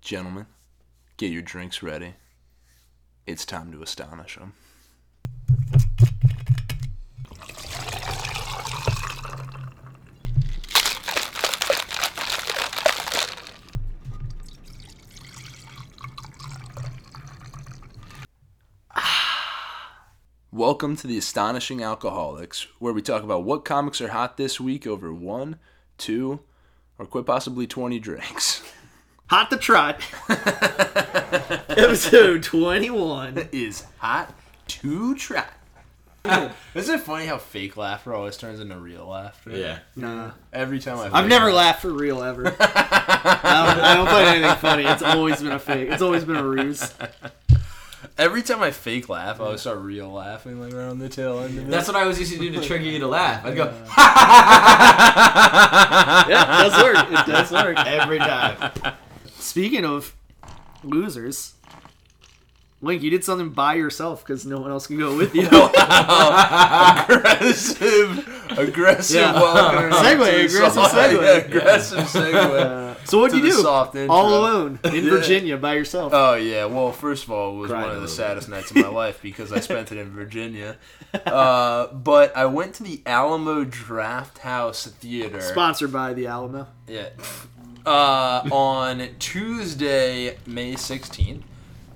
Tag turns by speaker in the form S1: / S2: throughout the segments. S1: Gentlemen, get your drinks ready. It's time to astonish them. Ah. Welcome to the Astonishing Alcoholics, where we talk about what comics are hot this week over one, two, or quite possibly 20 drinks.
S2: Hot to Trot, episode 21.
S3: is hot to try. Isn't it funny how fake laughter always turns into real laughter?
S4: Yeah.
S2: Nah.
S3: Every time I've,
S2: I've never laughed for real ever. I don't, I don't find anything funny. It's always been a fake. It's always been a ruse.
S3: Every time I fake laugh, I always start real laughing like around the tail end of it.
S4: That's what I always used to do to trigger you to laugh. I'd go,
S2: Yeah, it does work. It does work.
S3: every time.
S2: Speaking of losers, Link, you did something by yourself because no one else can go with you.
S3: aggressive, aggressive
S2: Yeah.
S3: welcome.
S2: Segue,
S3: to the
S2: aggressive
S3: soft-
S2: segue.
S3: yeah, aggressive segue.
S2: so what'd
S3: to
S2: you
S3: the
S2: do?
S3: soft intro.
S2: All alone in
S3: Yeah.
S2: Virginia by yourself.
S3: Oh yeah. Well, first of all, it was
S4: Cried
S3: one of
S4: a
S3: the
S4: little
S3: saddest nights of my life because I spent it in Virginia. Uh, but I went to the Alamo Draft House Theater.
S2: Sponsored by the Alamo.
S3: Yeah. Uh, on Tuesday, May 16th,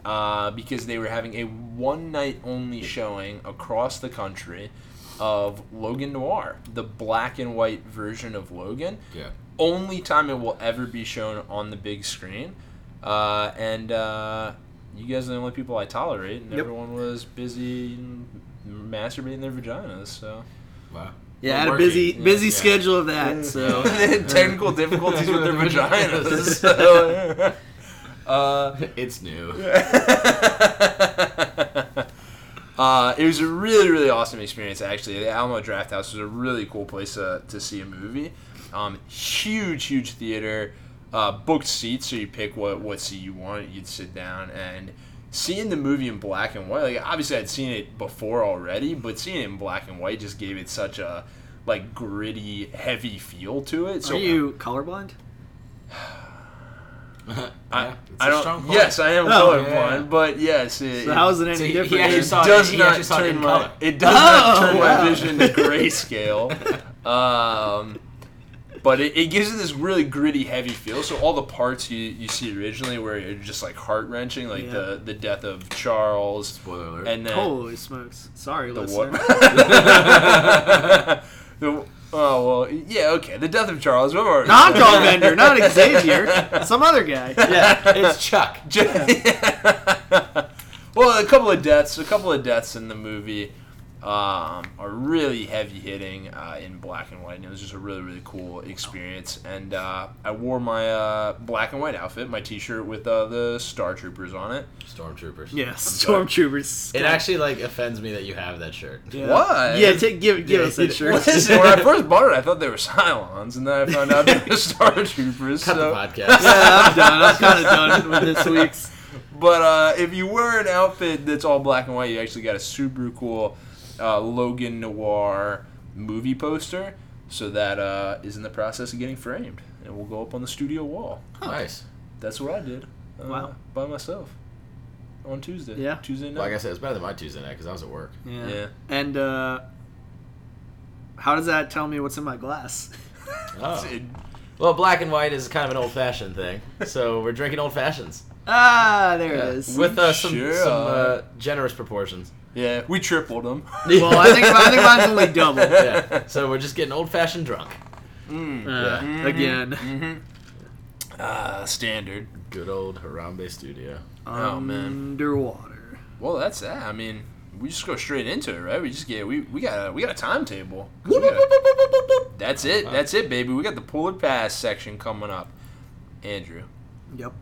S3: uh, because they were having a one night only showing across the country of Logan Noir, the black and white version of Logan.
S4: yeah.
S3: Only time it will ever be shown on the big screen. Uh, and uh, you guys are the only people I tolerate, and
S2: Yep.
S3: everyone was busy masturbating their vaginas, so.
S4: Wow.
S2: Yeah, I
S4: We're
S2: had a
S4: working.
S2: busy busy
S3: yeah.
S2: schedule of that. So
S3: They had Mm. technical difficulties with their vaginas. so, uh,
S4: It's new.
S3: uh, it was a really, really awesome experience, actually. The Alamo Draft House was a really cool place uh, to see a movie. Um, huge, huge theater. Uh, booked seats, so you pick what, what seat you want. You'd sit down and seeing the movie in black and white. Like obviously, I'd seen it before already, but seeing it in black and white just gave it such a like gritty, heavy feel to it. So
S2: are you colorblind?
S4: Yeah,
S3: I,
S4: it's
S3: I
S4: a
S3: don't.
S4: strong point.
S3: yes, I am
S2: Oh,
S3: colorblind,
S4: yeah.
S3: but yes, it,
S2: So how is it
S4: So
S2: any
S4: he,
S2: different?
S4: he actually saw
S3: it
S4: it.
S3: does
S4: he
S3: not
S4: actually saw it
S3: turn
S4: in
S3: my
S4: color.
S3: it does not
S2: Oh,
S3: turn
S2: wow.
S3: my vision to grayscale. um, but it, it gives it this really gritty, heavy feel. So all the parts you, you see originally where it's just like heart wrenching, like
S2: Yeah.
S3: the the death of Charles,
S4: Spoiler alert.
S3: and then
S2: Holy smokes! Sorry,
S3: the
S2: listener.
S3: what? the, oh well, yeah, okay. The death of Charles. We've already
S2: Not John Bender, not Xavier, some other guy.
S4: yeah, it's Chuck.
S3: well, a couple of deaths, a couple of deaths in the movie um, are really heavy hitting uh, in black and white, and it was just a really really cool experience. And uh, I wore my uh, black and white outfit, my T-shirt with uh, the Star Troopers on it.
S4: Stormtroopers.
S2: Yeah, stormtroopers.
S4: It actually like offends me that you have that shirt.
S2: Yeah.
S3: What?
S2: Yeah, t- give give
S4: Yeah,
S2: us that
S4: he-
S2: shirt.
S3: Listen, when I first bought it, I thought they were Cylons, and then I found out they were Star Troopers.
S4: Cut
S3: so-
S4: the podcast.
S2: yeah, I'm done. I'm kind of done with this week's.
S3: But uh, if you wear an outfit that's all black and white, you actually got a super cool uh, Logan Noir movie poster. So that uh, is in the process of getting framed, and will go up on the studio wall.
S4: Nice.
S3: That's what I did. Uh,
S2: Wow.
S3: By myself on Tuesday.
S2: Yeah.
S3: Tuesday night.
S4: Like I said, it's better than my Tuesday night because I was at work.
S2: Yeah.
S3: Yeah.
S2: And uh, how does that tell me what's in my glass?
S4: Oh.
S3: It-
S4: Well, black and white is kind of an old fashioned thing, so we're drinking old fashions
S2: Ah, there it is.
S4: with uh, some,
S3: Sure.
S4: some uh, generous proportions.
S3: yeah, we tripled them.
S2: well, I think I think mine's only double.
S4: yeah. So we're just getting old fashioned drunk.
S2: Uh,
S4: Yeah.
S2: Again.
S3: Mm. Mm-hmm. Uh, standard.
S4: Good old Harambe Studio.
S3: Oh, man.
S2: Underwater.
S3: Well, that's that. I mean, we just go straight into it, right? We just get we, we got a we got a timetable. 'Cause we gotta- That's it. That's it, baby. We got the pull it pass section coming up. Andrew,
S2: Yep.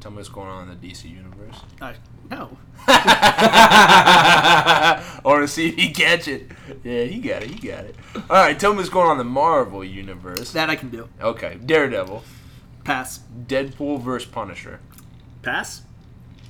S3: tell me what's going on in the DC universe.
S2: I no.
S3: I want to see if he catch it. Yeah, he got it. He got it. All right, tell me what's going on in the Marvel universe.
S2: That I can do.
S3: Okay, Daredevil,
S2: Pass.
S3: Deadpool versus Punisher.
S2: Pass.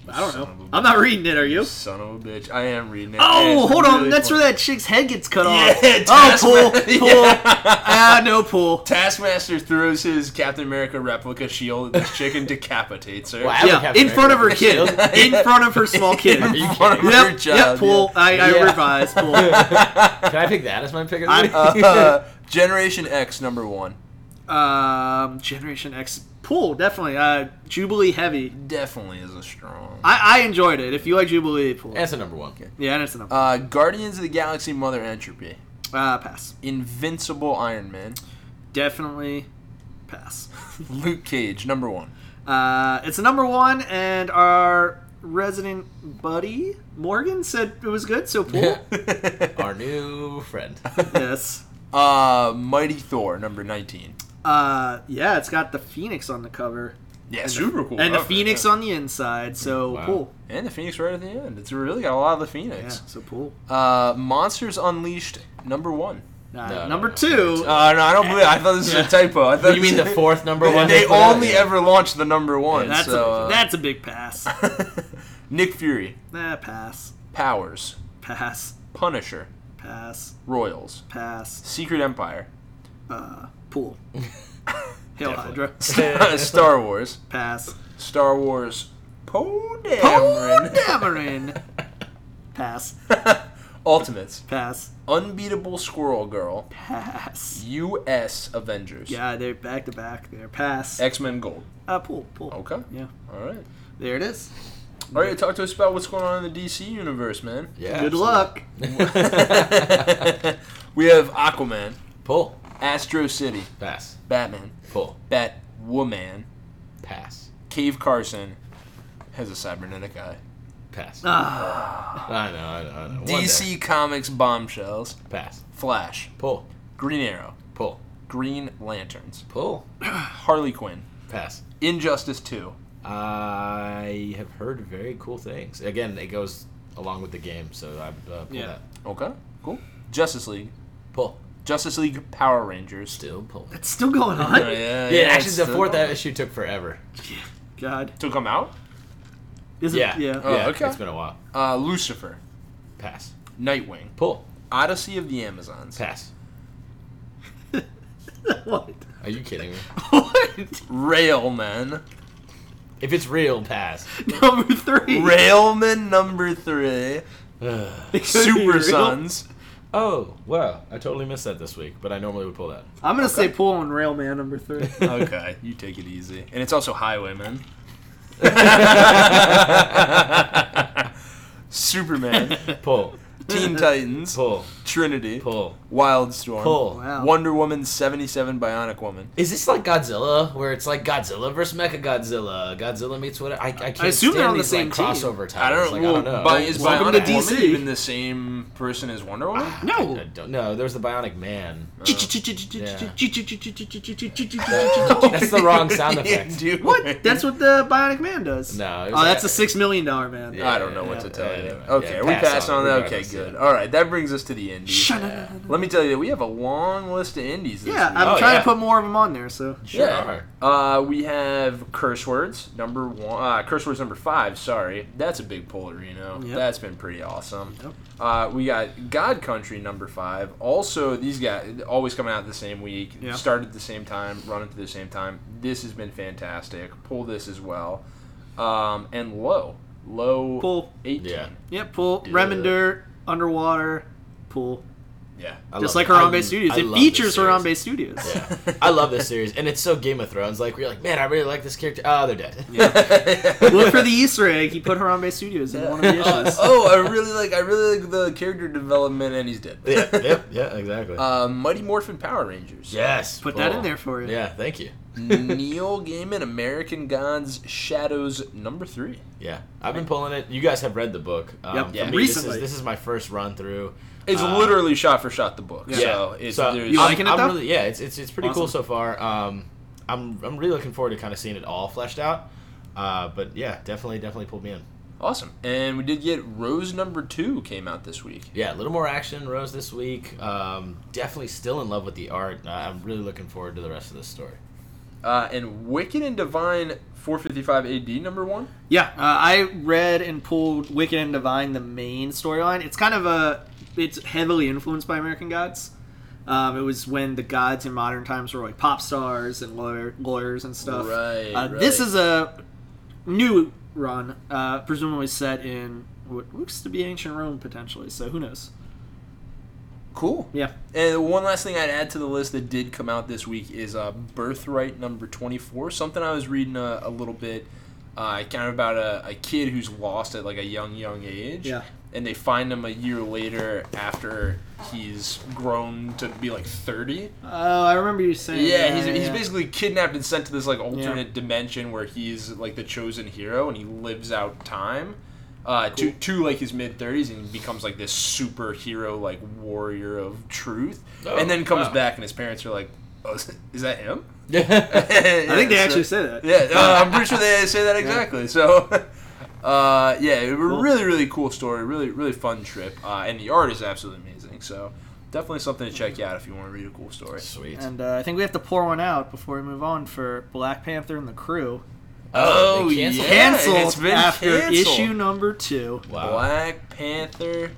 S2: I don't know.
S3: Son of a
S2: I'm not reading it. Are you?
S3: Son of a bitch. I am reading it. and
S2: Oh,
S3: it's
S2: hold on.
S3: really
S2: That's
S3: fun.
S2: where that chick's head gets cut off.
S3: Yeah,
S2: oh,
S3: Taskma-
S2: pool, pool.
S3: Yeah.
S2: Ah, no pool.
S3: Taskmaster throws his Captain America replica shield at this chick and decapitates her.
S4: Wow. I would
S2: Yeah,
S4: have
S2: in
S4: to
S2: front of her
S4: make
S2: kid. In front of her small kid.
S3: Are you
S2: Yep,
S3: kidding me? Your
S2: yep, uh,
S3: job,
S2: pool. I, I
S4: Yeah.
S2: revise, pool.
S4: Can I pick that as my pick of the
S2: I'm-
S4: week?
S3: yeah. Uh, Generation X number one.
S2: Um, Generation X, pool, definitely. Uh, Jubilee Heavy.
S3: Definitely is a strong.
S2: I, I enjoyed it. If you like Jubilee, pool.
S4: That's the number one.
S2: Yeah, and it's enough.
S3: Uh, Guardians of the Galaxy Mother Entropy.
S2: Uh, pass.
S3: Invincible Iron Man.
S2: Definitely pass.
S3: Luke Cage, number one.
S2: Uh, it's a number one, and our resident buddy Morgan said it was good, so pool.
S4: Our new friend.
S2: yes.
S3: uh, Mighty Thor, number 19.
S2: Uh, yeah, it's got the phoenix on the cover
S3: Yeah, super cool.
S2: and the
S3: cover,
S2: phoenix
S3: yeah.
S2: on the inside, so
S4: Wow.
S2: pool.
S3: And the Phoenix right at the end. It's really got a lot of the
S2: Yeah,
S3: Phoenix.
S2: so pool.
S3: Uh, Monsters Unleashed, number one.
S2: Uh,
S4: no,
S2: number
S4: no,
S2: two.
S3: Uh, no, I don't believe. I thought this was a typo. I thought
S4: You mean the fourth number
S3: They,
S4: one?
S3: they
S4: put out?
S3: only
S4: Yeah.
S3: ever launched the number one.
S2: that's
S3: so, uh,
S2: a, that's a big pass.
S3: Nick Fury,
S2: nah, pass,
S3: Powers,
S2: pass,
S3: Punisher,
S2: pass,
S3: Royals,
S2: pass.
S3: Secret Empire,
S2: Uh, pool. Hail Hydra.
S3: Star Wars,
S2: Pass.
S3: Star Wars, Poe
S2: Poe
S3: Dameron,
S2: Dameron. pass.
S3: Ultimates,
S2: Pass.
S3: Unbeatable Squirrel Girl,
S2: Pass.
S3: U.S. Avengers,
S2: Yeah, they're back to back. They're pass.
S3: X Men Gold.
S2: Uh, pool, pool.
S3: Okay,
S2: Yeah,
S3: all right,
S4: Mm-hmm.
S2: there it is.
S3: all right. Talk to us about what's going on in the DC universe, man.
S4: Yeah,
S2: Good luck.
S3: we have Aquaman,
S4: Pull.
S3: Astro City,
S4: Pass.
S3: Batman,
S4: Pull.
S3: Batwoman,
S4: Pass.
S3: Cave Carson has a cybernetic eye.
S4: Pass.
S2: Ah,
S4: I know, I know, I know. One
S3: DC Comics bombshells,
S4: day. Pass.
S3: Flash,
S4: Pull.
S3: Green Arrow,
S4: Pull.
S3: Green Lanterns,
S4: Pull.
S3: Harley Quinn,
S4: Pass.
S3: Injustice 2.
S4: I have heard very cool things. Again, it goes along with the game, so I uh, pull
S2: Yeah.
S4: that.
S3: Okay, cool. Justice League,
S4: Pull.
S3: Justice League Power Rangers.
S4: Still pull.
S2: it's still going
S3: Oh,
S2: on.
S3: yeah,
S4: Yeah, actually,
S3: it's
S4: the
S3: still-
S4: fourth issue took forever.
S2: God,
S3: to come out.
S2: is it?
S4: Yeah.
S2: yeah.
S3: Oh,
S4: yeah,
S3: okay.
S4: It's been a while.
S3: Uh, Lucifer,
S4: Pass.
S3: Nightwing,
S4: Pull.
S3: Odyssey of the Amazons,
S4: Pass.
S2: what?
S4: Are you kidding me?
S2: What?
S3: Railman,
S4: If it's real, pass.
S2: Number three.
S3: Railman number three, Super Sons,
S4: oh, wow. I totally missed that this week, but I normally would pull that.
S2: I'm gonna say pool on Railman number three.
S3: okay, you take it easy. And it's also Highwayman. Superman,
S4: Pull.
S3: Teen Titans,
S4: Pull.
S3: Trinity,
S4: Pull.
S3: Wildstorm,
S4: Pull.
S2: Wow.
S3: Wonder Woman 77 Bionic Woman.
S4: Is this like Godzilla, where it's like Godzilla versus Mecha Godzilla? Godzilla meets whatever. I, I can't
S2: assume
S4: stand
S2: they're on the
S4: these,
S2: same
S4: like,
S2: team.
S4: crossover titles.
S3: I don't,
S4: like,
S3: well,
S4: I don't know.
S3: Bi- is
S2: Welcome
S3: Bionic
S2: to
S3: Woman
S2: DC.
S3: even the same person as Wonder Woman?
S4: I
S2: No.
S4: don't know. There's the Bionic Man. That's
S2: That's
S4: the wrong sound effect.
S3: Dude.
S2: What? That's what the Bionic Man does.
S4: No, it was
S2: Oh, that's
S4: like-
S2: a six million dollar man.
S4: Yeah.
S3: I don't know what to tell
S4: Yeah,
S3: you.
S4: yeah,
S3: okay,
S4: yeah,
S3: are we
S4: pass
S3: passed
S4: on
S3: on that? Okay,
S4: regardless,
S3: good.
S4: yeah.
S3: All right, that brings us to the indies.
S2: Shut
S4: Yeah.
S2: up.
S3: Let me tell you, we have a long list of indies. This
S2: Yeah,
S3: week.
S2: I'm
S4: Oh,
S2: trying
S4: yeah.
S2: to put more of them on there. So
S4: Sure
S3: Yeah.
S4: are.
S3: Uh, we have curse words number one. Uh, curse words number five. Sorry, that's a big pull at Reno.
S2: Yep.
S3: That's been pretty awesome.
S2: Yep.
S3: Uh, we got God Country number five. Also, these guys always coming out the same week.
S2: Yeah.
S3: Started at the same time, running to the same time. This has been fantastic. Pull this as well. Um, and low, low
S2: pool.
S3: eighteen.
S4: Yeah.
S2: Yep, pool.
S3: Yeah.
S2: Remender, underwater, pool.
S3: Yeah.
S4: I
S2: Just like
S4: love it. I-
S2: Harambe Studios.
S4: I
S2: it
S4: love this
S2: features
S4: series.
S2: Harambe Studios.
S4: Yeah. I love this series, and it's so Game of Thrones. Like we're like, man, I really like this character. Oh, they're dead.
S2: Look for the Easter egg. He put Harambe Studios in one of the issues.
S3: oh, I really like. I really like the character development, and he's dead.
S4: yeah, yep, yeah, exactly.
S3: Uh, Mighty Morphin Power Rangers.
S4: yes,
S2: Put that
S4: pull.
S2: in there for you.
S4: Oh. Yeah, thank you.
S3: Neil Gaiman, American Gods, Shadows, number three.
S4: Yeah, I've been pulling it. You guys have read the book. Um,
S2: Yep.
S4: for
S3: Yeah.
S4: me, this is-
S2: Recently.
S4: This is, my first run through.
S3: It's
S4: Uh,
S3: literally shot for shot the book.
S4: Yeah.
S3: So it's there's,
S2: You
S4: I'm-
S2: liking it,
S4: I'm
S2: though?
S4: really- yeah, it's it's, it's pretty cool
S2: Awesome.
S4: so far. Um, I'm I'm really looking forward to kind of seeing it all fleshed out. Uh, but yeah, definitely definitely pulled me in.
S3: awesome. And we did get Rose number two came out this week.
S4: Yeah, a little more action rose this week. Um, definitely still in love with the art. Uh, I'm really looking forward to the rest of this story.
S3: Uh, and Wicked and Divine 455 AD number one?
S2: Yeah, uh, I read and pulled Wicked and Divine, the main storyline. It's kind of a, it's heavily influenced by American Gods. Um, it was when the gods in modern times were like pop stars and lawyer, lawyers and stuff.
S3: Right,
S2: Uh,
S3: right.
S2: This is a new run, uh, presumably set in what looks to be ancient Rome potentially. So who knows?
S3: Cool.
S2: Yeah.
S3: And one last thing I'd add to the list that did come out this week is uh, Birthright number 24. Something I was reading a, a little bit uh, kind of about a, a kid who's lost at like a young, young age.
S2: Yeah.
S3: And they find him a year later after he's grown to be like 30.
S2: Oh, I remember you saying.
S3: Yeah, he's,
S2: yeah,
S3: he's
S2: yeah.
S3: basically kidnapped and sent to this like alternate dimension where he's like the chosen hero and he lives out time uh, to to like his mid thirties and he becomes like this superhero like warrior of truth
S4: Oh,
S3: and then comes
S4: wow.
S3: back and his parents are like, oh, is, is that him?
S4: Yeah.
S2: I think they actually said that.
S3: Yeah, uh, I'm pretty sure they say that exactly. So. Uh, yeah, it was a really, really cool story, really, really fun trip, uh, and the art is absolutely amazing. So, definitely something to check out if you want to read a cool story.
S4: Sweet.
S2: And uh, I think we have to pour one out before we move on for Black Panther and the crew.
S4: Oh, they canceled it.
S2: Canceled
S3: it's been
S2: after
S3: canceled.
S2: issue number two.
S4: Wow.
S3: Black Panther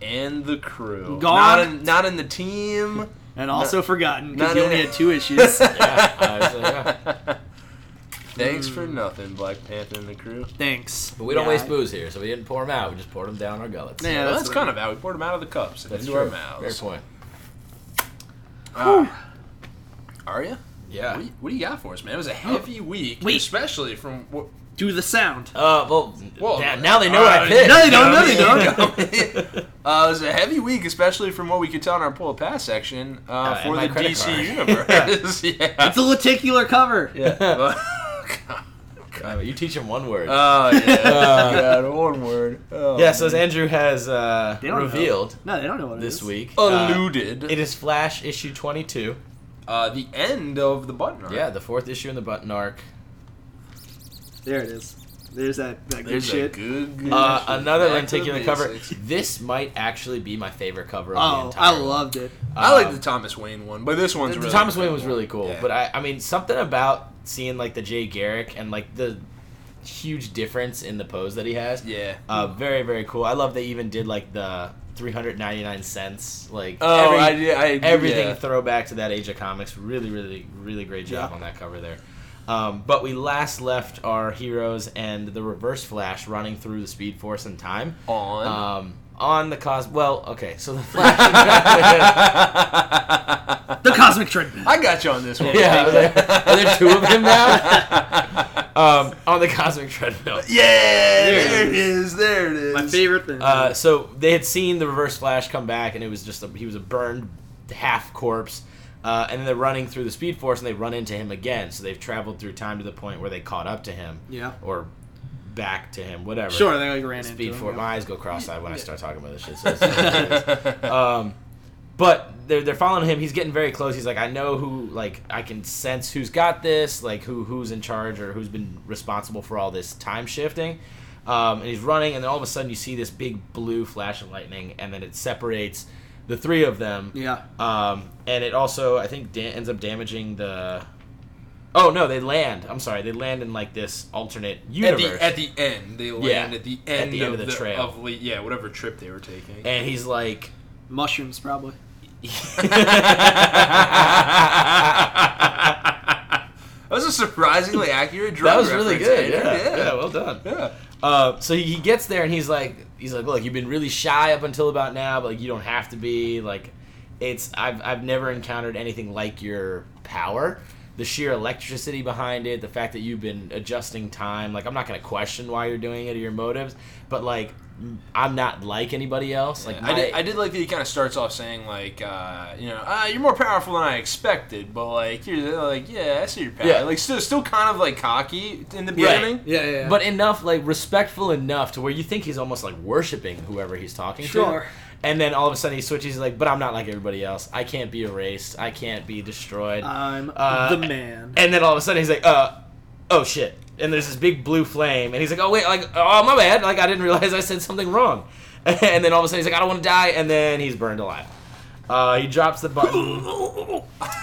S3: and the crew.
S2: Gone.
S3: Not in, not in the team.
S2: And also forgotten because
S3: not
S2: you
S3: in
S2: only
S3: it.
S2: had two issues.
S4: Yeah, I was, uh, yeah.
S3: Thanks for nothing, Black Panther and the crew.
S2: Thanks.
S4: But we don't
S2: Yeah,
S4: waste
S2: I-
S4: booze here, so we didn't pour them out. We just poured them down our gullets.
S2: Yeah,
S3: Well, that's,
S2: that's
S3: kind of how we poured them out of the cups and
S4: That's
S3: into
S4: true.
S3: our
S4: Fair
S3: mouths.
S4: point.
S3: Ah. Arya,
S4: Yeah.
S3: what do, you, what do you got for us, man? It
S4: Oh.
S3: was a heavy week,
S2: Wait.
S3: especially from. wh-
S2: Do the sound.
S4: Uh, well,
S3: Whoa.
S4: now, now they know what
S3: Uh,
S4: I picked.
S2: No, they don't. No, they don't.
S3: Uh, it was a heavy week, especially from what we could tell in our pull a pass section uh,
S4: and
S3: for
S4: my
S3: the
S4: credit
S3: DC
S4: card.
S3: universe. yeah.
S2: It's a lenticular cover.
S4: God, but you teach him one word.
S3: Oh
S4: Uh,
S3: yeah, God, one word. Oh.
S4: yeah, so as Andrew has uh,
S2: don't know.
S4: revealed
S2: No, they don't know what it is.
S4: this week, uh,
S3: alluded.
S4: it is Flash issue 22.
S3: uh, the end of the button. Art.
S4: Yeah, the fourth issue in the button arc.
S2: There it is. There's that, that good
S3: there's a
S2: shit.
S3: good. good
S4: Uh,
S3: shit.
S4: another
S3: Back to the
S4: lenticular cover.
S3: basics.
S4: This might actually be my favorite cover of the
S2: oh,
S4: entire.
S2: I
S4: one.
S2: loved it.
S3: I like
S4: Um,
S3: the Thomas Wayne one, but this one's
S4: the
S3: really
S4: Thomas Wayne
S3: cool.
S4: was really cool,
S3: Yeah.
S4: but I, I mean, something about seeing like the Jay Garrick and like the huge difference in the pose that he has.
S3: Yeah.
S4: Uh, very very cool. I love they even did like the 399 cents like
S3: Oh,
S4: every-
S3: I did. I,
S4: everything
S3: Yeah.
S4: throwback to that age of comics. Really really really great job
S2: Yeah.
S4: on that cover there. Um, but we last left our heroes and the Reverse Flash running through the Speed Force in time.
S3: On.
S4: Um, on the cos. Well, okay, so the Flash.
S2: The Cosmic Treadmill.
S3: I got you on this one.
S4: Yeah, are there, are there two of them now? um, on the cosmic treadmill.
S3: Yeah,
S2: There it
S3: there it is. There it is.
S2: My favorite thing.
S4: Uh, so they had seen the Reverse Flash come back, and it was just a, he was a burned half corpse. Uh, and then they're running through the Speed Force, and they run into him again. So they've traveled through time to the point where they caught up to him.
S2: Yeah.
S4: Or back to him, whatever.
S2: sure, they like ran into
S4: Speed
S2: him,
S4: Force.
S2: yeah.
S4: My eyes go cross-eyed when I start talking about this shit. So it's- um, but they're they're following him. He's getting very close. He's like, I know who. Like, I can sense who's got this. Like, who who's in charge or who's been responsible for all this time shifting. Um, and he's running, and then all of a sudden you see this big blue flash of lightning, and then it separates the three of them.
S2: Yeah.
S4: Um, and it also, I think, da- ends up damaging the. Oh no, they land. I'm sorry, they land in like this alternate
S3: At
S4: universe.
S3: the, at the end, they land
S4: Yeah.
S3: at the
S4: At
S3: end,
S4: the end of the trail.
S3: Of, le- yeah, whatever trip they were taking.
S4: and he's like,
S2: Mushrooms, probably.
S4: that
S3: That was a surprisingly accurate drug
S4: was really
S3: reference,
S4: good.
S3: Andrew.
S4: Yeah, yeah. well done.
S3: yeah.
S4: Uh, so he gets there and he's like, he's like, look, you've been really shy up until about now, but like, you don't have to be. Like, it's I've I've never encountered anything like your power, the sheer electricity behind it, the fact that you've been adjusting time. Like, I'm not gonna question why you're doing it or your motives, but like, I'm not like anybody else. Like,
S3: I
S4: my-
S3: did, I did like that he kind of starts off saying like, uh, you know, uh, you're more powerful than I expected, but like, you're like, yeah, I see your power.
S4: Yeah.
S3: Like, still, still kind of like cocky in the beginning.
S2: Yeah, yeah, yeah.
S4: but enough like respectful enough to where you think he's almost like worshiping whoever he's talking
S2: Sure.
S4: to and then all of a sudden he switches he's like but i'm not like everybody else i can't be erased i can't be destroyed
S2: I'm
S4: Uh,
S2: the man.
S4: and then all of a sudden he's like uh oh shit and there's this big blue flame and he's like oh wait like oh my bad like i didn't realize i said something wrong and then all of a sudden he's like i don't want to die and then he's burned alive Uh, he drops the button.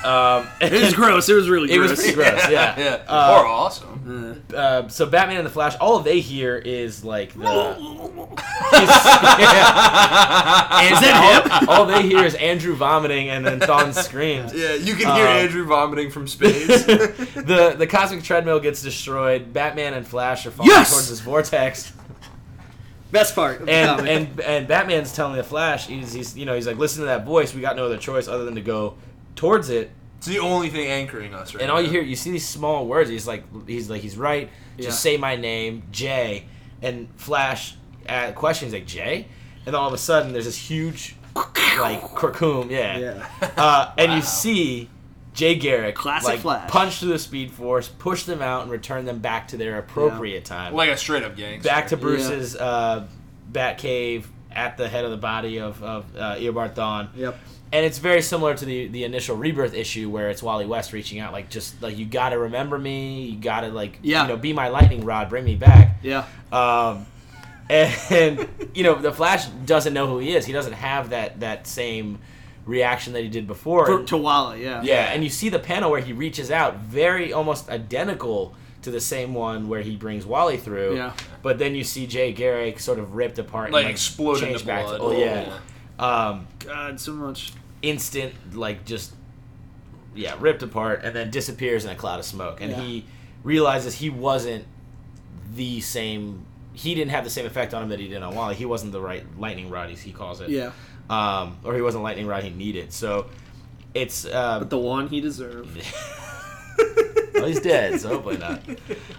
S4: Um,
S2: It was gross. It was really
S4: It was
S2: gross.
S4: pretty gross. yeah.
S3: yeah.
S4: Uh,
S3: or awesome.
S4: uh, so Batman and the Flash, all they hear is like the. yeah. And
S2: that
S4: all, all they hear is Andrew vomiting and then Thawne screams.
S3: Yeah, you can hear
S4: uh,
S3: Andrew vomiting from space.
S4: the the cosmic treadmill gets destroyed. Batman and Flash are falling
S2: Yes!
S4: towards this vortex,
S2: Best part. Of the
S4: and
S2: comic.
S4: and and Batman's telling the Flash, he's, he's you know he's like, listen to that voice. We got no other choice other than to go towards it.
S3: it's the only thing anchoring us right
S4: And all you
S3: now.
S4: hear, you see these small words. He's like, he's like, he's right. Just
S2: Yeah.
S4: say my name, Jay. And Flash uh, questions like Jay, and all of a sudden there's this huge like crackoom, yeah.
S2: yeah.
S4: Uh, and you see Jay Garrick
S2: Classic
S4: like
S2: Flash.
S4: punch through the Speed Force, push them out, and return them back to their appropriate time.
S3: Like a straight up gangster.
S4: back to Bruce's uh, Batcave at the head of the body of of uh, Eobard Thawne.
S2: Yep.
S4: And it's very similar to the the initial rebirth issue where it's Wally West reaching out like just like you got to remember me, you got to like
S2: Yeah.
S4: you know be my lightning rod, bring me back.
S2: Yeah.
S4: Um, and you know the Flash doesn't know who he is. He doesn't have that that same reaction that he did before.
S2: For,
S4: And-
S2: to Wally. Yeah.
S4: yeah, and you see the panel where he reaches out, very almost identical to the same one where he brings Wally through.
S2: Yeah.
S4: But then you see Jay Garrick sort of ripped apart,
S3: Like,
S4: and, like
S3: explode into
S4: changed back to-
S3: blood.
S4: oh yeah. Um,
S2: God, so much.
S4: instant like just yeah ripped apart and then disappears in a cloud of smoke and
S2: Yeah.
S4: he realizes he wasn't the same he didn't have the same effect on him that he did on Wally he wasn't the right lightning rod as he calls it
S2: Yeah.
S4: um or he wasn't lightning rod he needed so it's
S2: But
S4: um,
S2: the one he deserved.
S4: well, he's dead so hopefully not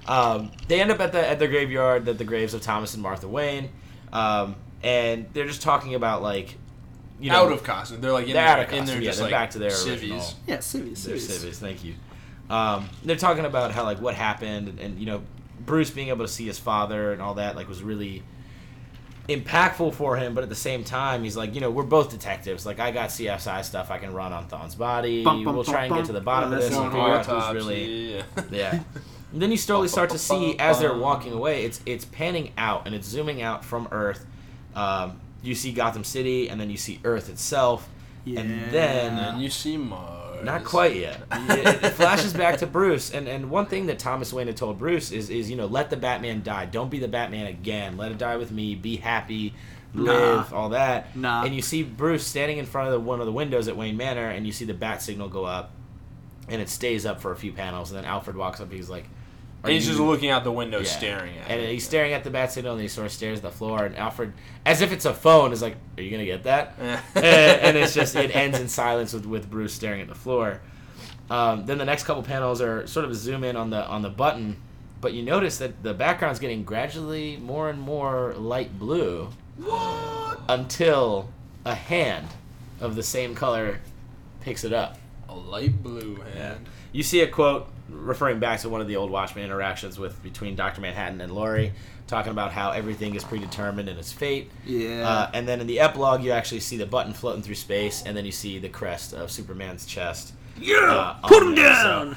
S4: um they end up at the at the graveyard at the graves of Thomas and Martha Wayne um and they're just talking about like you know
S3: out of costume. They're like in
S4: They're
S3: their,
S4: out of
S3: in their
S4: costume, yeah,
S3: just
S4: they're
S3: like
S4: back to their original.
S3: civvies.
S2: Yeah, civies.
S4: They're
S2: civies.
S4: civvies. Thank you. Um, they're talking about how like what happened and, and you know Bruce being able to see his father and all that like was really impactful for him, but at the same time he's like you know we're both detectives. Like I got CSI stuff I can run on Thon's body.
S2: Bum, bum,
S4: we'll
S2: bum,
S4: try and
S2: bum.
S4: get to the bottom
S2: Oh,
S4: of this
S2: that's not
S4: and figure out who's
S3: Autopsy,
S4: really
S3: yeah.
S4: yeah. And then you slowly start to see as they're walking away, it's it's panning out and it's zooming out from Earth. Um, you see Gotham City, and then you see Earth itself,
S2: Yeah.
S4: and then
S3: And you see Mars.
S4: not quite yet. It, it flashes back to Bruce, and, and one thing that Thomas Wayne had told Bruce is is you know let the Batman die. Don't be the Batman again. Let it die with me. Be happy, live, all that.
S2: Nah.
S4: And you see Bruce standing in front of the, one of the windows at Wayne Manor, and you see the bat signal go up, and it stays up for a few panels, and then Alfred walks up. He's like, "Are
S3: And he's just
S4: you-"
S3: looking out the window,
S4: Yeah.
S3: staring at.
S4: And
S3: it.
S4: he's staring at the bat signal, and he sort of stares at the floor. And Alfred, as if it's a phone, is like, "Are you gonna get that?" and, and it's just it ends in silence with, with Bruce staring at the floor. Um, then the next couple panels are sort of a zoom in on the on the button, but you notice that the background's getting gradually more and more light blue until a hand of the same color picks it up.
S3: a light blue hand.
S4: You see a quote referring back to one of the old Watchmen interactions with between Doctor Manhattan and Laurie, talking about how everything is predetermined and it's fate.
S2: Yeah.
S4: Uh, and then in the epilogue, you actually see the button floating through space, and then you see the crest of Superman's chest.
S2: yeah.
S4: uh, on
S2: Put him
S4: there,
S2: down.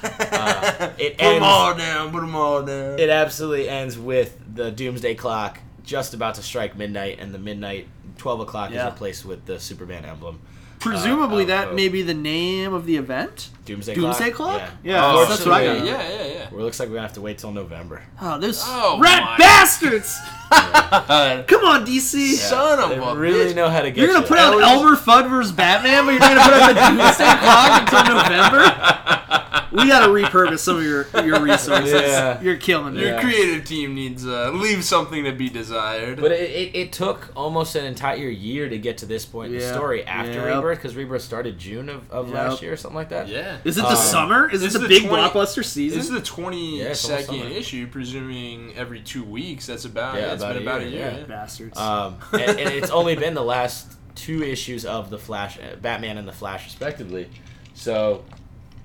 S4: so, uh, it
S3: Put them
S4: ends.
S3: all down. Put them all down.
S4: It absolutely ends with the Doomsday Clock just about to strike midnight, and the midnight twelve o'clock
S2: Yeah.
S4: is replaced with the Superman emblem.
S2: Presumably,
S4: uh,
S2: that
S4: uh,
S2: may be the name of the event.
S4: Doomsday,
S2: Doomsday
S4: Clock.
S2: Clock.
S4: Yeah.
S3: Oh,
S2: that's what I
S3: yeah,
S2: got.
S3: yeah, yeah, yeah.
S4: Well, it looks like we're gonna have to wait till November.
S2: Oh, those
S3: Oh,
S2: rat
S3: my.
S2: bastards!
S3: God,
S2: Come on, DC.
S3: Son of
S4: They
S3: a
S4: really
S3: bitch.
S4: know how to get
S2: You're gonna
S4: you.
S2: put out
S3: Elvis-
S2: Elmer Fudd versus Batman, but you're gonna put out the Doomsday Clock until November. We gotta repurpose some of your your resources.
S4: Yeah.
S2: You're killing me.
S3: Your
S4: Yeah.
S3: creative team needs uh, leave something to be desired.
S4: But it, it, it took almost an entire year to get to this point in the
S2: Yeah.
S4: story after
S2: Yep.
S4: Rebirth, because Rebirth started June of, of
S2: Yep.
S4: last year or something like that.
S3: yeah,
S2: Is it the
S4: Um,
S2: summer? Is
S3: this
S2: it the
S3: is
S2: big
S3: 20
S2: blockbuster
S3: this is
S2: season?
S3: the twenty
S4: Yeah,
S3: second
S4: it's almost summer.
S3: issue. Presuming every two weeks, that's about.
S4: Yeah,
S3: it's
S4: about
S3: been
S4: a
S3: about
S4: year,
S3: a year.
S4: yeah.
S3: yeah.
S2: Bastards.
S4: Um, and, and it's only been the last two issues of the Flash, uh, Batman and the Flash, respectively. So,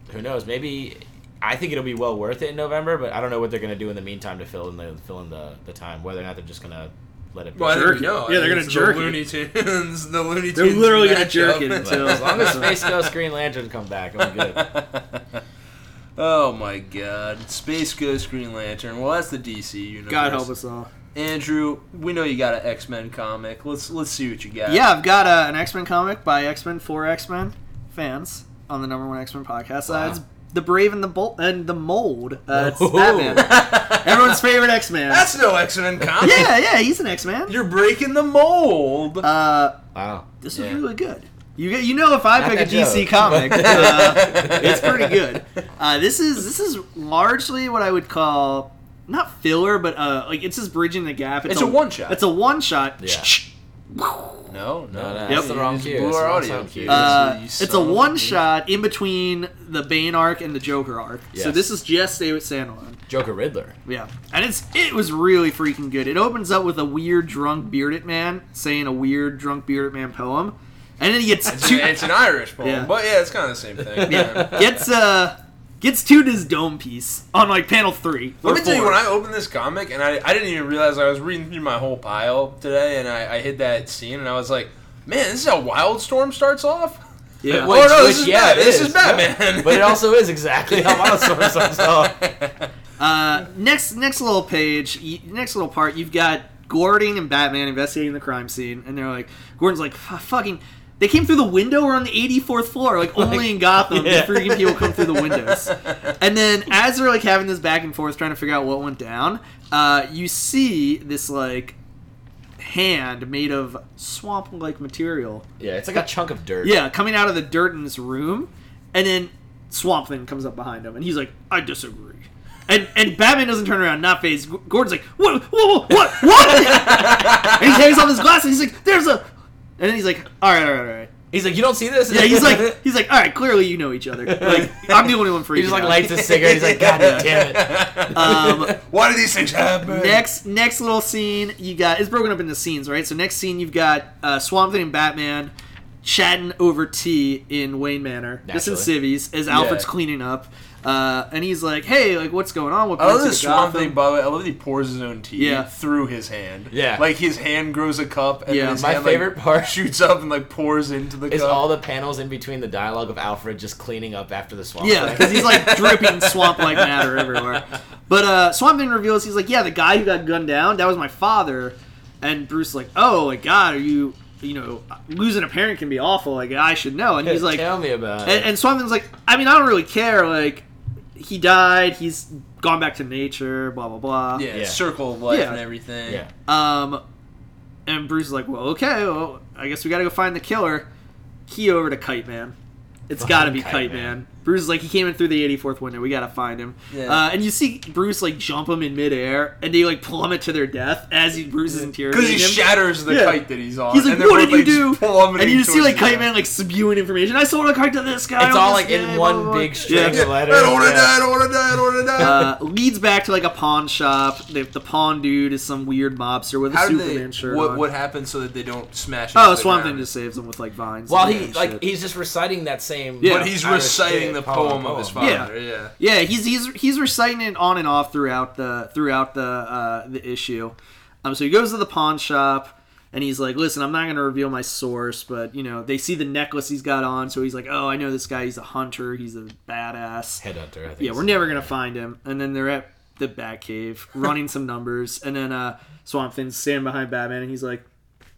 S4: who knows? Maybe I think it'll be well worth it in November, but I don't know what they're gonna do in the meantime to fill in the fill in the, the time. Whether or not they're just gonna let it. Be.
S3: Well, I think
S2: Jerk
S3: we
S2: it.
S3: know. I
S2: Yeah, they're
S3: think
S2: gonna
S3: it's
S2: jerk it.
S3: the Looney Tunes. The Looney Tunes.
S2: They're literally gonna
S3: matchup.
S2: jerk it until
S4: as long as Space Ghost Green Lantern come back, I'm good.
S3: Oh my God! Space Ghost Green Lantern. Well, that's the DC universe.
S2: God help us all.
S3: Andrew, we know you got an X Men comic. Let's let's see what you got.
S2: Yeah, I've got uh, an X Men comic by X Men for X Men fans on the number one X Men podcast. Uh, it's the Brave and the Bolt and the Mold. Uh, it's
S4: Whoa.
S2: Batman, everyone's favorite X Man.
S3: That's no X Men comic.
S2: yeah, yeah, he's an X Man.
S3: You're breaking the mold.
S2: Uh,
S4: Wow.
S2: this
S3: Yeah.
S2: is really good. You get, you know, if I
S4: Not
S2: pick a
S4: that
S2: DC
S4: joke.
S2: comic, uh, it's pretty good. Uh, this is this is largely what I would call not filler, but uh, like it's just bridging the gap.
S3: It's a one-shot.
S2: It's a one shot.
S4: Yeah.
S3: no, no,
S4: No, no,
S3: no.
S4: that's
S2: the
S4: wrong
S3: you
S4: cue.
S3: Blew
S4: That's
S3: our
S4: the wrong
S3: audio
S4: sound cue.
S3: cue.
S2: Uh,
S3: You
S2: it's a
S3: son of
S2: one
S3: bitch.
S2: shot in between the Bane arc and the Joker arc. So
S4: Yes.
S2: this is just stay with standalone.
S4: Joker Riddler.
S2: Yeah, and it's it was really freaking good. It opens up with a weird drunk bearded man saying a weird drunk bearded man poem, and then he gets two
S3: It's an Irish poem,
S2: Yeah.
S3: but yeah, it's kind of the same thing.
S2: yeah, gets uh gets two to his dome piece on like panel three.
S3: Let
S2: or
S3: me tell you,
S2: four.
S3: when I opened this comic, and I, I didn't even realize I was reading through my whole pile today, and I, I hit that scene, and I was like, man, this is how Wildstorm starts off?
S2: yeah.
S3: Well, Oh, no, this is Bat- this is Batman.
S4: Yeah. But it also is exactly how Wildstorm starts off.
S2: Uh, next next little page, y- next little part, you've got Gordon and Batman investigating the crime scene, and they're like, Gordon's like, "F- fucking, they came through the window. We're on the 84th floor. Like only in Gotham,
S4: yeah.
S2: do freaking people come through the windows. And then as they're like having this back and forth, trying to figure out what went down, uh, you see this like hand made of swamp-like material
S4: Yeah, it's like a chunk of dirt.
S2: yeah, coming out of the dirt in this room, and then Swamp Thing comes up behind him, and he's like, "I disagree." And and Batman doesn't turn around, not phased. G- Gordon's like, "What? Whoa, whoa, what? What?" and he takes off his glasses. He's like, "There's a," and then he's like, "All right, all right, all right."
S4: He's like, you don't see this?
S2: Yeah, he's like, he's like, "All right, clearly you know each other. Like, I'm the only one for
S4: he
S2: you."
S4: just like lights a cigarette. He's like, God damn it.
S2: Um,
S3: Why do these things happen?
S2: next next little scene you got it's broken up into scenes right so next scene you've got uh, swamp thing and batman chatting over tea in wayne manor just in
S4: Naturally.
S2: civvies as alfred's
S3: Yeah.
S2: cleaning up uh, and he's like hey like what's going on what
S3: I love
S2: brings you
S3: Oh, this
S2: to
S3: swamp
S2: Gotham?"
S3: thing, by the way. I love that he pours his own tea
S2: Yeah.
S3: through his hand.
S4: Yeah.
S3: Like his hand grows a cup, and
S2: Yeah,
S3: his
S4: My
S3: hand, like,
S4: favorite part
S3: shoots up and like pours into the
S4: is
S3: cup.
S4: all the panels in between the dialogue of Alfred just cleaning up after the swamp.
S2: Yeah, because he's like dripping swamp like matter everywhere. But uh, Swamp Thing reveals he's like, yeah, the guy who got gunned down, that was my father. And Bruce is like, oh my god, are you, you know, losing a parent can be awful. Like I should know. And he's like,
S4: tell me about
S2: And,
S4: it.
S2: and Swamp Thing's like, I mean, I don't really care. Like, he died. He's gone back to nature. Blah blah blah.
S3: yeah,
S4: Yeah.
S3: circle of life
S2: Yeah.
S3: and everything.
S4: yeah.
S2: Um, and Bruce is like, well, okay. Well, I guess we got to go find the killer. Key over to Kite Man. It's got to be Kite,
S4: Kite
S2: Man.
S4: Man.
S2: Bruce is like, he came in through the 84th window. We got to find him.
S3: Yeah.
S2: Uh, and you see Bruce like jump him in midair, and they like plummet to their death as he, Bruce is
S3: Because
S2: interrogating
S3: he
S2: him.
S3: shatters the
S2: Yeah.
S3: kite that he's on.
S2: He's like,
S3: and they're
S2: what
S3: both,
S2: did you
S3: like, just
S2: do?
S3: plummeting
S2: And you just see
S3: towards
S2: like
S3: the
S2: Kite
S3: ground.
S2: Man like spewing information. I sold a kite to this guy.
S4: It's
S2: on
S4: all
S2: this
S4: like in
S2: day,
S4: one
S2: blah, blah, blah."
S4: big string
S2: Yeah.
S4: of letters.
S3: I don't want to
S4: yeah.
S3: die. I don't want to die. I don't want to die.
S2: uh, leads back to like a pawn shop. The, the pawn dude is some weird mobster with a
S3: How do
S2: Superman
S3: they?
S2: shirt.
S3: What
S2: on.
S3: what happens so that they don't smash? into
S2: oh,
S3: the
S2: Swamp Thing
S3: ground?
S2: just saves him with like vines.
S4: While
S2: and
S4: he
S2: shit.
S4: like he's just reciting that same.
S2: Yeah.
S3: But he's
S4: Irish
S3: reciting
S4: shit,
S3: the poem, of his
S4: poem.
S3: father. Yeah.
S2: yeah, he's he's he's reciting it on and off throughout the throughout the uh, the issue. Um, so he goes to the pawn shop. And he's like, "Listen, I'm not going to reveal my source, but you know, they see the necklace he's got on, so he's like, "Oh, I know this guy. He's a hunter. He's a badass."
S4: Headhunter, I think.
S2: yeah, we're never gonna find him. And then they're at the Batcave running some numbers, and then uh, Swamp Thing's standing behind Batman, and he's like,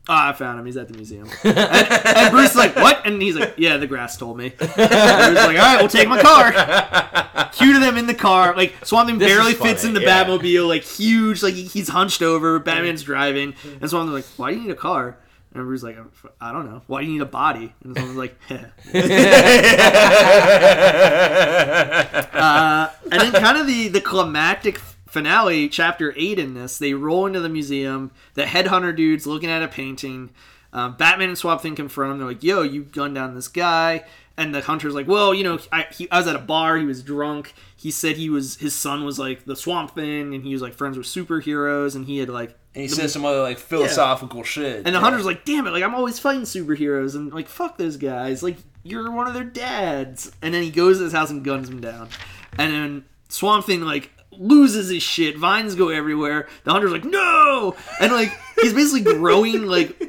S2: "Ah, I found him. He's at the museum." and, and Bruce is like, "What?" And he's like, "Yeah, the grass told me." And Bruce is like, "All right, we'll take my car." Cue to them in the car. Like Swamp Thing
S4: This is
S2: barely fits in
S4: funny,
S2: the
S4: yeah.
S2: Batmobile, like huge. Like he- he's hunched over. Batman's driving, and Swamp Thing's like, "Why do you need a car?" And Bruce's like, "I don't know. Why do you need a body?" And Swamp Thing's like, uh, and then kind of the the climactic finale chapter 8 in this they roll into the museum the headhunter dude's looking at a painting um, batman and swamp thing confront him they're like yo you gunned down this guy and the hunter's like well you know I, he, I was at a bar he was drunk he said he was his son was like the swamp thing and he was like friends with superheroes and he had like
S3: And he says some other like philosophical shit.
S2: and the hunter's like, damn it, like I'm always fighting superheroes and like fuck those guys. Like you're one of their dads. And then he goes to his house and guns him down. And then Swamp Thing like loses his shit. Vines go everywhere. The hunter's like, no and like he's basically growing like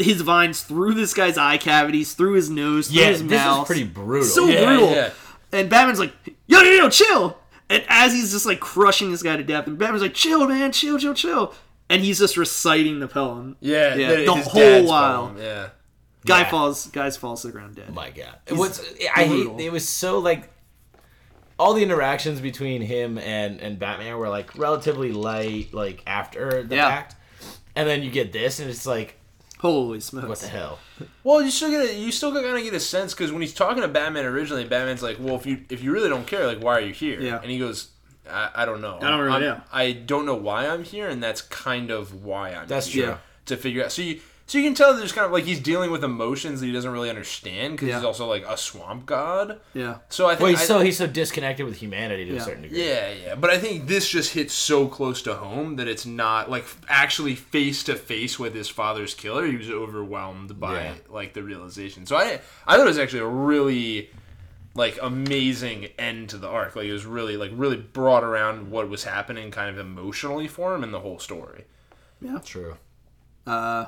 S2: his vines through this guy's eye cavities, through his nose, through
S4: Yeah,
S2: his
S4: this
S2: mouth.
S4: is pretty brutal.
S2: so
S3: Yeah,
S2: brutal.
S3: yeah.
S2: And Batman's like, yo, yo, yo, chill. And as he's just like crushing this guy to death, and Batman's like, chill, man, chill, chill, chill. and he's just reciting the poem.
S3: Yeah,
S2: Yeah,
S3: that-
S2: the
S3: his
S2: whole
S3: dad's
S2: while.
S3: poem, Yeah.
S2: Guy
S4: Yeah.
S2: falls. Guys falls to the ground dead.
S4: My God, it was I hate.
S2: brutal.
S4: It was so like all the interactions between him and and Batman were like relatively light, like after the
S2: Yeah.
S4: fact, and then you get this, and it's like,
S2: Holy smokes!
S4: what the hell?
S3: Well, you still get a, you still kind of get a sense because when he's talking to Batman originally, Batman's like, "Well, if you if you really don't care, like, why are you here?"
S2: Yeah.
S3: And he goes, "I, I don't know. I
S2: don't really
S3: I'm,
S2: know."
S3: I don't know why I'm here, and that's kind of why I'm.
S4: That's
S3: here,
S4: true.
S3: To figure out, so you so you can tell there's kind of like he's dealing with emotions that he doesn't really understand because
S2: Yeah.
S3: he's also like a swamp god.
S2: Yeah.
S3: So I think
S4: Well, he's
S3: I-
S4: so he's so disconnected with humanity to a
S2: Yeah.
S4: certain degree.
S3: Yeah, yeah, but I think this just hits so close to home that it's not like actually face to face with his father's killer. He was overwhelmed by
S4: Yeah.
S3: like the realization. So I, I thought it was actually a really like amazing end to the arc. Like it was really like really brought around what was happening kind of emotionally for him in the whole story.
S4: True.
S2: Uh,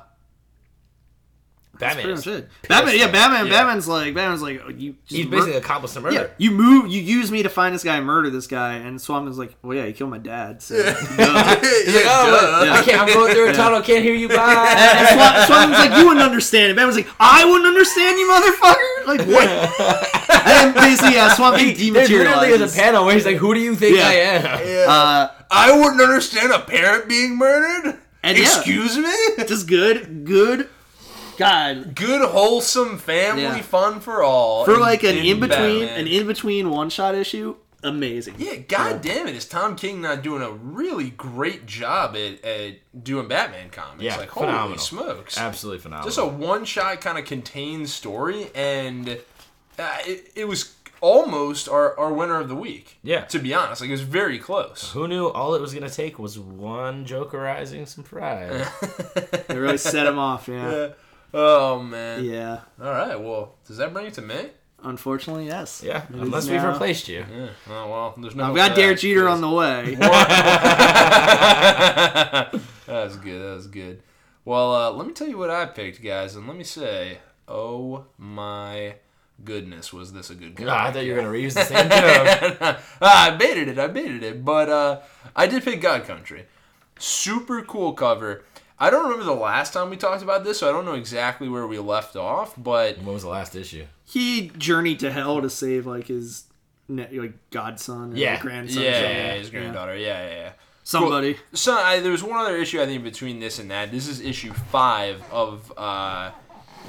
S2: that's
S4: Batman.
S2: pretty
S4: is-
S2: much it. Batman. Yeah,
S4: off.
S2: Batman.
S3: Yeah.
S2: Batman's like Batman's like oh, you. Just
S4: He's
S2: mur-
S4: basically accomplished a murder.
S2: Yeah, you move. You use me to find this guy and murder this guy. And Swamp is like, well, yeah, you killed my dad. So. Duh.
S4: He's like, oh, wait,
S2: duh.
S4: I can't, I'm going through a tunnel. Can't hear you. Bye.
S2: And Swan, Swan was like, you wouldn't understand. And Ben was like, I wouldn't understand you, motherfucker. Like, what? and then basically, uh, yeah, Swamp Thing
S4: There's literally a
S2: dematerializes.
S4: panel where he's like, "Who do you think
S2: Yeah.
S4: I am?"
S2: Uh,
S3: I wouldn't understand a parent being murdered.
S2: And yeah.
S3: Excuse me.
S2: just good, good. God,
S3: Good wholesome family
S2: Yeah.
S3: fun for all
S2: for like an in between,
S3: Batman.
S2: an in between one shot issue, amazing.
S3: Yeah, god damn it, is Tom King not doing a really great job at, at doing Batman comics?
S4: Yeah,
S3: like holy
S4: phenomenal.
S3: smokes.
S4: Absolutely phenomenal.
S3: Just a one shot kind of contained story and uh, it, it was almost our, our winner of the week.
S4: Yeah.
S3: To be honest. Like it was very close.
S4: Who knew all it was gonna take was one Jokerizing surprise?
S2: They really set him off. Yeah,
S3: Oh man.
S2: yeah.
S3: Alright, well, does that bring it to me?
S2: Unfortunately, yes.
S4: yeah,
S2: It is
S4: unless we've
S2: now-
S4: replaced you.
S3: Yeah. Oh well there's no
S2: I've got Derek Jeter on the way.
S3: that was good. That was good. Well, uh, let me tell you what I picked, guys, and let me say, oh my goodness, was this a good game?
S4: Ah, I thought you were gonna reuse the same joke.
S3: Ah, I baited it. I baited it. But uh, I did pick God Country. Super cool cover. I don't remember the last time we talked about this, so I don't know exactly where we left off. But
S4: When was the last issue?
S2: He journeyed to hell to save like his ne- like godson, or
S4: Yeah.
S3: yeah,
S2: grandson, or
S3: yeah,
S2: something.
S3: yeah, his granddaughter. Yeah, yeah, yeah.
S2: somebody.
S3: So I, there was one other issue I think between this and that. This is issue five of uh,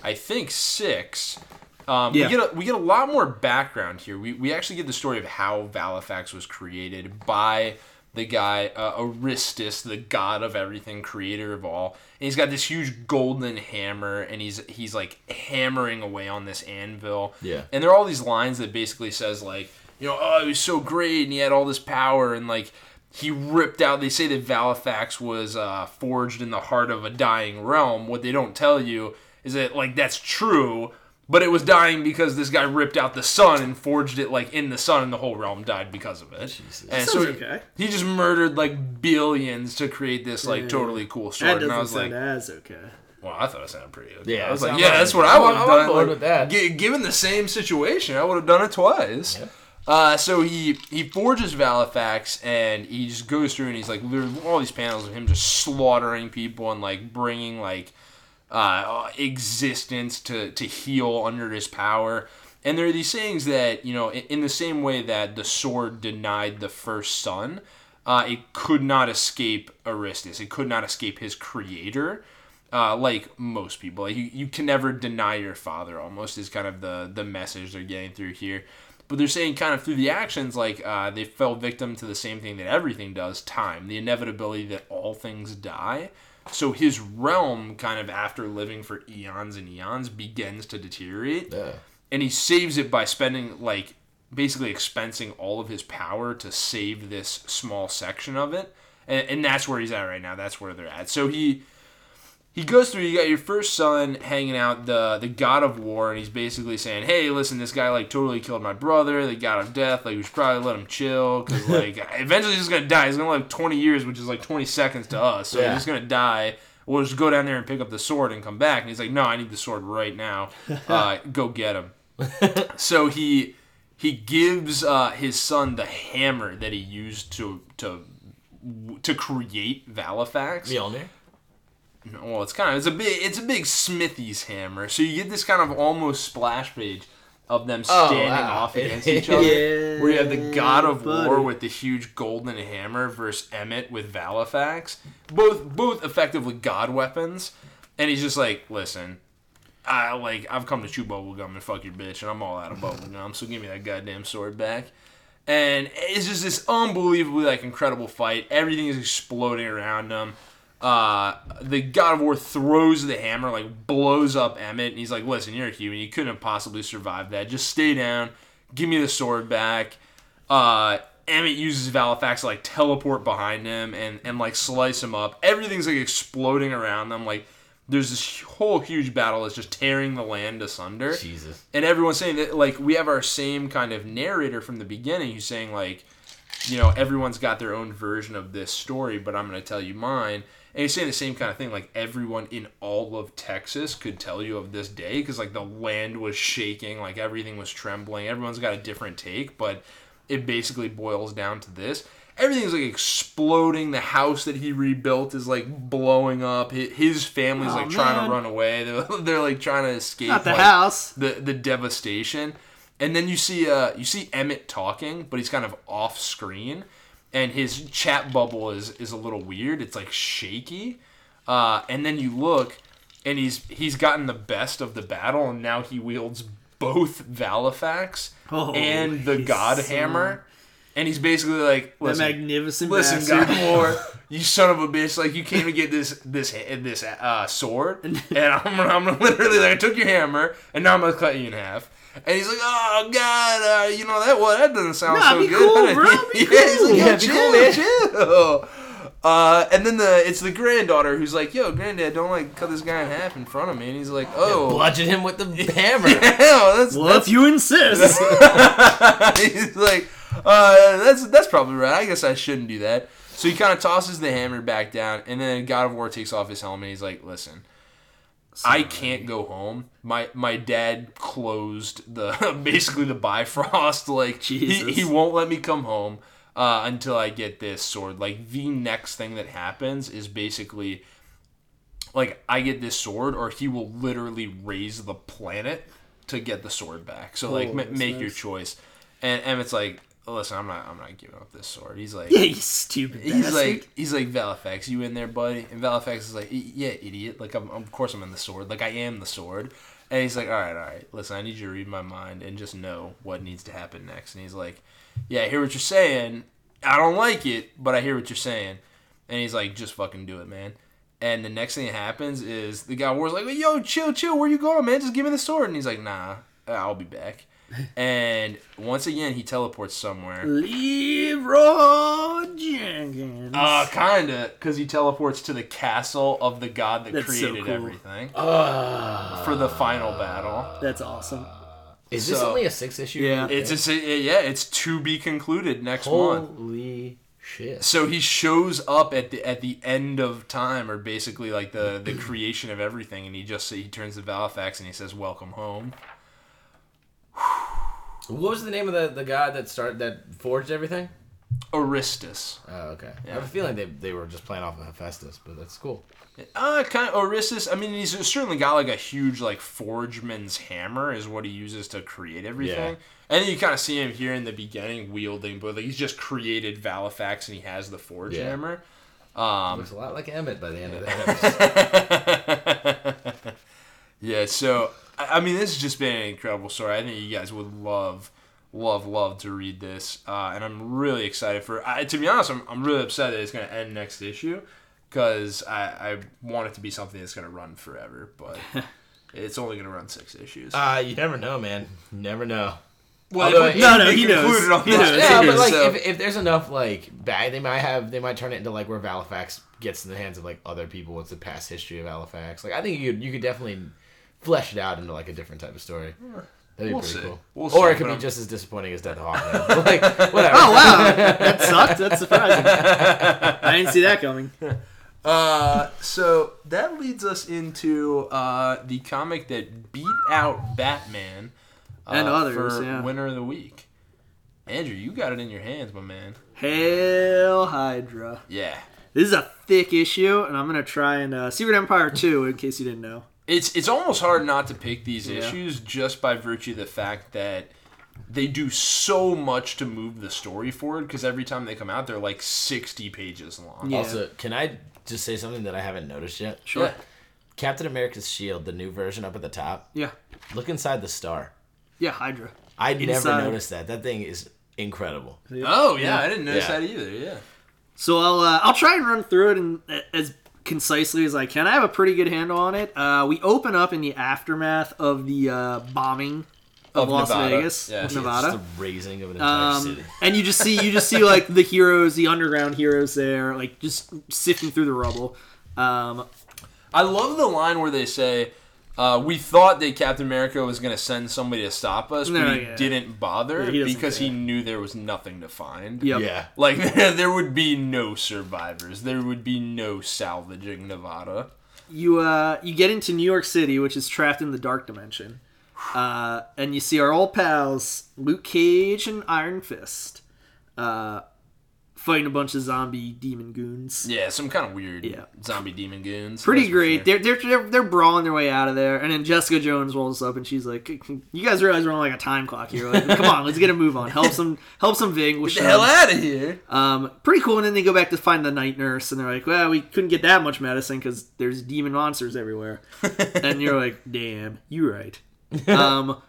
S3: I think six. Um,
S2: Yeah.
S3: We get a, we get a lot more background here. We we actually get the story of how Valifax was created by the guy uh, Aristus, the god of everything, creator of all. And he's got this huge golden hammer, and he's he's like hammering away on this anvil.
S4: Yeah.
S3: And there are all these lines that basically says like, you know, oh, he was so great and he had all this power and like he ripped out. They say that Valifax was uh, forged in the heart of a dying realm. What they don't tell you is that like that's true, but it was dying because this guy ripped out the sun and forged it like in the sun, and the whole realm died because of it. And so
S2: Sounds
S3: he,
S2: okay.
S3: he just murdered like billions to create this like totally cool
S2: That
S3: sword.
S2: doesn't
S3: And I was like,
S2: sound as okay.
S3: well, I thought it sounded pretty good.
S4: Yeah,
S3: I was
S4: it
S3: like,
S4: sounded
S3: yeah,
S4: like-
S3: that's what I would
S4: I'm
S3: have
S4: on
S3: done.
S4: board
S3: Like,
S4: with that.
S3: gi- given the same situation, I would have done it twice. Uh, so he he forges Valifax and he just goes through and he's like, there's all these panels of him just slaughtering people and like bringing like uh, existence to, to heal under his power. And there are these sayings that, you know, in, in the same way that the sword denied the first son, uh, it could not escape Aristus. It could not escape his creator, uh, like most people. Like you, you can never deny your father, almost, is kind of the, the message they're getting through here. But they're saying, kind of through the actions, like uh, they fell victim to the same thing that everything does time, the inevitability that all things die. So his realm, kind of after living for eons and eons, begins to deteriorate.
S4: Yeah.
S3: And he saves it by spending, like, basically expensing all of his power to save this small section of it. And, and that's where he's at right now. That's where they're at. So he. He goes through. You got your first son hanging out, the the god of war, and he's basically saying, "Hey, listen, this guy like totally killed my brother, the god of death. Like we should probably let him chill, because like eventually he's gonna die. He's gonna live 20 years, which is like 20 seconds to us. So
S4: Yeah.
S3: he's just gonna die. We'll just go down there and pick up the sword and come back." And he's like, "No, I need the sword right now. Uh, go get him." so he he gives uh, his son the hammer that he used to to w- to create Valifax.
S4: Mjolnir.
S3: Well, it's kind of it's a big it's a big Smithy's hammer. So you get this kind of almost splash page of them
S4: Oh,
S3: standing
S4: wow.
S3: off against each other,
S2: Yeah,
S3: where you have the God of War
S2: buddy.
S3: with the huge golden hammer versus Emmett with Valifax, both both effectively god weapons, and he's just like, listen. I like I've come to chew bubble gum and fuck your bitch and I'm all out of bubble gum so give me that goddamn sword back and it's just this unbelievably like incredible fight. Everything is exploding around him. Uh, the God of War throws the hammer, like blows up Emmett, and he's like, "Listen, you're a human. You couldn't have possibly survived that. Just stay down. Give me the sword back." Uh, Emmett uses Valifax to like teleport behind him and and like slice him up. Everything's like exploding around them. Like there's this whole huge battle that's just tearing the land asunder
S4: Jesus.
S3: and everyone's saying that like we have our same kind of narrator from the beginning who's saying like you know everyone's got their own version of this story but i'm going to tell you mine and he's saying the same kind of thing like everyone in all of texas could tell you of this day because like the land was shaking like everything was trembling everyone's got a different take but it basically boils down to this everything's like exploding the house that he rebuilt is like blowing up Hi- his family's
S2: Aw,
S3: like trying
S2: Oh, man.
S3: to run away they're, they're like trying to escape
S2: Not the
S3: like,
S2: house.
S3: the the devastation. And then you see uh you see Emmett talking, but he's kind of off screen, and his chat bubble is is a little weird. It's like shaky. Uh, and then you look, and he's he's gotten the best of the battle, and now he wields both Valifax
S2: Oh,
S3: and the
S2: he's
S3: God
S2: so-
S3: Hammer, and he's basically like,
S2: The
S3: listen,
S2: magnificent
S3: listen,
S2: bastard.
S3: God War, you son of a bitch! Like you came to get this this this uh, sword, and I'm gonna, I'm gonna literally like I took your hammer, and now I'm gonna cut you in half. And he's like, "Oh God, uh, you know that what? That doesn't sound
S2: Nah,
S3: so
S2: be
S3: good."
S2: cool, bro, be
S3: yeah, he's
S2: cool.
S3: like, "Yo,
S2: Yeah, be
S3: chill,
S2: cool, man."
S3: chill." Uh, and then the it's the granddaughter who's like, "Yo, granddad, don't like cut this guy in half in front of me." And he's like, "Oh,
S4: Bludgeon him with the hammer.
S3: hell, that's
S2: Well, if you insist.
S3: he's like, uh, that's that's probably right. I guess I shouldn't do that. So he kind of tosses the hammer back down, and then God of War takes off his helmet. And he's like, "Listen, I can't go home. My my dad closed the basically the Bifrost. Like he,
S2: Jesus.
S3: he won't let me come home uh, until I get this sword. Like the next thing that happens is basically like I get this sword, or he will literally raise the planet to get the sword back. So like
S2: Oh,
S3: ma-
S2: that's
S3: make
S2: nice.
S3: your choice. And Emmett's like, listen, I'm not I'm not giving up this sword. He's like,
S2: yeah, you stupid.
S3: He's
S2: bastard.
S3: like, he's like Valifax. You in there, buddy? And Valifax is like, "Y- yeah, idiot. Like, I'm, of course I'm in the sword. Like, I am the sword. And he's like, all right, all right. Listen, I need you to read my mind and just know what needs to happen next. And he's like, yeah, I hear what you're saying. I don't like it, but I hear what you're saying. And he's like, just fucking do it, man. And the next thing that happens is the guy war's like, yo, chill, chill. Where you going, man? Just give me the sword. And he's like, nah, I'll be back. And once again, he teleports somewhere.
S2: Leroy Jenkins.
S3: Uh, kinda, because he teleports to the castle of the god that
S2: That's so
S3: created
S2: cool.
S3: everything
S4: Uh,
S3: for the final battle.
S2: That's awesome.
S4: is this
S3: So-
S4: only a six issue?
S2: Yeah.
S3: It's it's a, yeah, it's to be concluded next month.
S4: Holy shit.
S3: So he shows up at the at the end of time, or basically like the the creation of everything, and he just he turns to Valifax and he says, "Welcome home."
S4: What was the name of the, the guy that started that forged everything?
S3: Oristus.
S4: Oh, okay. I have a feeling they, they were just playing off of Hephaestus, but that's cool.
S3: Uh, kind of Oristus. I mean, he's certainly got like a huge like forgeman's hammer is what he uses to create everything.
S4: Yeah.
S3: And then you kind of see him here in the beginning wielding, but like he's just created Valifax and he has the forge
S4: Yeah.
S3: hammer. Um,
S4: Looks a lot like Emmett by the end of that. episode.
S3: yeah. So I I mean, this has just been an incredible story. I think you guys would love, love, love to read this, uh, and I'm really excited for. I, to be honest, I'm I'm really upset that it's going to end next issue because I I want it to be something that's going to run forever, but. It's only going to run six issues.
S4: uh, you never know, man. You never know.
S3: well,
S4: although
S3: it-
S4: it-
S2: No, no,
S3: it
S2: he knows.
S3: concluded on
S2: He
S3: this
S2: knows.
S4: Yeah,
S3: issue,
S4: but like
S3: so-
S4: if, if there's enough like bad, they might have they might turn it into like where Valifax gets in the hands of like other people. What's the past history of Valifax? Like I think you could you could definitely flesh it out into like a different type of story. That'd be
S3: We'll
S4: pretty
S3: see.
S4: cool.
S3: We'll
S4: or
S3: see,
S4: it could
S3: but
S4: be
S3: I'm-
S4: just as disappointing as Dead Hawkman. like whatever.
S2: Oh wow, that sucked. That's surprising. I didn't see that coming.
S3: Uh, so that leads us into uh, the comic that beat out Batman uh,
S2: And others,
S3: for
S2: yeah.
S3: winner of the week. Andrew, you got it in your hands, my man.
S2: Hail Hydra.
S3: Yeah.
S2: This is a thick issue, and I'm gonna try and uh, Secret Empire 2, in case you didn't know.
S3: It's it's almost hard not to pick these
S2: Yeah.
S3: issues just by virtue of the fact that they do so much to move the story forward because every time they come out they're like 60 pages long.
S2: Yeah.
S4: Also, can I just say something that I haven't noticed yet?
S2: Sure.
S3: Yeah.
S4: Captain America's shield, the new version up at the top.
S2: Yeah,
S4: Look inside the star.
S2: yeah, Hydra.
S4: I'd never
S2: Inside.
S4: noticed that. That thing is incredible.
S3: Oh yeah, I didn't notice
S4: Yeah.
S3: that either. Yeah.
S2: So I'll uh, I'll try and run through it in, as concisely as I can. I have a pretty good handle on it. Uh, we open up in the aftermath of the uh, bombing of,
S3: Of
S2: Las
S3: Nevada.
S2: Vegas,
S3: Yeah.
S2: of
S3: Yeah,
S2: Nevada.
S4: It's the raising of an entire
S2: Um,
S4: city.
S2: and you just see you just see like the heroes, the underground heroes there, like just sifting through the rubble. Um,
S3: I love the line where they say, uh, "We thought that Captain America was going to send somebody to stop us,
S2: No,
S3: but he
S2: yeah.
S3: didn't bother
S2: Yeah, he doesn't
S3: because
S2: care.
S3: he knew there was nothing to find."
S2: yep.
S4: Yeah.
S3: Like there, there would be no survivors. There would be no salvaging Nevada.
S2: You uh, you get into New York City, which is trapped in the dark dimension, uh, and you see our old pals Luke Cage and Iron Fist uh, fighting a bunch of zombie demon goons.
S3: Yeah, some kind of weird
S2: Yeah.
S3: zombie demon goons.
S2: Pretty
S3: that's for
S2: great.
S3: sure.
S2: They're, they're they're they're brawling their way out of there, and then Jessica Jones rolls up and she's like, "You guys realize we're on like a time clock here? Like, come on, let's get a move on. Help some help some vanquish
S3: Get the
S2: them."
S3: hell out of here!
S2: Um, pretty cool. And then they go back to find the night nurse, and they're like, "Well, we couldn't get that much medicine because there's demon monsters everywhere." and you're like, "Damn, you right." um,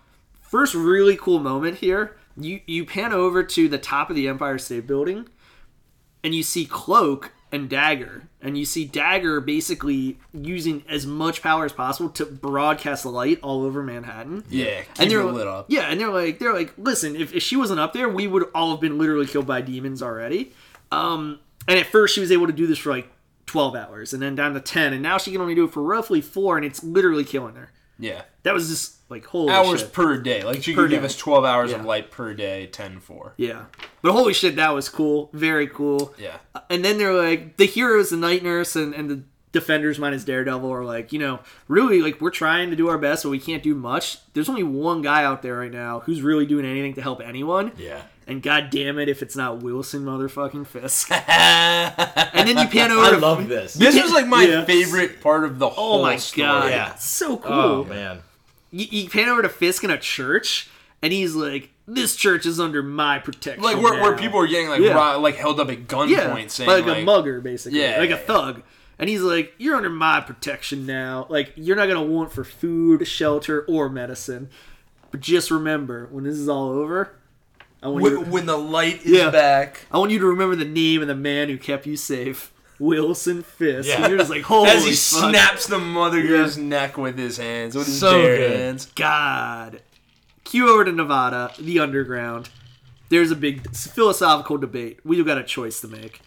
S2: first really cool moment here. You you pan over to the top of the Empire State Building, and you see Cloak and Dagger, and you see Dagger basically using as much power as possible to broadcast light all over Manhattan.
S3: Yeah, keep
S2: And
S3: and
S2: they're
S3: it lit up.
S2: yeah, and they're like they're like, listen, if, if she wasn't up there, we would all have been literally killed by demons already. Um, and at first she was able to do this for like twelve hours, and then down to ten, and now she can only do it for roughly four, and it's literally killing her.
S3: Yeah,
S2: That was just like holy
S3: hours
S2: shit.
S3: per day. Like she
S2: Per
S3: could give
S2: day.
S3: us twelve hours of
S2: Yeah.
S3: light per day, 10-4.
S2: yeah, but holy shit, that was cool, very cool. Uh,
S3: Yeah,
S2: and then they're like the heroes the night nurse and, and the defenders minus daredevil are like you know really like we're trying to do our best but we can't do much there's only one guy out there right now who's really doing anything to help anyone
S4: Yeah.
S2: and god damn it if it's not wilson motherfucking fisk and then you pan over
S4: I
S2: to-
S4: love this.
S3: this was like my
S2: Yeah.
S3: favorite part of the whole.
S2: oh my
S3: story.
S2: god
S4: Yeah.
S2: so cool
S4: Oh man.
S2: you, you pan over to fisk in a church and he's like this church is under my protection
S3: like where, where
S2: now."
S3: people are getting like
S2: Yeah.
S3: ro- like held up at gunpoint,
S2: yeah,
S3: saying
S2: like,
S3: like,
S2: a mugger, basically,
S3: Yeah,
S2: like
S3: yeah,
S2: a
S3: yeah.
S2: thug. And he's like, "You're under my protection now. Like, you're not gonna want for food, shelter, or medicine. But just remember, when this is all over, I want you,
S3: when, when the light is
S2: Yeah.
S3: back,
S2: I want you to remember the name of the man who kept you safe, Wilson Fisk."
S4: Yeah.
S2: And you're just like, "Holy
S3: as he
S2: fuck,
S3: snaps the mother girl's neck with his hands, with his
S4: So
S3: bare
S4: good.
S3: hands.
S2: God!" Cue over to Nevada, the underground. There's a big philosophical debate. We've got a choice to make.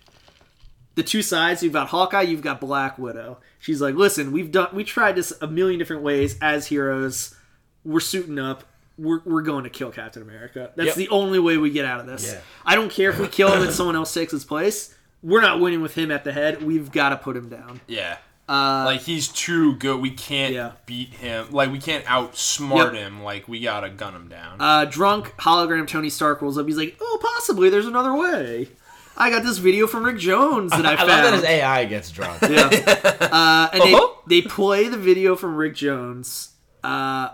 S2: the two sides you've got hawkeye you've got black widow she's like listen we've done we tried this a million different ways as heroes we're suiting up we're, we're going to kill captain america that's
S4: Yep.
S2: the only way we get out of this
S4: Yeah.
S2: i don't care if we kill him and someone else takes his place we're not winning with him at the head we've got to put him down
S3: Yeah, like he's too good. We can't
S2: Uh, Yeah.
S3: beat him. Like we can't outsmart
S2: Yep.
S3: him. Like we gotta gun him down.
S2: uh, drunk hologram tony stark rolls up he's like oh possibly there's another way i got this video from rick jones that i,
S4: I
S2: found
S4: love that his AI gets drunk.
S2: Yeah. uh, and
S3: Uh-huh.
S2: they, they play the video from Rick Jones. Uh,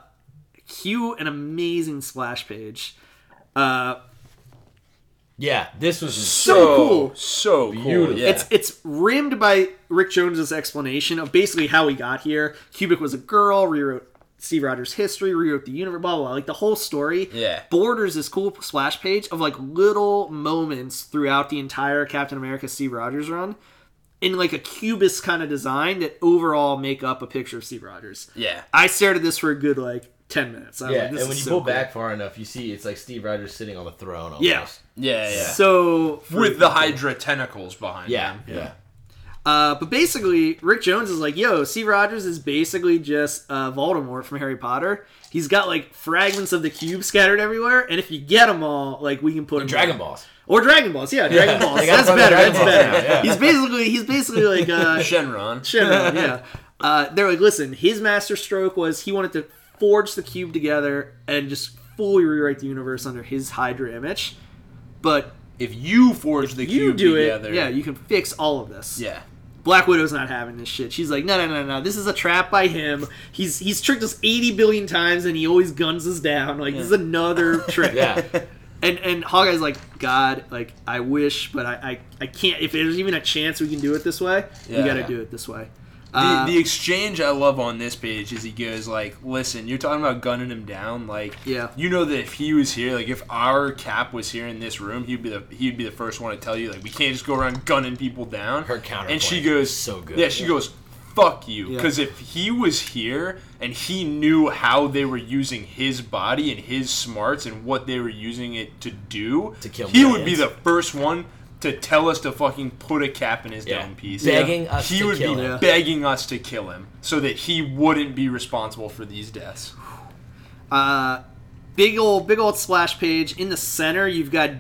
S2: cue an amazing splash page. Uh,
S4: Yeah. This was just
S2: so cool.
S3: so cool.
S4: Beautiful.
S3: Yeah.
S2: It's it's rimmed by Rick Jones's explanation of basically how he got here. Cubic was a girl, rewrote Steve Rogers' history, rewrote the universe, blah blah. blah. Like the whole story
S3: Yeah.
S2: borders this cool splash page of like little moments throughout the entire Captain America Steve Rogers run. In like a cubist kind of design that overall make up a picture of Steve Rogers.
S3: yeah.
S2: I stared at this for a good like ten minutes. I was
S4: yeah.
S2: like,
S4: And
S2: this
S4: when
S2: is
S4: you
S2: so
S4: pull
S2: cool.
S4: back far enough, you see it's like Steve Rogers sitting on the throne. Almost.
S2: Yeah.
S3: Yeah. Yeah.
S2: so
S3: with the Hydra tentacles behind
S4: Yeah.
S3: him.
S4: Yeah.
S2: Uh, but basically, Rick Jones is like, yo, Steve Rogers is basically just uh, Voldemort from Harry Potter. He's got like fragments of the cube scattered everywhere, and if you get them all, like we can put them
S4: Dragon Balls.
S2: or Dragon Balls, yeah, Dragon
S4: they
S2: Balls.
S4: gotta
S2: That's
S4: put the
S2: better.
S4: Dragon
S2: That's
S4: Balls
S2: better.
S4: down, yeah.
S2: He's basically he's basically like uh,
S3: Shenron.
S2: Shenron, yeah. Uh, they're like, listen, his master stroke was he wanted to forge the cube together and just fully rewrite the universe under his Hydra image. but
S3: If you forge the
S2: you
S3: cube
S2: do
S3: together,
S2: it. Yeah, you can fix all of this.
S3: yeah.
S2: Black Widow's not having this shit. She's like, no, no, no, no. This is a trap by him. He's he's tricked us eighty billion times, and he always guns us down. Like this is another trick.
S4: Yeah.
S2: And and Hawkeye's like, God, like I wish, but I I, I can't. If there's even a chance we can do it this way,
S3: Yeah.
S2: we got to do it this way.
S3: The,
S2: Uh,
S3: the exchange I love on this page is he goes like, "Listen, you're talking about gunning him down. Like,
S2: Yeah.
S3: you know that if he was here, like if our cap was here in this room, he'd be the he'd be the first one to tell you like we can't just go around gunning people down."
S4: Her counterpoint
S3: and she goes
S4: is so good.
S3: Yeah, she goes, "Fuck you,"
S2: Yeah.
S3: because if he was here and he knew how they were using his body and his smarts and what they were using it to do,
S4: To kill
S3: he would be the
S4: millions.
S3: first one. To tell us to fucking put a cap in his down piece,
S4: Begging us
S3: he
S4: to
S3: would
S4: kill
S3: be
S4: him.
S2: Yeah.
S3: begging us to kill him so that he wouldn't be responsible for these deaths.
S2: Uh, big old big old splash page in the center. You've got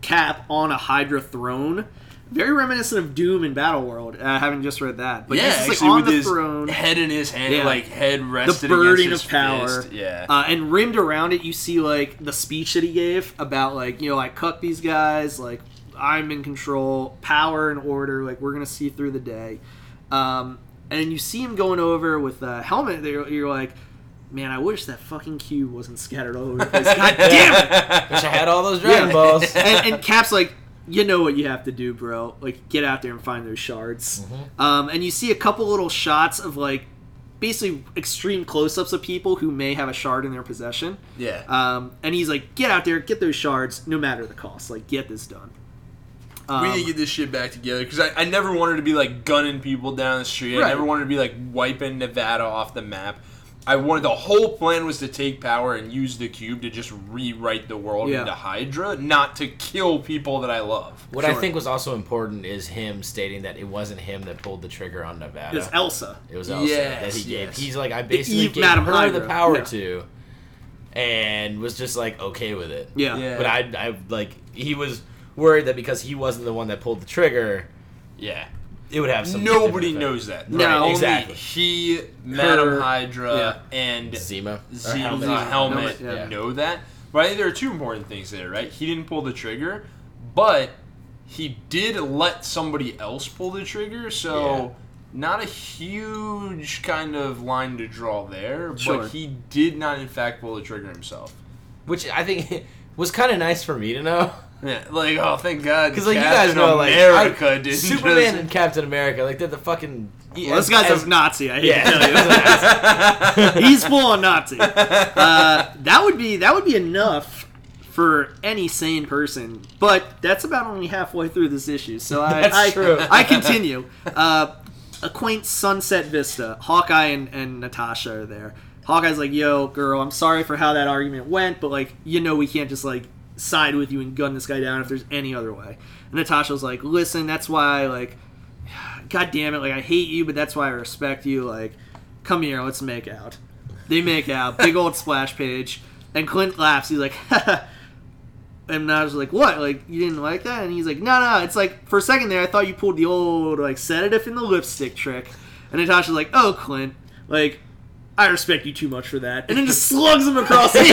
S2: Cap on a Hydra throne. Very reminiscent of Doom in Battle World. I haven't just read that, but he's just, like on the
S3: his
S2: throne.
S3: head in his hand,
S2: Yeah.
S3: like head
S2: the
S3: rested
S2: burden
S3: against his
S2: of power.
S3: fist. Yeah,
S2: Uh, and rimmed around it, you see like the speech that he gave about like you know I cut these guys, like I'm in control, power and order, like we're gonna see through the day. Um, and you see him going over with a helmet. That you're, you're like, man, I wish that fucking cube wasn't scattered all over the place. God damn it!
S4: Wish I had all those Dragon
S2: Yeah.
S4: Balls.
S2: and, and Cap's like, you know what you have to do, bro. Like, get out there and find those shards. Um, and you see a couple little shots of like, basically extreme close-ups of people who may have a shard in their possession.
S3: yeah.
S2: Um, and he's like, get out there, get those shards, no matter the cost. Like, get this done. Um,
S3: we need to get this shit back together because I, I never wanted to be like gunning people down the street. I
S2: Right.
S3: never wanted to be like wiping Nevada off the map. I wanted the whole plan was to take power and use the cube to just rewrite the world
S2: Yeah.
S3: into Hydra, not to kill people that I love.
S4: What I
S2: Sure.
S4: think was also important is him stating that it wasn't him that pulled the trigger on Nevada.
S2: it's Elsa.
S4: It was Elsa that
S3: Yes,
S4: he gave.
S3: yes.
S4: He's like, I basically
S2: Eve
S4: gave
S2: Madame
S4: her
S2: Hydra.
S4: the power
S2: Yeah.
S4: to, and was just like okay with it.
S2: Yeah.
S3: Yeah.
S4: But I, I like he was worried that because he wasn't the one that pulled the trigger,
S3: Yeah.
S4: it would have some.
S3: Nobody
S4: different
S3: knows that.
S2: No,
S3: Only
S4: exactly.
S3: He, Madam
S2: Her-
S3: Hydra,
S2: yeah.
S3: and
S4: effect. Zima. or
S3: Zima
S4: helmet.
S3: helmet,
S2: helmet, yeah.
S3: know that. But I think there are two important things there, right? He didn't pull the trigger, but he did let somebody else pull the trigger, so
S4: Yeah.
S3: not a huge kind of line to draw there.
S2: Sure.
S3: But he did not, in fact, pull the trigger himself.
S4: which I think was kind of nice for me to know.
S3: Yeah, like oh, thank God,
S4: Because like
S3: Captain
S4: you guys know, like
S3: America
S4: I-
S3: didn't
S4: Superman
S3: just-
S4: and Captain America, like they're the fucking
S2: Well, this guy's
S4: as-
S2: a Nazi. I hate
S4: yeah.
S2: to tell you. He's full on Nazi. Uh, that would be that would be enough for any sane person. But that's about only halfway through this issue, so I
S4: That's
S2: I,
S4: true.
S2: I continue. Uh, a quaint sunset vista. Hawkeye and, and Natasha are there. Hawkeye's like, "Yo, girl, I'm sorry for how that argument went, but like, you know, we can't just like side with you and gun this guy down if there's any other way." And Natasha's like, "Listen, that's why like." God damn it, like I hate you, but that's why I respect you. Like, come here, let's make out. They make out, big old splash page. And Clint laughs. He's like, and I was like, what? Like, you didn't like that? And he's like, no, no. It's like, for a second there, I thought you pulled the old, like, sedative in the lipstick trick. And Natasha's like, oh, Clint, like, I respect you too much for that. And then just slugs him across the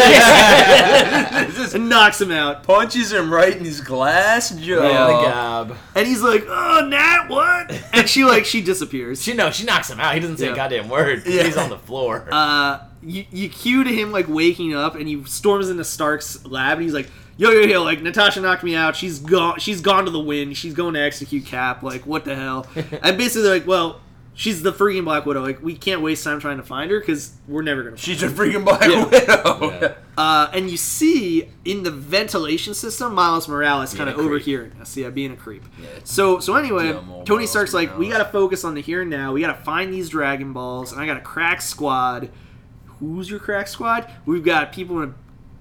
S2: face and knocks him out.
S3: punches him right in his glass jaw.
S4: the gob.
S2: And he's like, oh, Nat, what? And she, like, she disappears.
S4: She no, she knocks him out. He doesn't say
S2: Yeah.
S4: a goddamn word.
S3: Yeah.
S4: He's on the floor.
S2: uh, you, you cue to him like waking up, and he storms into Stark's lab, and he's like, "Yo, yo, yo! Like Natasha knocked me out. She's gone. She's gone to the wind. She's going to execute Cap. Like what the hell?" and basically, they're like, "Well, she's the freaking Black Widow. Like we can't waste time trying to find her because we're never gonna."
S3: She's a freaking Black
S2: Yeah.
S3: Widow.
S4: Yeah.
S2: Uh, and you see in the ventilation system, Miles Morales kind
S4: a
S2: of
S4: creep.
S2: overhearing us. Yeah, being a creep. So so anyway,
S3: Yeah, I'm all
S2: Tony
S3: Miles
S2: Stark's like, we
S3: Morales.
S2: gotta focus on the here and now. We gotta find these Dragon Balls, and I got a crack squad. Who's your crack squad? We've got people in a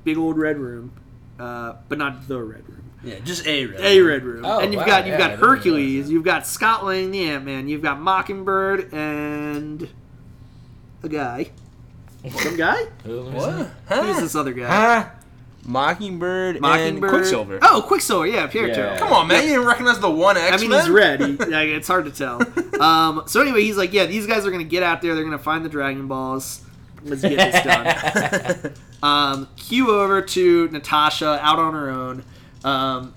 S2: big old red room, uh, but not the red room.
S3: Yeah, just a red.
S2: A red room,
S4: Oh,
S2: and you've
S4: wow,
S2: got you've
S4: yeah, I
S2: got
S4: didn't realize
S2: Hercules,
S4: that.
S2: you've got Scott Lang, the Ant Man, you've got Mockingbird, and a guy, some guy.
S4: Who- who's that?
S3: What?
S2: Who's this other guy?
S4: Huh?
S3: Mockingbird,
S2: Mockingbd.
S3: and Quicksilver.
S2: Oh, Quicksilver, yeah, Pierre
S4: Yeah.
S2: Turner.
S3: Come on, man! You didn't recognize the one
S2: I
S3: X
S2: mean, he's red. He, like, it's hard to tell. Um, so anyway, he's like, yeah, these guys are gonna get out there. They're gonna find the Dragon Balls. Let's get this done. Um, cue over to Natasha out on her own. Um,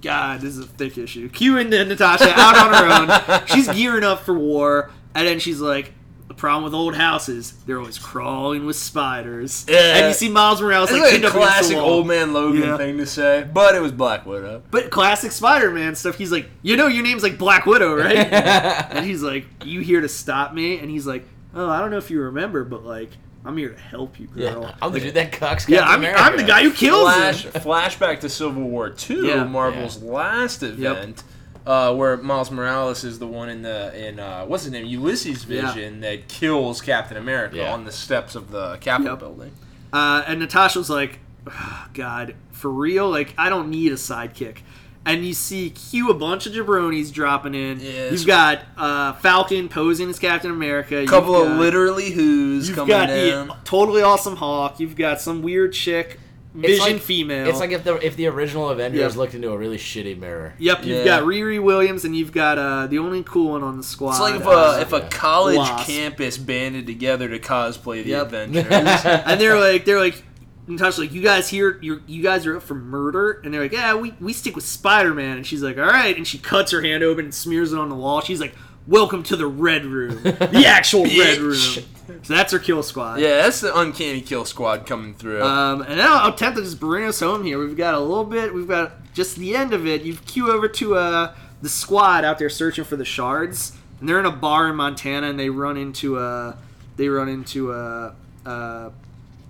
S2: God, this is a thick issue. Q and then Natasha out on her own. She's gearing up for war, and then she's like, "The problem with old houses, they're always crawling with spiders."
S3: Yeah.
S2: And you see Miles Morales
S3: It's
S2: like,
S3: like
S2: pinned
S3: a
S2: up against the
S3: classic
S2: wall.
S3: old man Logan
S2: Yeah.
S3: thing to say, but it was Black Widow.
S2: But classic Spider-Man stuff. He's like, "You know, your name's like Black Widow, right?" and he's like, "You here to stop me?" And he's like, "Oh, I don't know if you remember, but like, I'm here to help you, girl."
S4: yeah, I'm the dude that cucks.
S2: Yeah,
S4: Captain
S2: I'm,
S4: America.
S2: I'm the guy who kills
S3: Flash,
S2: him.
S3: flashback to Civil War Two,
S2: Yeah.
S3: Marvel's last event, uh, where Miles Morales is the one in the in uh, what's his name Ulysses
S2: Yeah.
S3: vision that kills Captain America
S4: Yeah.
S3: on the steps of the Capitol
S2: Yep.
S3: building.
S2: Uh, and Natasha's like, "Ugh, God, for real? Like, I don't need a sidekick. And you see Q a bunch of jabronis dropping in.
S3: Yes.
S2: You've got uh, Falcon posing as Captain America.
S3: A couple
S2: You've
S3: of
S2: got-
S3: literally who's
S2: You've
S3: coming
S2: got
S3: in.
S2: the totally awesome Hawk. You've got some weird chick, Vision
S4: like-
S2: female.
S4: It's like if the if the original Avengers
S2: Yeah.
S4: looked into a really shitty mirror.
S2: Yep, you've
S3: Yeah.
S2: got Riri Williams, and you've got uh, the only cool one on the squad.
S3: It's like if
S2: uh,
S3: a, if a
S4: yeah.
S3: college
S2: Wasp.
S3: campus banded together to cosplay the
S2: Yep.
S3: Avengers.
S2: and they're like they're like Natasha like you guys here you you guys are up for murder and they're like yeah we, we stick with Spider-Man and she's like all right and she cuts her hand open and smears it on the wall she's like welcome to the red room the actual red room
S3: Bitch.
S2: so that's her kill squad
S3: yeah, that's the uncanny kill squad coming through.
S2: um, and now I'll attempt to just bring us home here. We've got a little bit. We've got just the end of it. You've queue over to uh, the squad out there searching for the shards, and they're in a bar in Montana, and they run into uh, they run into uh, uh,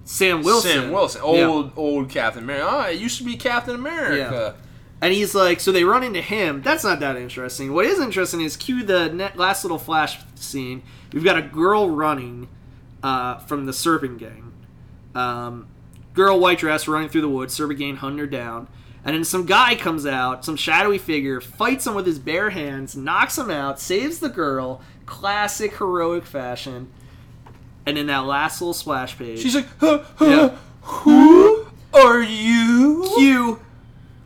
S2: Sam Wilson.
S3: Sam Wilson, Oh,
S2: Yeah.
S3: old old Captain America. Oh, it used to be Captain America.
S2: And he's like, so they run into him. That's not that interesting. What is interesting is cue the net last little flash scene. You've got a girl running uh, from the Serpent Gang. Um, girl, white dress, running through the woods. Serpent Gang hunting her down. And then some guy comes out, some shadowy figure, fights him with his bare hands, knocks him out, saves the girl, classic heroic fashion. And then that last little splash page.
S3: She's like, huh, huh,
S2: Yeah.
S3: who are you?
S2: you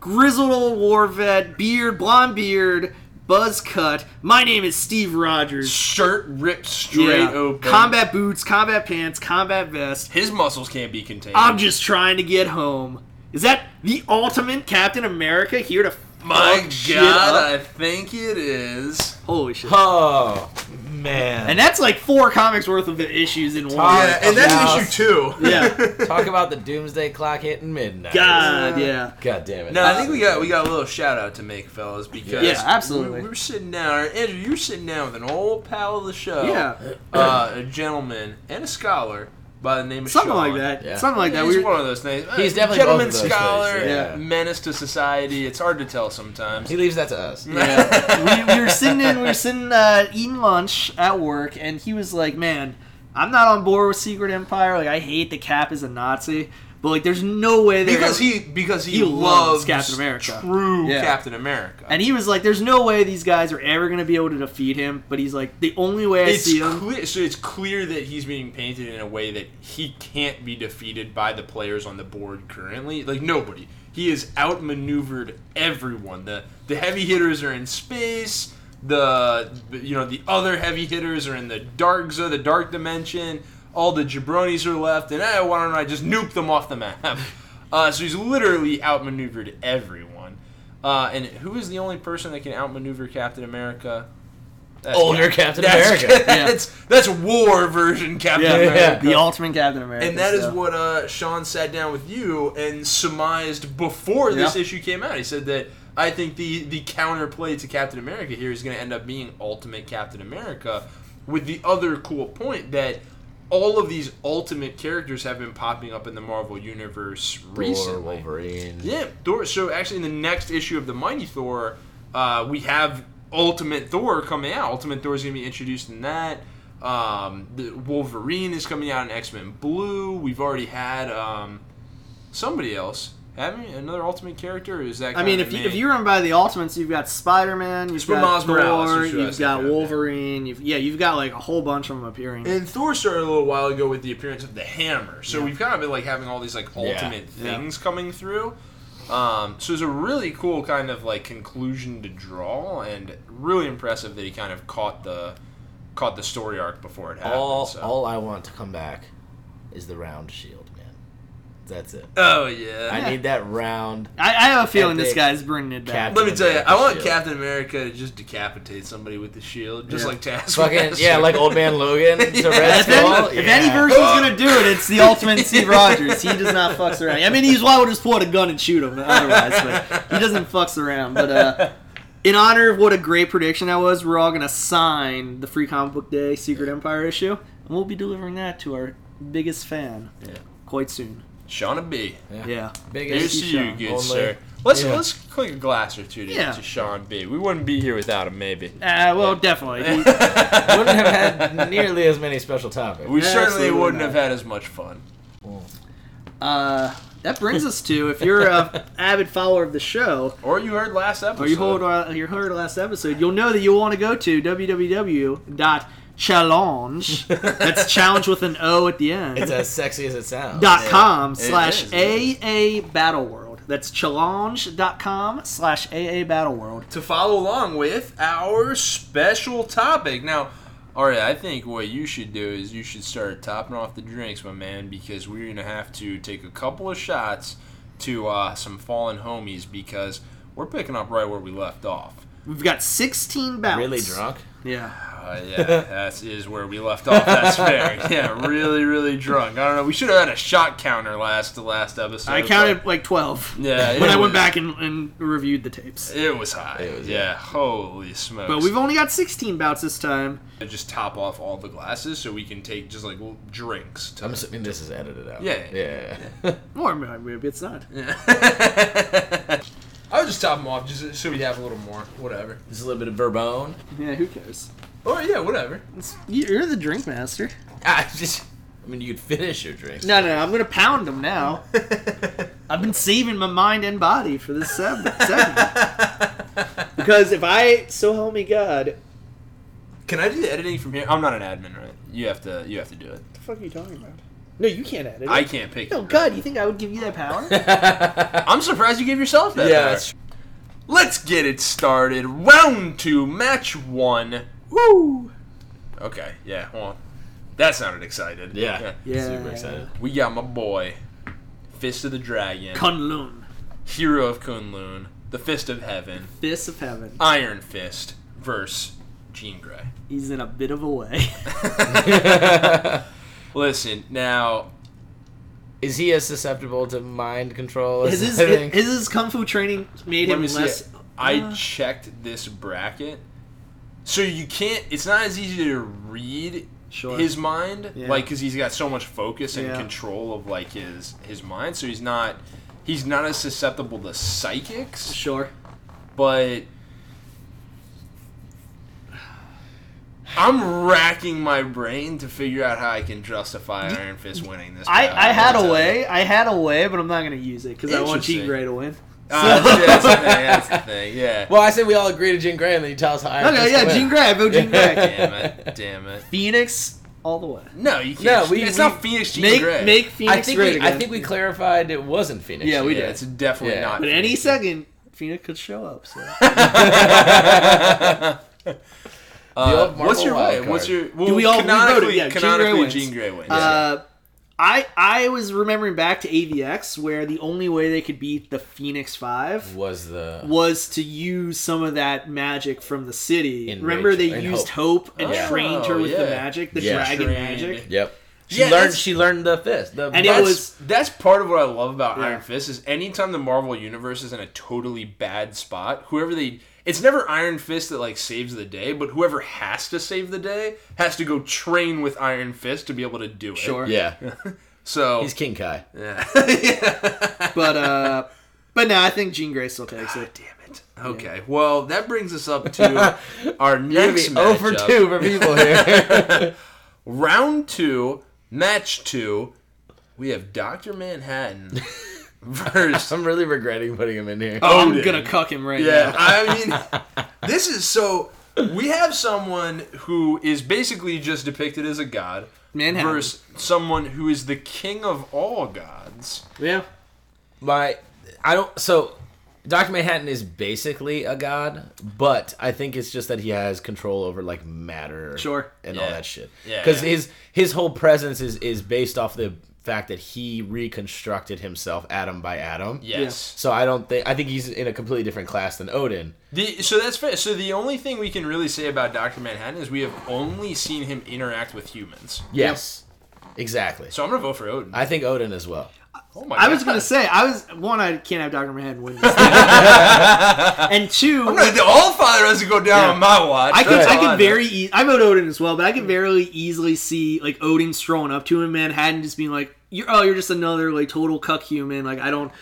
S2: grizzled old war vet, beard, blonde beard, buzz cut. My name is Steve Rogers.
S3: Shirt ripped straight
S2: Yeah.
S3: open.
S2: Combat boots, combat pants, combat vest.
S3: His muscles can't be contained.
S2: I'm just trying to get home. Is that the ultimate Captain America here to
S3: My
S2: fuck shit
S3: God,
S2: up?
S3: I think it is.
S2: Holy shit!
S4: Oh man.
S2: And that's like four comics worth of issues in one.
S4: Todd. Yeah, and that's Now- issue
S3: two.
S2: Yeah.
S4: Talk about the doomsday clock hitting midnight.
S2: God, yeah.
S4: God damn it.
S3: No, I think we got we got a little shout out to make, fellas, because
S2: Yeah, absolutely.
S3: We, we were sitting down, Andrew. You were sitting down with an old pal of the show,
S2: Yeah.
S3: uh, a gentleman and a scholar by the name of
S2: Something
S3: Sean.
S2: like that.
S4: Yeah.
S2: Something like that.
S3: He's
S2: We were,
S3: one of those things. Uh,
S4: He's definitely
S3: gentleman
S4: both of those
S3: scholar,
S4: things, yeah.
S3: and menace to society. It's hard to tell sometimes.
S4: he leaves that to us.
S2: yeah. we, we were sitting in, we were sitting uh, eating lunch at work, and he was like, "Man, I'm not on board with Secret Empire. Like, I hate the Cap is a Nazi, but like, there's no way they're
S3: Because he because he,
S2: He loves
S3: loves
S2: Captain America.
S3: True
S2: Yeah.
S3: Captain America.
S2: And he was like, "There's no way these guys are ever gonna be able to defeat him." But he's like, "The only way I
S3: it's
S2: see him."
S3: clear, so it's clear that he's being painted in a way that he can't be defeated by the players on the board currently. Like nobody, he is outmaneuvered everyone. the The heavy hitters are in space. The you know the other heavy hitters are in the dark zone, the dark dimension. All the jabronis are left, and eh, why don't I just nuke them off the map? Uh, so he's literally outmaneuvered everyone. Uh, and who is the only person that can outmaneuver Captain America? That's
S4: Older Captain
S3: that's,
S4: America.
S3: That's, that's war version Captain
S2: Yeah,
S4: yeah.
S3: America.
S2: the ultimate Captain America.
S3: And that is
S2: so.
S3: what uh, Sean sat down with you and surmised before this
S2: Yeah.
S3: issue came out. He said that I think the the counterplay to Captain America here is going to end up being Ultimate Captain America, with the other cool point that all of these Ultimate characters have been popping up in the Marvel universe
S4: Thor,
S3: recently.
S4: Wolverine.
S3: Yeah, Thor. So actually, in the next issue of the Mighty Thor, uh, we have Ultimate Thor coming out. Ultimate Thor is going to be introduced in that. Um, the Wolverine is coming out in X Men Blue. We've already had um, somebody else. Haven't we? another Ultimate character? Or is that?
S2: I mean, if you, if you run by the Ultimates, you've got Spider Man, you've
S3: Spider- Miles
S2: got
S3: Morales
S2: Thor,
S3: is who I was
S2: you've got
S3: thinking of, yeah.
S2: Wolverine, you've, yeah, you've got like a whole bunch of them appearing.
S3: and Thor started a little while ago with the appearance of the hammer. So
S2: Yeah.
S3: we've kind of been like having all these like
S4: Yeah.
S3: Ultimate
S2: Yeah.
S3: things coming through. Um, so it's a really cool kind of like conclusion to draw, and really impressive that he kind of caught the caught the story arc before it happened.
S4: All
S3: so.
S4: all I want to come back is the round shield, man. That's it.
S3: Oh yeah.
S4: I need that round.
S2: I, I have a feeling this
S4: Epic
S2: guy's bringing it back.
S4: cap-
S3: Let me tell you, I want
S4: Shield.
S3: Captain America to just decapitate somebody with the shield, just
S2: Yeah.
S3: like Taskmaster.
S4: Fucking yeah, like old man Logan. It's a
S2: Yeah,
S4: red
S2: if, any,
S4: skull.
S2: if
S4: yeah.
S2: any person's gonna do it, it's the ultimate Steve Rogers. He does not fucks around. I mean, he's why would just pull out a gun and shoot him otherwise, but he doesn't fucks around. But uh, in honor of what a great prediction that was, we're all gonna sign the Free Comic Book Day Secret Empire issue, and we'll be delivering that to our biggest fan
S3: Yeah.
S2: quite soon.
S3: Shauna B.
S2: Yeah,
S3: Here's to
S4: biggest
S3: you, good
S4: Only-
S3: sir. Let's
S4: Yeah.
S3: let's click a glass or two to,
S2: Yeah.
S3: to Sean B. We wouldn't be here without him, maybe.
S2: uh, well, definitely.
S3: we
S2: He-
S4: wouldn't have had nearly as many special topics.
S2: Yeah,
S3: certainly
S2: absolutely
S3: wouldn't
S2: not.
S3: have had as much fun.
S2: Uh, that brings us to if you're a avid follower of the show,
S3: Or you heard last episode.
S2: or you hold uh, you heard our last episode, you'll know that you'll want to go to www.challenge. that's challenge with an O at the end.
S4: It's as sexy as it sounds.
S2: dot com
S3: It
S2: slash
S3: is, it
S2: AA Battle World. That's challenge.com slash AA Battle World.
S3: to follow along with our special topic. Now, Ari, I think what you should do is you should start topping off the drinks, my man, because we're gonna have to take a couple of shots to uh, some fallen homies because we're picking up right where we left off.
S2: We've got 16 battles.
S4: Really drunk.
S2: Yeah.
S3: Uh, yeah, that is where we left off. That's fair. Yeah, really, really drunk. I don't know. We should have had a shot counter last the last episode.
S2: I counted like 12
S3: but- yeah,
S2: when
S3: it
S2: I
S3: was-
S2: went back and, and reviewed the tapes.
S3: It was high.
S4: It was-
S3: yeah. holy smokes.
S2: But we've only got 16 bouts this time.
S3: I just top off all the glasses so we can take just like little drinks. To
S4: I'm assuming this is edited out.
S3: Yeah.
S4: Yeah.
S2: Or maybe it's not.
S3: I would just top them off just so we have a little more. Whatever.
S4: Just a little bit of verbone.
S2: Yeah, who cares?
S3: Or yeah, whatever.
S2: It's, you're the drink master.
S4: I just. I mean, you could finish your drinks.
S2: No, no, I'm gonna pound them now. I've been saving my mind and body for this seg- segment. because if I, so help me God, what
S3: Can I do the editing from here? I'm not an admin, right? You have to. You have to do it.
S2: the fuck are you talking about? No, you can't edit.
S3: I
S2: it.
S3: can't pick.
S2: No,
S3: it.
S2: God, you think I would give you that power?
S3: I'm surprised you gave yourself that.
S4: Yeah,
S3: power.
S4: that's-
S3: Let's get it started. Round two, match one.
S2: Woo!
S3: Okay. Yeah. Well, that sounded excited.
S4: Yeah.
S2: Yeah.
S4: Super excited.
S3: We got my boy, Fist of the Dragon,
S2: Kunlun,
S3: Hero of Kunlun, the Fist of Heaven,
S2: fist of heaven.
S3: Iron Fist, versus Jean Grey.
S2: He's in a bit of a way.
S3: Listen, now
S4: is he as susceptible to mind control
S2: Has
S4: as
S2: his,
S4: I think?
S2: has his kung fu training made
S3: let
S2: him
S3: me see.
S2: less?
S3: it. I
S2: uh,
S3: checked this bracket, so you can't. It's not as easy to read
S2: Sure.
S3: his mind, like
S2: Yeah.
S3: like because he's got so much focus and
S2: Yeah.
S3: control of like his his mind. So he's not he's not as susceptible to psychics,
S2: sure.
S3: but. I'm racking my brain to figure out how I can justify Iron Fist winning this.
S2: I,
S3: battle,
S2: I had
S3: Uh, I'll
S2: a
S3: tell you.
S2: way. I had a way, but I'm not gonna use it because I want
S3: Interesting.
S2: Jean Grey to win.
S3: Ah, that's, that's the thing. That's the thing. Yeah.
S4: well, I said we all agree to Jean Grey, and then you tell us how. Iron
S2: Okay,
S4: Fist
S2: yeah,
S4: wins.
S2: Jean Grey. I vote Jean Grey.
S3: Damn it! Damn it!
S2: Phoenix all the way.
S3: No, you
S4: No,
S3: can't.
S4: we-
S3: it's
S4: we-
S3: not Phoenix Jean
S2: Make
S3: Grey.
S2: make Phoenix
S4: I think
S2: great
S4: we,
S2: again.
S4: I think we clarified it wasn't Phoenix.
S2: Yeah, we
S3: yeah,
S2: did.
S3: it's definitely
S4: Yeah.
S3: not.
S2: but any second, Phoenix could show up. So
S3: Uh,
S4: old
S3: what's
S4: Marvel
S3: your
S4: wild
S3: way? What's
S4: card.
S3: your? Well,
S2: Do we all- we
S3: canonically,
S2: voted, yeah, Jean Grey
S3: canonically
S2: wins.
S3: Jean Grey wins.
S2: uh, I I was remembering back to AVX where the only way they could beat the Phoenix Five
S4: was the
S2: was to use some of that magic from the city.
S4: In
S2: Remember
S4: Rachel-
S2: they
S4: in
S2: used
S4: Hope.
S2: Hope, and
S3: Oh,
S2: trained her with the
S3: yeah.
S2: magic, the
S4: Yeah.
S2: dragon
S3: Trained.
S2: magic.
S4: yep. She
S3: Yeah,
S4: learned.
S3: that's-
S4: She learned the fist. The
S2: And it
S3: that's,
S2: was-
S3: that's part of what I love about
S2: Yeah.
S3: Iron Fist is anytime the Marvel universe is in a totally bad spot, whoever they it's never Iron Fist that like saves the day, but whoever has to save the day has to go train with Iron Fist to be able to do it.
S2: Sure.
S4: yeah.
S3: So
S4: He's King Kai.
S2: But uh, but no, I think Jean Grey still takes it.
S3: damn it. Okay. Well, that brings us up to our next matchup.
S4: Over two for people here.
S3: round two, match two. We have Doctor Manhattan versus.
S4: I'm really regretting putting him in here.
S2: I'm
S3: Odin.
S2: gonna cuck him right
S3: Yeah,
S2: now.
S3: I mean, this is so. We have someone who is basically just depicted as a god
S2: Manhattan.
S3: versus someone who is the king of all gods.
S2: Yeah.
S4: my I don't so Dr. Manhattan is basically a god, but I think it's just that he has control over like matter
S2: Sure.
S4: and
S3: Yeah.
S4: all that shit.
S3: Yeah,
S4: Cuz
S3: yeah.
S4: his his whole presence is is based off the fact that he reconstructed himself atom by atom.
S3: Yes.
S4: So I don't think I think he's in a completely different class than Odin.
S3: The, so that's fair. So the only thing we can really say about Doctor Manhattan is we have only seen him interact with humans.
S4: Yes. Exactly.
S3: So I'm gonna vote for Odin.
S4: I think Odin as well.
S3: oh my
S2: I was
S3: God.
S2: gonna say I was one. I can't have Doctor Manhattan win this, thing. and two,
S3: No, the All Father doesn't go down on my watch.
S2: I could
S3: That's
S2: I
S3: all know.
S2: could very e- I vote Odin as well, but I could very easily see like Odin strolling up to him in Manhattan, just being like, "You're oh, you're just another like total cuck human. Like I don't."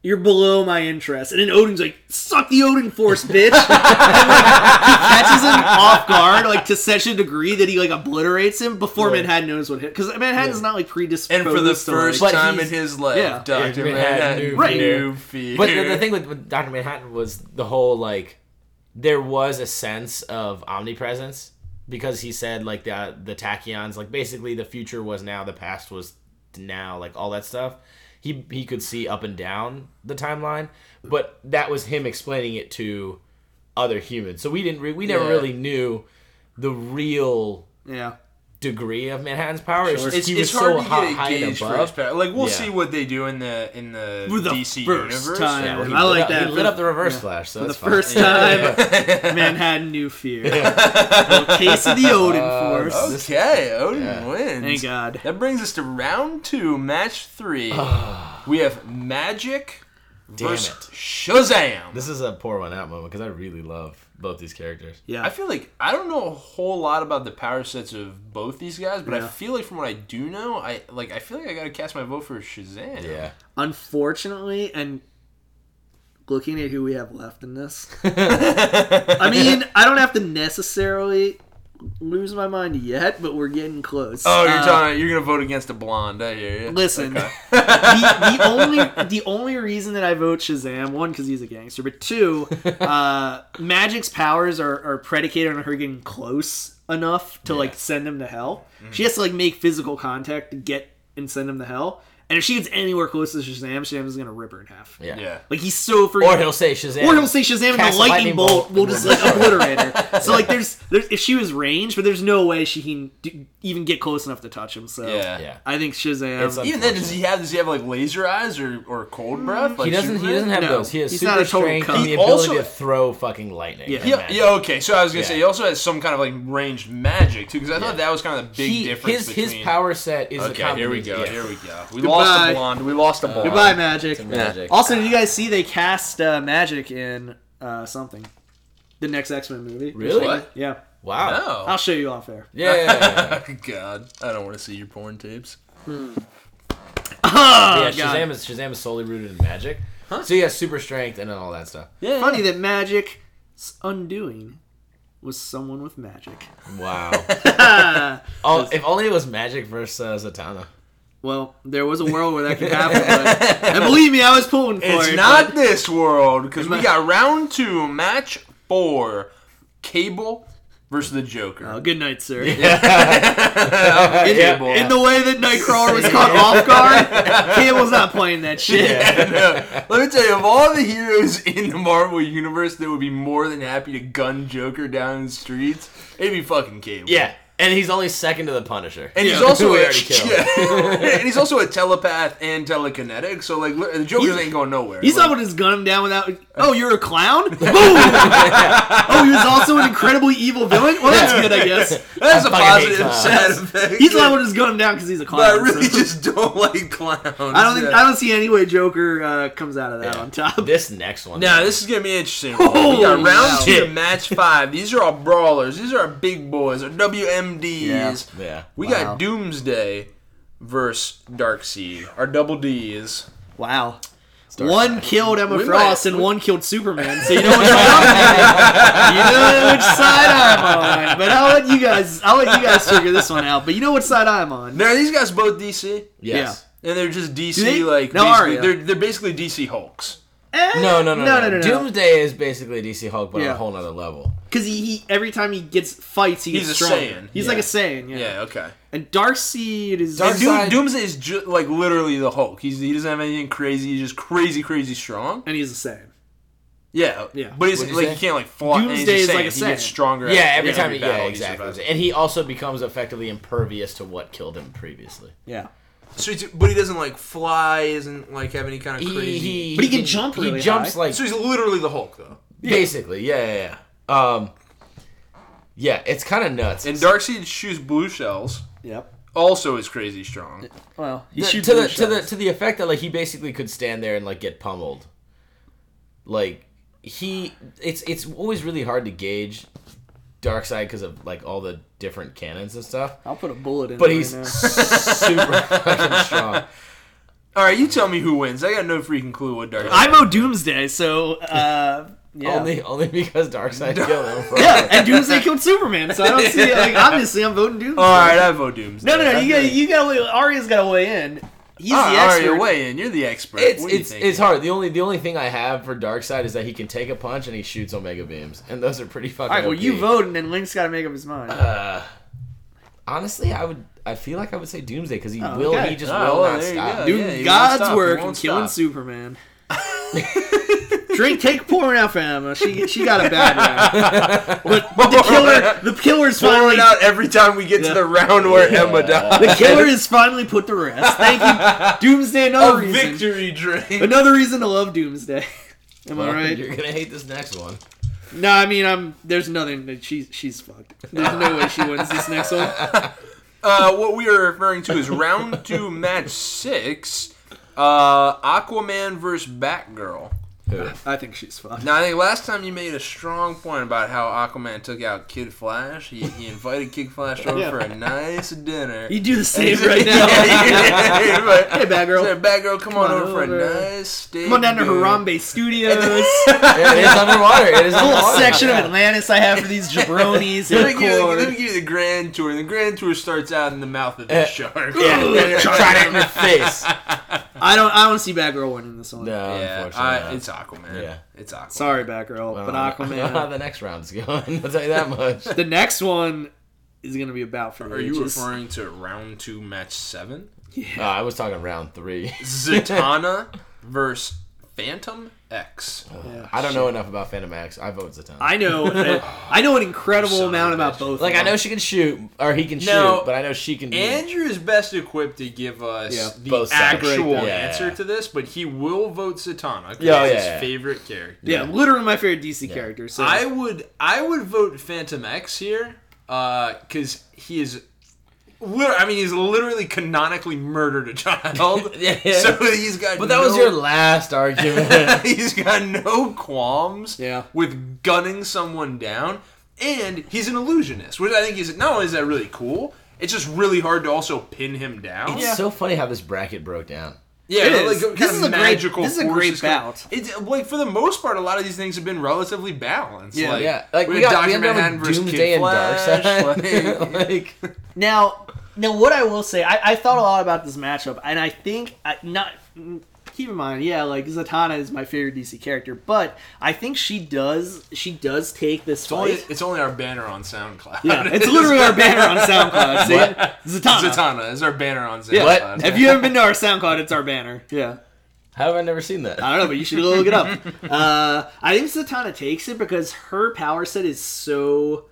S2: You're below my interest, and then Odin's like, "Suck the Odin force, bitch!" and, like, he catches him off guard, like to such a degree that he like obliterates him before Manhattan knows what hit. Because Manhattan's not like predisposed.
S3: And for the
S2: to, like-
S3: first
S4: But
S3: time in
S4: he's-
S3: his life,
S2: yeah.
S3: Doctor
S4: Yeah,
S3: Manhattan,
S4: new
S3: right?
S4: fear.
S3: New fear.
S4: But the, the thing with, with Dr. Manhattan was the whole like there was a sense of omnipresence because he said like the the tachyons like basically the future was now the past was now like all that stuff. He he could see up and down the timeline, but that was him explaining it to other humans. So we didn't re- we never
S3: Yeah.
S4: really knew the real
S2: yeah,
S4: degree of Manhattan's power. It's,
S3: it's,
S4: he
S3: it's
S4: was
S3: hard to
S4: so high,
S3: get
S4: high
S3: a
S4: and
S3: gauge for his
S4: above.
S3: power. Like we'll
S4: Yeah.
S3: see what they do in the in the,
S2: For the
S3: DC
S2: first
S3: universe.
S2: time.
S4: Yeah, well, he
S2: I
S4: lit
S2: like
S4: up-
S2: that.
S4: He lit up the reverse
S2: Yeah.
S4: flash, so
S2: for the
S4: that's fine.
S2: first time, Manhattan knew fear. Little case of the Odin
S4: Uh,
S2: force.
S3: Okay, Odin
S4: Yeah.
S3: wins.
S2: Thank God.
S3: That brings us to round two, match three. we have Magic
S4: Damn
S3: versus
S4: it.
S3: Shazam.
S4: This is a poor one out moment because I really love both these characters.
S2: Yeah,
S3: I feel like I don't know a whole lot about the power sets of both these guys, but I
S2: Yeah.
S3: feel like from what I do know, I like I feel like I gotta cast my vote for Shazam.
S4: Yeah.
S2: unfortunately, and looking at who we have left in this, I mean, I don't have to necessarily lose my mind yet, but we're getting close.
S3: Oh, you're
S2: Uh,
S3: talking you're gonna vote against a blonde, I hear you.
S2: Listen, the, the only the only reason that I vote Shazam one because he's a gangster, but two, uh, Magic's powers are, are predicated on her getting close enough to like send him to hell.
S4: Mm-hmm.
S2: She has to like make physical contact to get and send him to hell. And if she gets anywhere close to Shazam, Shazam is gonna rip her in half.
S4: Yeah.
S3: Yeah.
S2: Like he's so freaking.
S4: Or he'll say Shazam.
S2: Or he'll say Shazam and the
S4: Cast a
S2: lightning
S4: lightning
S2: bolt
S4: bolt.
S2: will just like obliterate her. So like there's there's if she was ranged, but there's no way she can d- even get close enough to touch him. So
S3: Yeah.
S4: Yeah.
S2: I think Shazam.
S4: It's
S3: Even then, does he have does he have like laser eyes or, or cold breath? Like
S4: He doesn't. He
S3: Superman?
S4: doesn't have
S2: No,
S4: those. He has
S2: he's
S4: super
S2: not a total
S4: strength
S2: cunt.
S4: and
S3: He
S4: the ability
S3: also-
S4: to throw fucking lightning.
S2: Yeah.
S4: and
S3: Yeah,
S4: magic.
S3: yeah, okay. So I was gonna say
S4: Yeah.
S3: he also has some kind of like ranged magic too, because I thought that was kind of the big
S4: He,
S3: difference
S4: his
S3: between.
S4: his power set is the
S3: Okay, here we go.
S4: combination-
S3: Here we go. We lost
S2: Goodbye.
S3: a blonde. We lost a blonde.
S2: Goodbye, Magic.
S4: yeah. Magic.
S2: Also, did you guys see they cast uh, Magic in uh, something? The next X Men movie.
S4: Really?
S3: What?
S2: Yeah.
S4: Wow.
S3: No.
S2: I'll show you off air.
S4: Yeah. yeah, yeah,
S3: Oh, God, I don't want to see your porn tapes.
S4: yeah.
S2: Oh,
S4: Yeah, Shazam is Shazam is solely rooted in magic. So he has super strength and all that stuff.
S3: Yeah.
S2: Funny that Magic's undoing was someone with magic.
S4: Wow. oh, if only it was magic versus uh, Zatanna.
S2: Well, there was a world where that could happen, but, and believe me, I was pulling for
S3: It's
S2: it.
S3: not this world because we got round two, match four, Cable versus the Joker.
S2: but- Oh, good night, sir. Oh,
S4: Yeah.
S3: Cable.
S2: In the way that Nightcrawler was caught off guard, Cable's not playing that shit.
S3: uh, Let me tell you, of all the heroes in the Marvel universe that would be more than happy to gun Joker down the streets, it'd be fucking Cable.
S4: Yeah. And he's only second to the Punisher.
S3: And he's
S2: Yeah.
S3: also
S4: We
S3: a,
S4: already killed.
S3: and he's also a telepath and telekinetic. So like the Joker ain't going nowhere.
S2: He's
S3: like,
S2: not going to gun him down without. Oh, you're a clown? Boom! oh, he was also an incredibly evil villain? Well, that's good, I guess.
S3: that's a
S4: I fucking hate
S3: positive
S4: clowns.
S3: side effect.
S2: He's not going to just gun him down because he's a clown.
S3: But I really
S2: so-
S3: just don't like clowns.
S2: I don't think I don't see any way Joker uh, comes out of that on top.
S4: This next one.
S3: Now this is gonna be interesting. we
S2: Holy
S3: got round two,
S4: shit.
S3: match five. These are all brawlers. These are our big boys. Our WMDs.
S4: Yeah.
S3: We
S2: Wow.
S3: got Doomsday versus Darkseid. Our double Ds.
S2: Wow. One killed Emma
S3: We
S2: Frost
S3: might-
S2: and one killed Superman, so you know which side- you know which side I'm on. But I'll let you guys I'll let you guys figure this one out. But you know which side I'm on.
S3: Now are these guys both DC,
S4: Yes.
S3: and they're just DC
S2: they?
S3: like
S2: No,
S3: basically-
S2: Aria.
S3: they're they're basically DC Hulks.
S2: Eh,
S4: No, no, no,
S2: no, no, no, no.
S4: Doomsday is basically a DC Hulk, but on
S2: Yeah.
S4: a whole nother level.
S2: Because he, he every time he gets fights, he
S3: He's
S2: gets
S3: a
S2: stronger.
S3: Saiyan.
S2: He's
S4: Yeah.
S2: like a Saiyan, yeah.
S3: Yeah, okay.
S2: And Darkseid is
S3: And
S4: Darkseid-
S3: Doom,
S4: Side-
S3: Doomsday is ju- like literally the Hulk. He's, he doesn't have anything crazy. He's just crazy, crazy strong.
S2: and he's the same.
S3: Yeah,
S2: Yeah.
S3: But he's
S4: What'd you
S3: like
S4: say?
S3: he can't like fly. and he's
S2: Doomsday
S3: a Saiyan.
S2: is like a
S3: He gets
S2: Saiyan.
S3: stronger.
S4: Yeah,
S3: after
S4: every time. he, yeah,
S3: battle he
S4: exactly.
S3: survives.
S4: And he also becomes effectively impervious to what killed him previously.
S2: Yeah.
S3: So, he's, but he doesn't like fly. Isn't like have any kind of
S4: He,
S3: crazy.
S4: he,
S2: But he can jump really
S4: He jumps
S2: high.
S4: like
S3: so he's literally the Hulk though.
S4: basically. Yeah, yeah, yeah. Um, yeah, it's kind of nuts.
S3: And Darkseid shoots blue shells.
S2: Yep.
S3: Also, is crazy strong.
S2: Well, he
S4: The-
S2: shoots
S4: to the
S2: blue
S4: to the
S2: shells.
S4: to the effect that like he basically could stand there and like get pummeled. Like he, it's it's always really hard to gauge Darkseid because of like all the different cannons and stuff.
S2: I'll put a bullet in.
S4: But
S2: it
S4: he's
S2: right now.
S4: super fucking strong.
S3: All right, you tell me who wins. I got no freaking clue what Darkseid.
S2: I'm O Doomsday, so uh, yeah.
S4: Only only because Darkseid killed him.
S2: yeah, and Doomsday killed Superman, so I don't see like obviously I'm voting Doomsday.
S3: All right, I vote Doomsday.
S2: No, no, no. You got,
S3: Okay. Ah,
S2: you got. to Arya's got to weigh in. He's
S3: All right,
S2: the
S3: all right,
S2: expert.
S3: you're way in. You're the expert.
S4: It's
S3: What do you
S4: it's
S3: think?
S4: it's hard. The only the only thing I have for Darkseid is that he can take a punch and he shoots Omega beams, and those are pretty fucking.
S2: all right, well,
S4: OP.
S2: you vote, and then Link's got to make up his mind.
S4: Uh, honestly, I would. I feel like I would say Doomsday because he
S2: Oh,
S4: will.
S2: okay.
S4: He just
S3: Ah,
S4: will
S3: well,
S4: not
S3: there you
S4: stop.
S3: go.
S4: Dude,
S2: Doing
S3: yeah, he won't
S2: God's
S3: stop, he
S2: work and
S3: won't
S2: killing
S3: stop.
S2: Superman. Drink, take pouring out for Emma. She she got a bad rap. But, but the killer, the killer's
S3: Throw
S2: finally
S3: it out every time we get
S2: Yeah.
S3: to the round where Emma dies.
S2: the killer is finally put to rest. Thank you, Doomsday.
S3: a
S2: Another reason,
S3: victory drink.
S2: another reason to love Doomsday. Am
S4: Well,
S2: I right?
S4: You're gonna hate this next one.
S2: No, I mean I'm. There's nothing that she's she's fucked. There's no way she wins this next one.
S3: Uh, what we are referring to is round two, match six. Uh, Aquaman versus Batgirl.
S2: I think she's fucked.
S3: Now I think last time you made a strong point about how Aquaman took out Kid Flash. He, he invited Kid Flash over
S2: Yeah.
S3: for a nice dinner.
S2: You do the same right now.
S3: Yeah, yeah, yeah.
S2: Hey, bad girl.
S3: Say, Batgirl, come, on,
S2: on
S3: over, for
S2: over.
S3: a nice steak.
S2: Come on down to
S3: dinner."
S2: Harambe Studios.
S4: it is underwater. It is
S2: little
S4: underwater.
S2: section of Atlantis I have for these jabronis.
S3: Let me, give you,
S2: Hardcore.
S3: let me give you the grand tour. The grand tour starts out in the mouth of the
S4: Eh.
S3: shark.
S4: Yeah, tried it in the face.
S2: I don't. I don't see Batgirl winning this one.
S4: No,
S3: Yeah,
S4: unfortunately,
S3: I,
S4: not.
S3: it's Aquaman.
S4: Yeah.
S3: It's Aquaman.
S2: Sorry, Batgirl,
S4: Well,
S2: but
S4: I don't know how
S2: Aquaman.
S4: the next round's going. I'll tell you that much. Uh,
S2: the next one is gonna be about for
S3: Are you
S2: ages.
S3: referring to round two, match seven?
S4: No, I was talking round three.
S3: Zatanna versus Phantom X.
S4: Oh,
S2: Yeah.
S4: I don't know enough about Phantom X. I vote Zatanna.
S2: I know. I know an incredible
S3: Son of
S2: amount
S3: a
S2: about
S3: bitch.
S2: both.
S4: like
S2: of
S4: I know
S2: them.
S4: she can shoot, or he can
S3: No.
S4: shoot, but I know she can. do-
S3: Andrew is best equipped to give us
S2: Yeah,
S3: the
S4: both sides.
S3: actual
S4: Breakdown. Yeah.
S3: answer to this, but he will vote Zatanna because
S4: Yeah, oh,
S3: it's his
S4: yeah, yeah.
S3: favorite character.
S2: Yeah, literally my favorite DC character. So
S3: I would I would vote Phantom X here because he is. lit- I mean, he's literally canonically murdered a child.
S4: Yeah.
S3: So he's got.
S4: But that was
S3: no-
S4: your last argument.
S3: he's got no qualms
S2: Yeah.
S3: with gunning someone down, and he's an illusionist, which I think is not only is that really cool, it's just really hard to also pin him down.
S4: it's
S2: Yeah.
S4: so funny how this bracket broke down.
S3: Yeah,
S2: It is.
S3: what kind
S2: This is
S3: of
S2: a great-
S3: magical
S2: this is a great
S3: forces come-
S2: bout.
S3: It's like for the most part, a lot of these things have been relatively balanced.
S2: Yeah.
S3: like,
S4: Yeah, like we,
S3: had
S4: got
S3: Dr.
S4: we ended up
S3: Manhattan
S4: with
S3: versus
S4: Doomsday
S3: Kid
S4: and
S3: Flash,
S4: Darkseid.
S3: like-
S4: like,
S2: Now, now, what I will say, I, I thought a lot about this matchup, and I think I, not. Keep in mind, yeah, like Zatanna is my favorite DC character, but I think she does she does take this
S3: It's only,
S2: fight.
S3: it's only our banner on SoundCloud.
S2: yeah, it's literally our banner on SoundCloud. See?
S4: What?
S2: Zatanna.
S3: Zatanna is our banner on SoundCloud.
S2: Yeah.
S4: What?
S2: If you haven't been to our SoundCloud, it's our banner. Yeah.
S4: how have I never seen that?
S2: I don't know, but you should go look it up. Uh, I think Satana takes it because her power set is so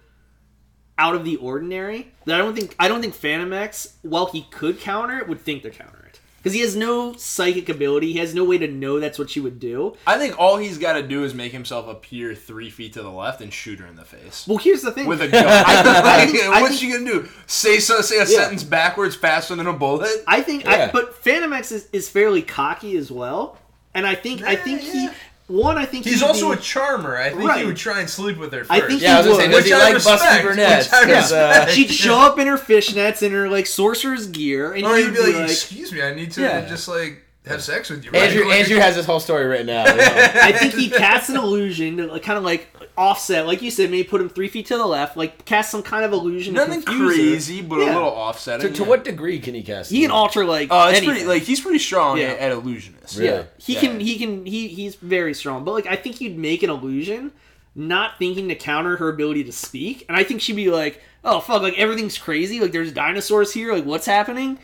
S2: out of the ordinary that I don't think I don't think Phantom X, while he could counter it, would think to counter it because he has no psychic ability. He has no way to know that's what she would do.
S3: I think all he's got to do is make himself appear three feet to the left and shoot her in the face.
S2: Well, here's the thing.
S3: With a gun. I
S2: think-
S3: think-
S2: I
S3: What's
S2: think-
S3: she gonna do? Say so, say a sentence backwards faster than a bullet?
S2: I think, I,
S4: Yeah.
S2: but Phantom X is, is fairly cocky as well, and I think I
S3: Yeah,
S2: think
S3: yeah.
S2: he one. I think
S3: He's
S2: he'd
S3: also a
S2: be-
S3: charmer. I think
S2: Right.
S3: he would try and sleep with her first.
S2: I think
S4: yeah, I was gonna say,
S2: Which
S4: does he
S3: I
S4: like
S3: respect,
S4: Busty
S3: which
S4: Burnett?
S3: I
S4: 'Cause, uh,
S2: she'd show up in her fishnets and her like sorcerer's gear, and
S3: Or
S2: you'd
S3: he'd
S2: be like,
S3: "Excuse me, I need to
S2: Yeah.
S3: just like have sex with you."
S4: Andrew,
S3: Like,
S4: Andrew has this whole story written out. you know.
S2: I think he casts an illusion to like, kind of like offset, like you said, maybe put him three feet to the left, like cast some kind of illusion. to
S3: nothing
S2: confuse her.
S3: crazy, but a
S2: Yeah.
S3: little offsetting.
S4: to, to
S3: yeah.
S4: what degree can he cast?
S2: He can alter like.
S3: Uh, it's
S2: anything.
S3: pretty like he's pretty strong
S2: Yeah.
S3: at, at illusionist.
S4: Really?
S2: yeah. He
S3: Yeah.
S2: can. He can. He he's very strong, but like I think he'd make an illusion, not thinking to counter her ability to speak, and I think she'd be like, "Oh fuck! Like everything's crazy. Like there's dinosaurs here. Like what's happening."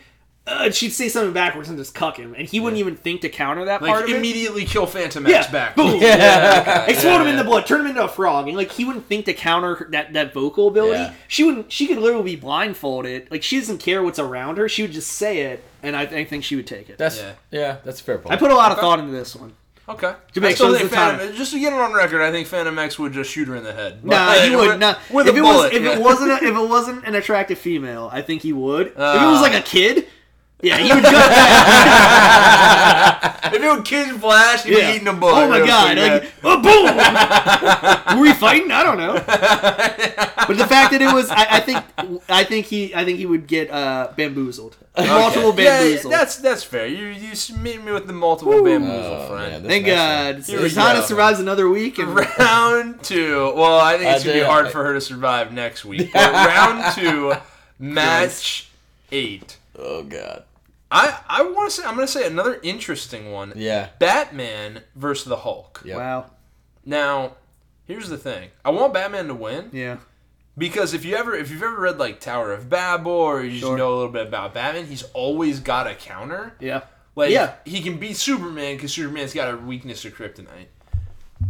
S2: uh, she'd say something backwards and just cuck him, and he wouldn't even think to counter that part
S3: Like
S2: of it.
S3: immediately kill Phantom X
S2: Yeah,
S3: back.
S2: boom.
S4: Yeah.
S2: Explode him in the
S3: yeah.
S2: blood, turn him into a frog, and like he wouldn't think to counter her- that that vocal ability.
S4: Yeah.
S2: She wouldn't. She could literally be blindfolded. Like she doesn't care what's around her. She would just say it, and I, I think she would take it.
S4: That's
S3: Yeah.
S4: yeah. that's a fair point.
S2: I put a lot of thought into this one.
S3: Okay.
S2: To make
S3: I still
S2: sure
S3: think
S2: it's the time.
S3: Phantom, just to get it on record, I think Phantom X would just shoot her in the head.
S2: Nah,
S3: Like,
S2: he
S3: with-
S2: would not.
S3: With a
S2: if it
S3: bullet.
S2: was, if
S3: yeah.
S2: it wasn't, a, if it wasn't an attractive female, I think he would. if it
S3: Ah.
S2: was like a kid, yeah, he would gut that.
S3: If it were Kid Flash, he'd
S2: yeah.
S3: be eating a bullet.
S2: Oh my
S3: real
S2: god!
S3: quick,
S2: Like, oh, boom! Were we fighting? I don't know. But the fact that it was, I, I think, I think he, I think he would get uh, bamboozled. Multiple
S3: yeah. yeah,
S2: bamboozled.
S3: that's that's fair. You you s- meet me with the multiple bamboozle
S4: Oh,
S3: friend.
S4: man, this
S2: Thank
S4: next
S2: God.
S4: one.
S3: Here we
S2: Zana
S3: go.
S2: survives another week. And
S3: round two. Well, I think it's
S4: I
S3: gonna be
S4: did-
S2: uh,
S3: hard
S4: I-
S3: for her to survive next week. But round two, match eight.
S4: Oh god.
S3: I I want to say I'm gonna say another interesting one.
S4: Yeah.
S3: Batman versus the Hulk.
S4: Yeah.
S2: wow.
S3: Now, here's the thing. I want Batman to win
S2: Yeah.
S3: because if you ever if you've ever read like Tower of Babel or you
S2: Sure.
S3: just know a little bit about Batman, he's always got a counter.
S2: Yeah.
S3: Like
S2: Yeah.
S3: he can beat Superman because Superman's got a weakness to kryptonite.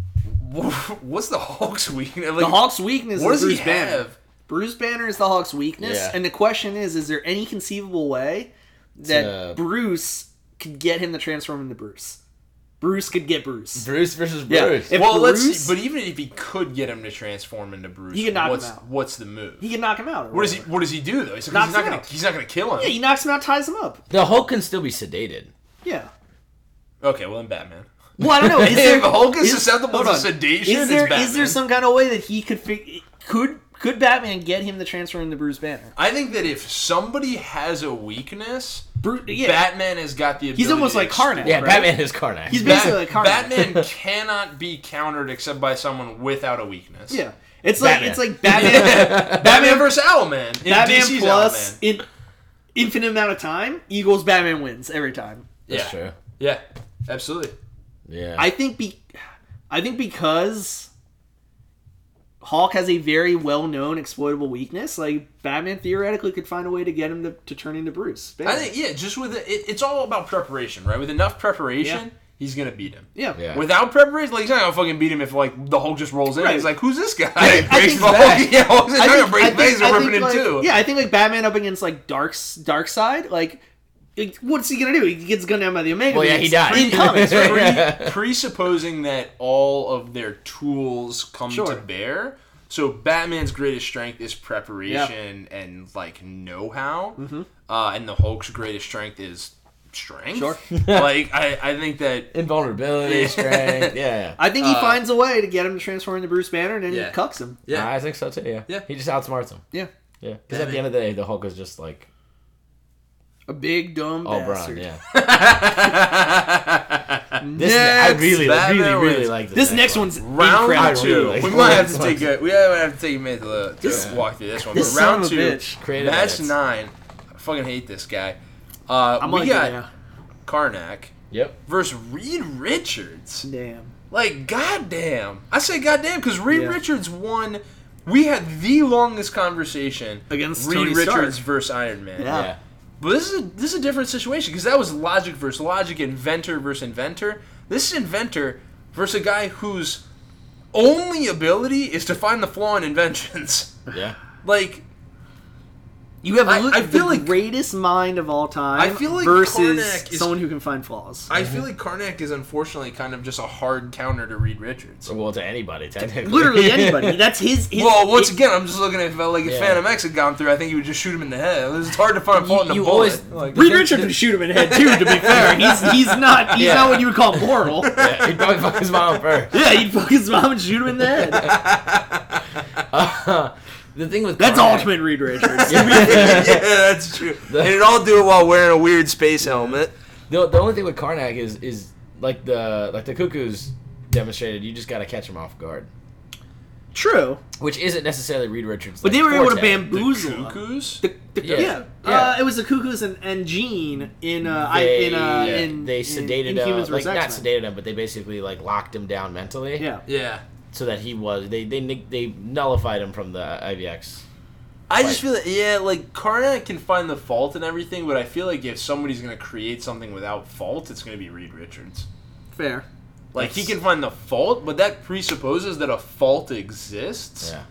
S3: What's the Hulk's weakness? Like,
S2: The Hawk's weakness
S3: what
S2: is
S3: does he
S2: Bruce Banner.
S3: have?
S2: Bruce Banner is the Hawk's weakness,
S4: Yeah.
S2: and the question is: Is there any conceivable way that
S3: uh,
S4: To-
S2: Bruce could get him to transform into Bruce? Bruce could get Bruce.
S4: Bruce versus
S2: Yeah.
S4: Bruce.
S2: If-
S3: well, let's
S2: Bruce-
S3: see. But even if he could get him to transform into Bruce,
S2: He could knock him
S3: what's,
S2: out.
S3: What's the move?
S2: He can knock him out. or
S3: what does he
S2: whatever.
S3: What does he do though? He's, he's
S2: Knocks
S3: not
S2: him
S3: gonna
S2: out.
S3: He's not gonna kill him.
S2: Yeah, he knocks him out, ties him up.
S4: the Hulk can still be sedated.
S2: Yeah.
S3: okay, well then Batman.
S2: Well, I don't know. Is there
S3: If Hulk is,
S2: is-
S3: susceptible
S2: hold
S3: to
S2: on.
S3: sedation,
S2: is there
S3: it's
S2: is there
S3: Batman.
S2: some kind of way that he could fig- could could Batman get him to transform into Bruce Banner?
S3: I think that if somebody has a weakness,
S2: Bruce, yeah,
S3: Batman has got the ability.
S2: he's almost
S3: to
S2: like
S3: exploit-
S2: Karnak.
S4: Yeah,
S2: right?
S4: Batman is Karnak.
S2: He's
S3: Bat-
S2: basically like Karnak.
S3: Batman cannot be countered except by someone without a weakness.
S2: Yeah, it's like
S4: Batman.
S2: it's like Batman.
S3: Batman versus Owlman. In
S2: Batman
S3: DC's
S2: plus
S3: Owlman.
S2: in infinite amount of time equals Batman wins every time.
S3: Yeah.
S4: That's true.
S3: Yeah. Absolutely.
S4: Yeah.
S2: I think be, I think because Hawk has a very well known exploitable weakness, like Batman theoretically could find a way to get him to, to turn into Bruce. Banner.
S3: I think yeah, just with it, it, it's all about preparation, right? With enough preparation, he's gonna beat him.
S2: yeah.
S4: Yeah.
S3: Without preparation, like he's not gonna fucking beat him if like the Hulk just rolls in.
S2: Right.
S3: He's like, who's this guy?
S2: I think- I
S3: Breaks
S2: think
S3: the
S4: that-
S3: Hulk. Yeah, Hulk's not gonna break
S2: I
S3: things and ripping him
S2: like,
S3: too.
S2: Yeah, I think like Batman up against like Dark's Dark Side, like it- what's he gonna do? He gets gunned down by the Omega.
S4: Well, yeah,
S2: Beings.
S4: he died.
S2: In comics, right?
S3: Pre- presupposing that all of their tools come
S2: Sure.
S3: to bear. So Batman's greatest strength is preparation and like know-how,
S2: Mm-hmm.
S3: uh, and the Hulk's greatest strength is strength.
S2: Sure.
S3: like I, I think that
S4: Invulnerability, strength. Yeah.
S2: I think he finds a way to get him to transform into Bruce Banner, and then
S3: Uh, yeah.
S2: he cucks him.
S3: yeah.
S4: I think so too. Yeah.
S3: Yeah.
S4: He just outsmarts him.
S2: Yeah,
S4: Yeah. Because at the end of the day, the Hulk is just like
S2: a big dumb
S4: all
S2: bastard.
S4: brown. Oh, Yeah. This I really,
S3: Batman
S4: really, really
S3: wins.
S4: like this.
S2: This next one's
S3: round
S2: incredible. oh,
S3: two.
S4: really like
S3: we
S4: it.
S3: might have to take a we might have to take a minute to, to walk through this one.
S2: This
S3: but round
S2: son of a
S3: two,
S2: bitch.
S4: Creative
S3: match
S4: edits.
S3: nine. I fucking hate this guy. Uh,
S2: I'm
S3: we
S2: like,
S3: got
S2: yeah,
S3: Karnak
S4: Yep.
S3: versus Reed Richards.
S2: damn.
S3: Like, goddamn. I say goddamn because Reed
S2: Yeah.
S3: Richards won. We had the longest conversation
S2: Against
S3: Reed
S2: Tony Stark.
S3: Richards versus Iron Man.
S2: Yeah.
S4: Yeah.
S3: But this is a, this is a different situation because that was logic versus logic, inventor versus inventor. This is inventor versus a guy whose only ability is to find the flaw in inventions.
S4: Yeah.
S3: like,
S2: You have
S3: I-
S2: li-
S3: I feel
S2: the
S3: like-
S2: greatest mind of all time.
S3: I feel like
S2: versus
S3: Karnak is-
S2: someone who can find flaws.
S3: I feel like Karnak is unfortunately kind of just a hard counter to Reed Richards.
S4: Well, to anybody, technically.
S2: Literally anybody. That's his. his
S3: Well, once
S2: it-
S3: again, I'm just looking at like if
S4: Yeah.
S3: Phantom X had gone through, I think he would just shoot him in the head. It's hard to find a fault in a
S4: you
S3: bullet.
S4: always-
S3: Like-
S2: Reed Richards would shoot him in the head too. To be fair, he's he's not he's
S4: Yeah.
S2: not what you would call moral.
S4: Yeah, he'd probably fuck his mom first.
S2: Yeah, he'd fuck his mom and shoot him in the head.
S4: Uh, The thing with
S2: That's
S4: Karnak-
S2: ultimate Reed Richards.
S3: yeah, that's true. And it all do it while wearing a weird space helmet.
S4: The, the only thing with Karnak is is like the like the cuckoos demonstrated. You just got to catch him off guard,
S2: True,
S4: which isn't necessarily Reed Richards.
S2: but
S4: like,
S2: they were able to
S4: forte.
S2: bamboozle. him.
S3: Cuckoos?
S2: The, the, yeah,
S4: Yeah.
S2: Uh,
S4: Yeah.
S2: it was the Cuckoos and, and Gene in uh, I,
S4: They,
S2: in, uh,
S4: yeah,
S2: in
S4: they
S2: in
S4: sedated him,
S2: Inhumans vs.
S4: like not
S2: X-Men.
S4: sedated him, but they basically like locked him down mentally,
S2: Yeah,
S3: Yeah.
S4: so that he was they they nick- they nullified him from the IVX.
S3: I just feel like, yeah, like Karna can find the fault in everything, but I feel like if somebody's gonna create something without fault, it's gonna be Reed Richards.
S2: Fair.
S3: Like he
S4: That's-
S3: can find the fault, but that presupposes that a fault exists.
S4: yeah.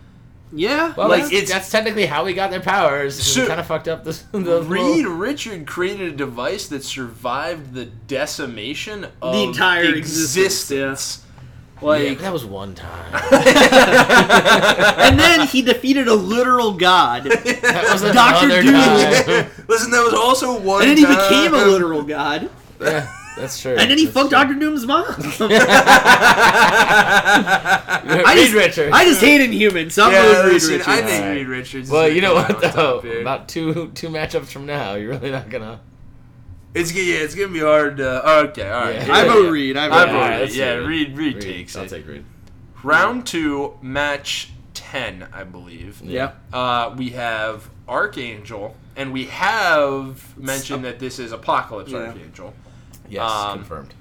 S2: Yeah.
S4: Well,
S3: Like,
S4: like
S3: it's-
S4: it's that's technically how we got their powers.
S3: So-
S4: kind of fucked up this. The
S3: Reed Richard created a device that survived the decimation of
S2: entire existence, yeah.
S3: existence. Like
S4: that was one time.
S2: and then he defeated a literal god. And
S4: That was
S2: Dr.
S4: another
S2: Doom.
S4: time.
S3: listen, that was also one.
S2: then he
S3: time-
S2: became a literal god.
S4: Yeah, that's true.
S2: And then he
S4: That's
S2: fucked
S4: true.
S2: Doctor Doom's mom.
S4: Reed
S2: I just,
S4: Richards.
S2: I just hate Inhumans. So I'm
S3: Yeah,
S2: going Reed
S3: listen,
S2: Richards.
S3: I think
S4: Alright.
S3: Reed Richards. is
S4: well, you know
S3: gonna
S4: what
S3: be on
S4: though?
S3: top here.
S4: About two two matchups from now, you're really not gonna.
S3: It's g- yeah, it's gonna be hard. Uh, oh, okay, all right.
S4: Yeah.
S3: Yeah,
S2: I vote
S3: yeah.
S2: Reed. I
S3: I
S2: vote
S3: vote
S2: Reed.
S4: alright,
S3: Reed.
S4: let's
S3: Yeah,
S4: do it.
S3: Reed. Reed, takes
S4: I'll
S3: it.
S4: take Reed.
S3: Round two, match ten, I believe.
S2: Yeah.
S3: Uh, we have Archangel, and we have mentioned that this is Apocalypse
S2: Yeah.
S3: Archangel
S4: Yes,
S3: Um,
S4: confirmed.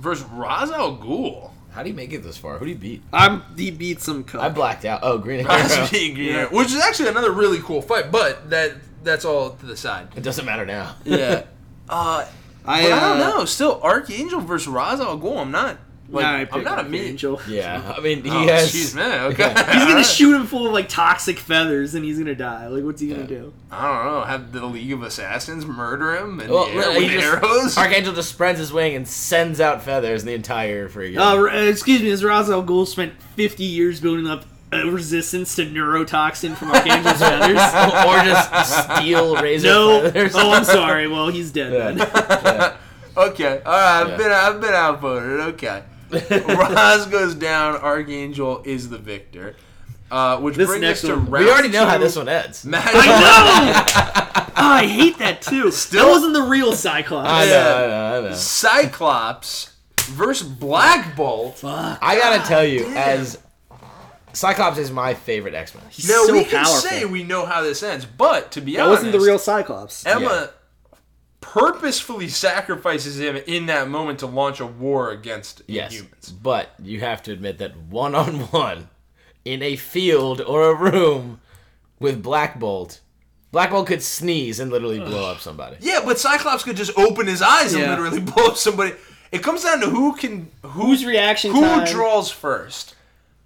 S3: versus Ra's al Ghul.
S4: How do you make it this far? Who do you beat?
S2: I'm he beats some cook.
S4: I blacked out. Oh, Green Arrow.
S3: Ra's being green,
S2: Yeah.
S3: which is actually another really cool fight, but that that's all to the side.
S4: it doesn't matter now.
S3: Yeah. uh,
S2: I,
S3: but I don't
S2: uh,
S3: know. Still, Archangel versus Ra's al Ghul. I'm not. Like,
S2: nah, I
S3: I'm
S2: pick
S3: not a mean.
S2: Archangel.
S4: Yeah, I mean he
S3: Oh,
S4: has.
S3: Excuse me. Okay.
S4: Yeah.
S2: He's
S3: All
S2: gonna
S3: right.
S2: shoot him full of like toxic feathers, and he's gonna die. Like, what's he gonna
S4: Yeah.
S2: do?
S3: I don't know. Have the League of Assassins murder him and
S4: Well,
S3: the air
S4: no, he
S3: with
S4: just-
S3: arrows?
S4: Archangel just spreads his wing and sends out feathers in the entire freaking.
S2: Uh, r- uh, excuse me, this Ra's al Ghul spent 50 years building up a resistance to neurotoxin from Archangel's feathers.
S4: or just steel razor
S2: No.
S4: feathers.
S2: Oh, I'm sorry. Well, he's dead then.
S4: Yeah.
S3: okay. All right. I've
S4: Yeah.
S3: been I've been outvoted. Okay. Roz goes down. Archangel is the victor. Uh, which
S2: This
S3: brings us
S2: next
S3: to
S2: one-
S3: round
S2: we
S4: We already know
S3: two,
S4: how this one ends.
S3: Match
S2: I know! Oh, I hate that too.
S3: Still-
S2: that wasn't the real Cyclops.
S4: I know,
S3: Yeah.
S4: I know, I know.
S3: Cyclops versus Black Bolt.
S2: Fuck.
S4: I gotta tell you,
S3: damn.
S4: as Cyclops is my favorite X Men.
S2: He's
S3: Now
S2: so
S3: we can
S2: powerful.
S3: say we know how this ends, but to be
S2: that
S3: honest,
S2: wasn't the real Cyclops.
S3: Emma purposefully sacrifices him in that moment to launch a war against
S4: Yes,
S3: humans.
S4: but you have to admit that one on one, in a field or a room, with Black Bolt, Black Bolt could sneeze and literally blow up somebody.
S3: Yeah, but Cyclops could just open his eyes and
S2: Yeah.
S3: literally blow up somebody. It comes down to who can who,
S2: Whose reaction
S3: who
S2: time?
S3: draws first.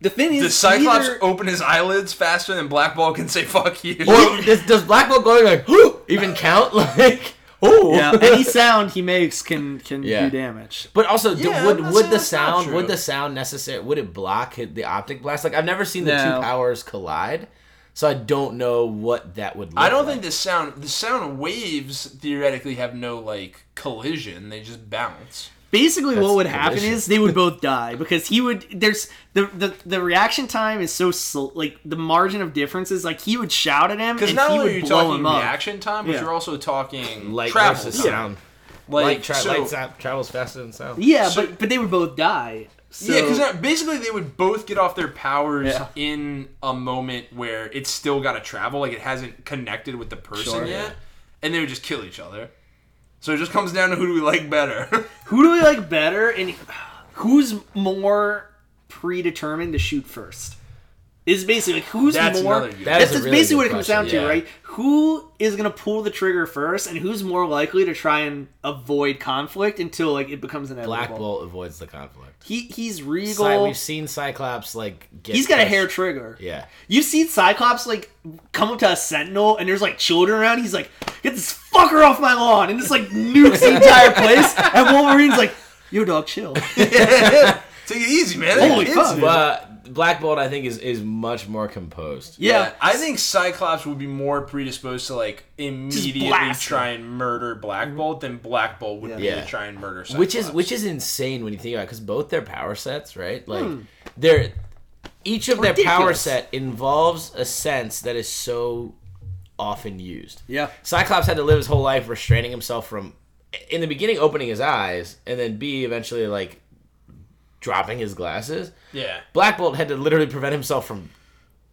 S2: the thing is,
S3: Does Cyclops
S2: either-
S3: open his eyelids faster than Black Ball can say "fuck you"?
S4: Or does, does Black Bolt going like "Whoo!" even count? Like oh,
S2: Uh, yeah, any sound he makes can can
S4: Yeah.
S2: do damage.
S4: But also, do-
S3: Yeah, I'm
S4: would
S3: not
S4: would
S3: saying
S4: the
S3: that's not
S4: sound would
S3: true.
S4: the sound necessary would it block hit the optic blast? Like I've never seen the
S2: No.
S4: two powers collide, so I don't know what that would. Look
S3: I don't
S4: like.
S3: think the sound the sound waves theoretically have no like collision; they just bounce.
S2: Basically,
S4: That's
S2: what would happen
S4: delicious.
S2: is they would both die because he would. There's the the, the reaction time is so sl- like the margin of difference is like he would shout at him
S3: Because
S2: and
S3: not only
S2: he
S3: are
S2: would
S3: you
S2: blow
S3: talking
S2: him up.
S3: reaction time, but
S2: Yeah.
S3: you're also talking
S4: light
S3: travel
S4: versus
S3: time.
S4: sound.
S3: Like,
S4: Light, tra-
S3: so-
S4: light sound travels faster than sound.
S2: Yeah,
S3: So-
S2: but but they would both die. So,
S3: yeah, because basically they would both get off their powers
S2: Yeah.
S3: in a moment where it's still got to travel, like it hasn't connected with the person
S2: Sure.
S3: yet, and they would just kill each other. So it just comes down to who do we like better.
S2: who do we like better, and who's more predetermined to shoot first? Is basically like who's
S3: That's
S2: more.
S3: another.
S4: That
S2: that's
S4: is a
S2: that's
S4: really
S2: basically
S4: good
S2: what it comes
S4: question,
S2: down
S4: yeah.
S2: to, right? Who is gonna pull the trigger first, and who's more likely to try and avoid conflict until like it becomes inevitable?
S4: Black Bolt avoids the conflict.
S2: He he's
S4: Cy-
S2: regal.
S4: we've seen Cyclops like get
S2: He's got a
S4: pushed.
S2: hair trigger.
S4: Yeah,
S2: You've seen Cyclops like come up to a sentinel and there's like children around. He's like, "Get this fucker off my lawn!" and just like nukes the entire place. And Wolverine's like, "Yo, dog, chill."
S3: Take it easy, man. They're
S2: Holy
S3: kids,
S2: fuck.
S3: man.
S4: but uh, Black Bolt I think is is much more composed.
S2: Yeah,
S3: I think Cyclops would be more predisposed to like immediately
S2: blast
S3: try and murder Black Bolt than Black Bolt would be
S4: Yeah.
S3: to try and murder Cyclops.
S4: which is which is insane when you think about it because both their power sets right like they're each of their power
S2: Ridiculous.
S4: set involves a sense that is so often used
S2: yeah.
S4: cyclops had to live his whole life restraining himself from in the beginning opening his eyes and then b eventually like dropping his glasses
S3: yeah.
S4: black bolt had to literally prevent himself from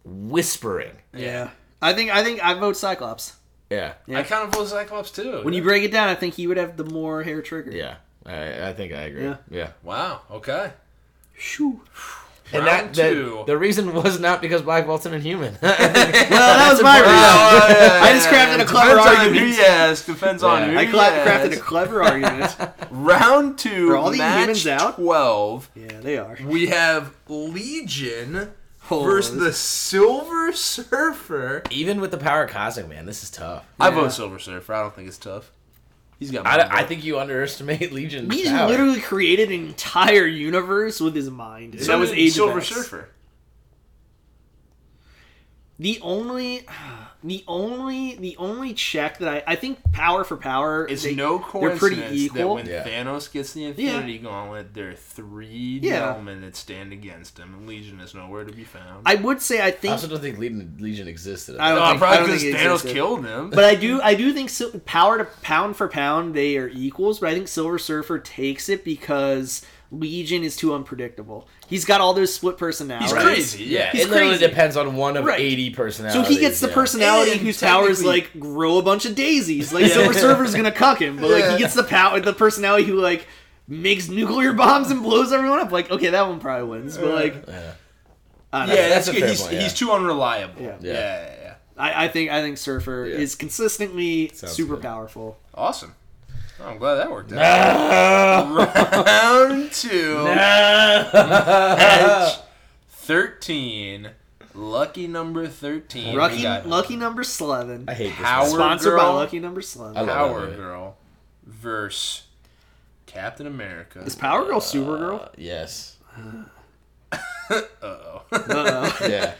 S4: whispering
S2: Yeah. I think I think I vote Cyclops.
S4: yeah yeah
S3: I kind of vote Cyclops too.
S2: When you break it down, I think he would have the more hair trigger.
S4: I, I think i agree
S2: Yeah.
S4: yeah
S3: wow, okay.
S2: Shoo.
S4: And
S3: Round
S4: that, that-
S3: two.
S4: the reason was not because Black Bolt's an inhuman.
S2: Well, that was my
S3: Oh,
S2: reason.
S3: yeah,
S2: I just crafted a clever
S3: Depends on who
S2: argument.
S3: you ask. Depends on
S4: Yeah.
S3: who
S2: I
S3: you
S2: cla- crafted a
S3: ask.
S2: clever argument.
S3: Round two,
S2: Are all the
S3: match
S2: humans out?
S3: 12.
S2: yeah, they are.
S3: We have Legion
S2: Oh,
S3: versus
S2: this-
S3: the Silver Surfer.
S4: Even with the power of Cosmic Man, this is tough.
S3: I
S2: Yeah.
S3: vote Silver Surfer. I don't think it's tough. He's got.
S4: I,
S3: my
S4: I
S3: vote.
S4: think you underestimate Legion's
S2: He
S4: power.
S2: literally created an entire universe with his mind.
S3: So
S2: that was
S3: did
S2: Age of
S3: Silver
S2: X.
S3: Surfer.
S2: The only, the only, the only check that I I think power for power
S3: It's
S2: they-
S3: no
S2: They're pretty
S3: coincidence that
S2: equal.
S3: when
S4: Yeah.
S3: Thanos gets the Infinity Gauntlet, there are three
S2: Yeah.
S3: gentlemen that stand against him, and Legion is nowhere to be found.
S2: I would say I
S4: I
S2: think,
S4: also don't think Legion, Legion existed.
S2: I don't-
S3: Oh,
S2: think-
S3: probably
S2: don't
S3: because
S2: think it
S3: Thanos
S2: existed.
S3: killed him.
S2: but I do I do think sil power to pound for pound they are equals. But I think Silver Surfer takes it because Legion is too unpredictable. He's got all those split personalities.
S3: He's crazy. Yeah.
S4: it literally
S2: crazy.
S4: depends on one of
S2: Right.
S4: 80
S2: So
S4: personalities.
S2: he gets the
S4: yeah.
S2: personality
S3: And
S2: whose powers like
S3: technically-
S2: grow a bunch of daisies. Like Silver Surfer's gonna cuck him, but like
S3: Yeah.
S2: he gets the power, the personality who like makes nuclear bombs and blows everyone up. Like okay, that one probably wins, but like
S4: Yeah.
S2: I, don't
S3: yeah,
S2: know.
S3: that's
S4: that's a
S3: good.
S4: fair
S3: He's,
S4: point, yeah.
S3: he's too unreliable.
S2: Yeah.
S3: yeah,
S4: Yeah.
S3: yeah. yeah.
S2: I, I think I think Surfer
S4: Yeah.
S2: is consistently
S4: Sounds
S2: super
S4: good.
S2: powerful.
S3: Awesome. Oh, I'm glad that worked out.
S4: Ah!
S3: Round two.
S4: Ah!
S3: Edge 13. Lucky number 13. We
S2: Lucky
S3: got
S2: lucky number eleven,
S4: I hate this.
S3: Power-
S4: one.
S2: sponsored by
S3: Girl.
S2: Lucky Number Eleven.
S4: I love that
S3: Power
S4: movie.
S3: Girl versus Captain America.
S2: Is Power Girl Supergirl?
S4: Uh, yes.
S3: Uh-oh.
S2: Uh-oh.
S4: Yeah.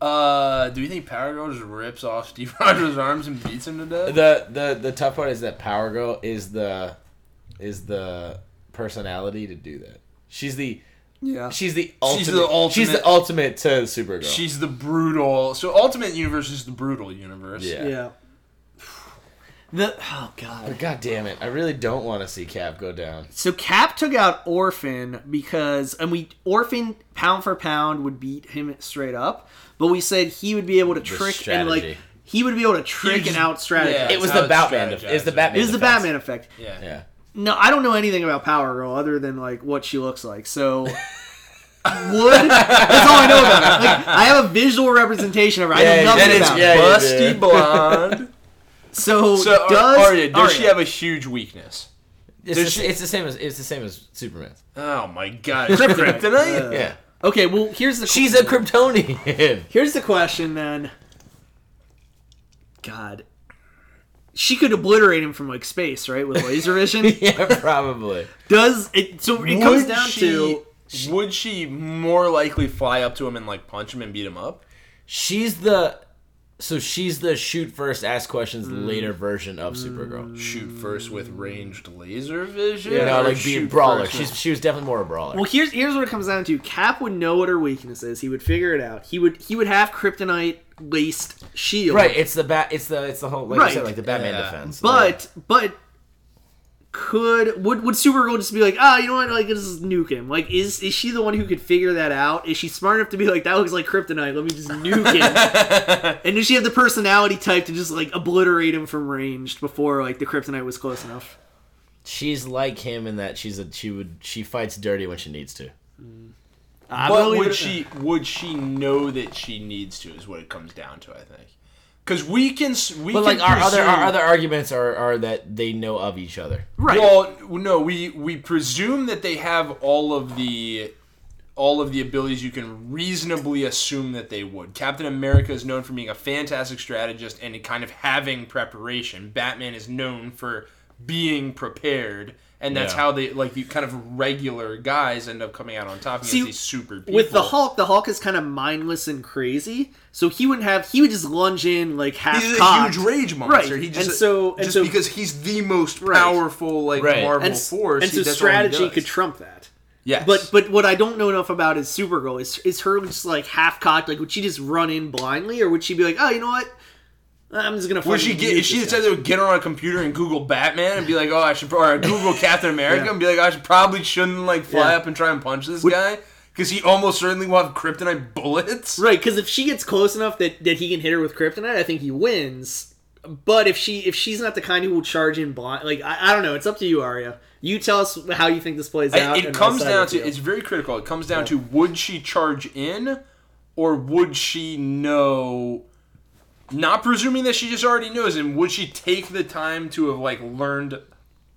S3: uh, do you think Power Girl just rips off Steve Rogers' arms and beats him to death?
S4: the the the tough part is that Power Girl is the is the personality to do that. She's the
S2: yeah.
S4: she's the ultimate. She's
S3: the ultimate-
S4: the ultimate, to Supergirl.
S3: She's the brutal. So Ultimate Universe is the brutal universe.
S4: Yeah.
S2: Yeah. The oh god.
S4: but god damn it, I really don't want to see Cap go down.
S2: So Cap took out Orphan because, and we Orphan pound for pound would beat him straight up, but we said he would be able to trick and like
S4: strategy.
S2: he would be able to trick and
S3: just-
S2: out strategize.
S3: yeah.
S4: It was
S3: how
S4: the
S3: it
S4: Batman. def-
S3: strategizes.
S4: It's the Batman.
S2: It was the
S4: defense.
S2: Batman effect.
S3: Yeah.
S4: Yeah.
S2: No, I don't know anything about Power Girl other than like what she looks like. So would that's all I know about her. Like, I have a visual representation of her. I
S4: Yeah,
S2: know nothing
S3: And it's
S2: about her.
S4: yeah. you
S3: busty
S4: do.
S3: blonde.
S2: So,
S3: So
S2: does
S3: Arya, does she
S2: Arya.
S3: have a huge weakness?
S4: It's,
S3: Does
S4: the,
S3: she-
S4: it's the same as it's the same as Superman.
S3: Oh my god, Uh,
S2: Uh.
S3: kryptonite.
S4: Yeah.
S2: Okay, well here's the
S4: She's a Kryptonian.
S2: Here's the question then. God. She could obliterate him from like space, right? With laser vision.
S4: yeah, probably.
S2: Does it so it comes down to
S3: would she more likely fly up to him and like punch him and beat him up?
S4: She's the so she's the shoot first, ask questions
S2: Mm.
S4: later version of Supergirl.
S3: Shoot first with ranged laser vision.
S4: You know,
S3: or
S4: like be a
S3: shoot
S4: brawler.
S3: first with-
S4: She's she was definitely more a brawler.
S2: Well here's here's what it comes down to. Cap would know what her weakness is. He would figure it out. He would he would have kryptonite laced shield.
S4: right, it's the bat. It's the it's the whole like you
S2: Right.
S4: said, like the Batman
S3: Yeah.
S4: defense. Like,
S2: But but could would would Supergirl just be like, ah, you know what, like let's just nuke him? Like is is she the one who could figure that out? Is she smart enough to be like, that looks like kryptonite, let me just nuke him? and does she have the personality type to just like obliterate him from ranged before like the kryptonite was close enough?
S4: she's like him in that she's a she would she fights dirty when she needs to.
S2: I
S3: But
S2: believe
S3: would
S2: it-
S3: she would she know that she needs to? Is what it comes down to, I think. Because we can s- we
S4: But
S3: can
S4: like our other our
S3: presume-
S4: other arguments are are that they know of each other.
S2: Right.
S3: Well, no, we we presume that they have all of the all of the abilities you can reasonably assume that they would. Captain America is known for being a fantastic strategist and kind of having preparation. Batman is known for being prepared, and that's
S4: Yeah.
S3: how they like the kind of regular guys end up coming out on top against
S2: See,
S3: these super people.
S2: with the Hulk, the Hulk is kind of mindless and crazy, so he wouldn't have. He would just lunge in like half.
S3: He's a
S2: cocked.
S3: huge rage monster.
S2: Right.
S3: He just
S2: and so and
S3: just
S2: so
S3: because he's the most
S2: Right.
S3: powerful like
S4: Right.
S3: Marvel
S2: and, s-
S3: force.
S2: and
S3: he-
S2: so
S3: that's all he
S2: strategy
S3: does.
S2: could trump that.
S3: Yes.
S2: But but what I don't know enough about is Supergirl. Is is her just like half cocked? Like would she just run in blindly, or would she be like, oh, you know what? I'm just gonna.
S3: Would
S2: fucking
S3: she get?
S2: nuke
S3: If she
S2: this
S3: decided to get on a computer and Google Batman and be like, "Oh, I should," or Google Captain America and be like, "I should probably shouldn't like fly
S2: Yeah.
S3: up and try and punch this guy because he almost certainly will have kryptonite bullets."
S2: guy." Right, because if she gets close enough that that he can hit her with kryptonite, I think he wins. But if she if she's not the kind who will charge in blind, like I, I don't know, it's up to you, Arya. You tell us how you think this plays out.
S3: It,
S2: and
S3: comes
S2: I'll side
S3: down
S2: with
S3: to
S2: you.
S3: it's very critical. It comes down to would she charge in, or would she know? Not presuming that she just already knows him, would she take the time to have like learned the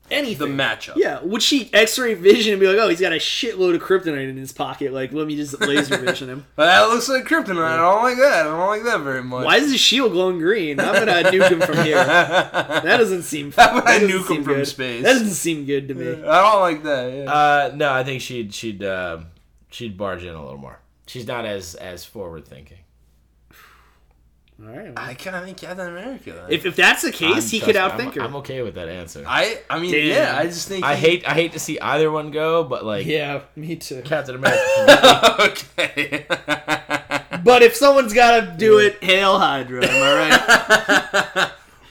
S2: anything.
S3: matchup?
S2: Yeah, would she X-ray vision and be like, "Oh, he's got a shitload of kryptonite in his pocket. Like, let me just laser vision him."
S3: But that looks like kryptonite. I don't like that. I don't like that very much.
S2: Why is his shield glowing green? I'm gonna nuke him from here. That doesn't seem. How
S3: would I nuke him from space?
S2: That doesn't seem good to me.
S3: I don't like that. Yeah.
S4: Uh, no, I think she'd she'd um she'd barge in a little more. She's not as as forward thinking.
S2: All right. well.
S3: I kind of think Captain America. Then.
S2: If, if that's the case, he could
S4: trust me,
S2: outthink
S4: I'm,
S2: her.
S4: I'm okay with that answer. I,
S3: I, I mean,
S2: Damn.
S3: yeah. I just think he-
S4: hate I hate to see either one go, but like
S2: yeah, me too.
S4: Captain America.
S3: okay.
S2: But if someone's gotta do it, hail Hydra. Am I right?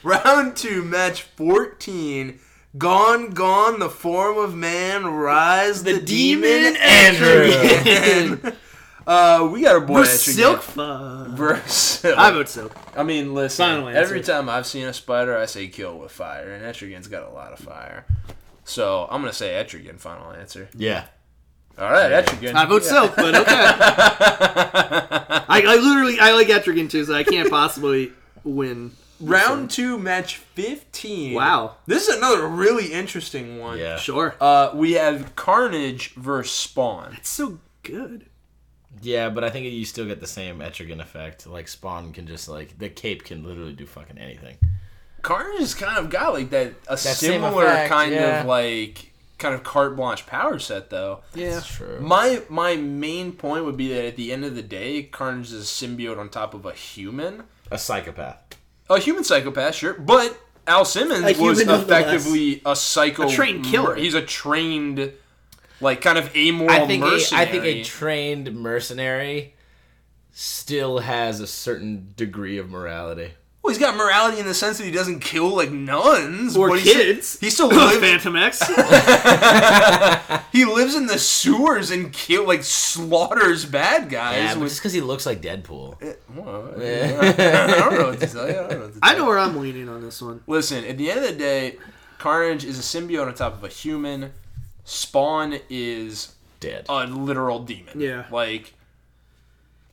S3: Round two, match fourteen. Gone, gone, the form of man, rise the, demon,
S2: demon
S3: Etrigan. uh, we got a boy Etrigan.
S2: Silk fuck.
S3: Versus Silk.
S2: I vote silk.
S3: I mean, listen.
S2: Final answer.
S3: every time I've seen a spider, I say kill with fire, and Etrigan's got a lot of fire. So I'm gonna say Etrigan. Final answer.
S4: yeah.
S3: All right, Etrigan.
S2: I vote silk, but okay. I, I literally I like Etrigan too, so I can't possibly win.
S3: Round two, match fifteen.
S2: Wow.
S3: this is another really interesting one.
S4: Yeah.
S2: Sure.
S3: Uh, we have Carnage versus Spawn.
S2: It's so good.
S4: Yeah, but I think you still get the same Etrigan effect. Like Spawn can just like the cape can literally do fucking anything.
S3: Carnage has kind of got like that a
S4: same
S3: similar
S4: effect,
S3: kind
S4: yeah.
S3: of like kind of carte blanche power set though.
S4: That's true.
S3: My my main point would be that at the end of the day, Carnage is a symbiote on top of a human,
S4: A psychopath.
S3: a human psychopath, sure, but Al Simmons
S2: A
S3: was
S2: human nonetheless.
S3: effectively a psycho,
S2: A trained killer.
S3: He's a trained, like kind of amoral
S4: I think a, I
S3: mercenary.
S4: think a trained mercenary still has a certain degree of morality.
S3: well, he's got morality in the sense that he doesn't kill like nuns
S2: Or
S3: but he still-
S2: kids.
S3: He still
S2: Look,
S3: lives.
S2: Phantom X.
S3: He lives in the sewers and kill like slaughters bad guys.
S4: Yeah, but
S3: with-
S4: just because he looks like Deadpool.
S3: Well, I don't know what to tell you. I don't know what to tell
S2: I
S3: you.
S2: know where I'm leaning on this one.
S3: Listen, at the end of the day, Carnage is a symbiote on top of a human. Spawn is
S4: Dead.
S3: a literal demon.
S2: Yeah.
S3: Like,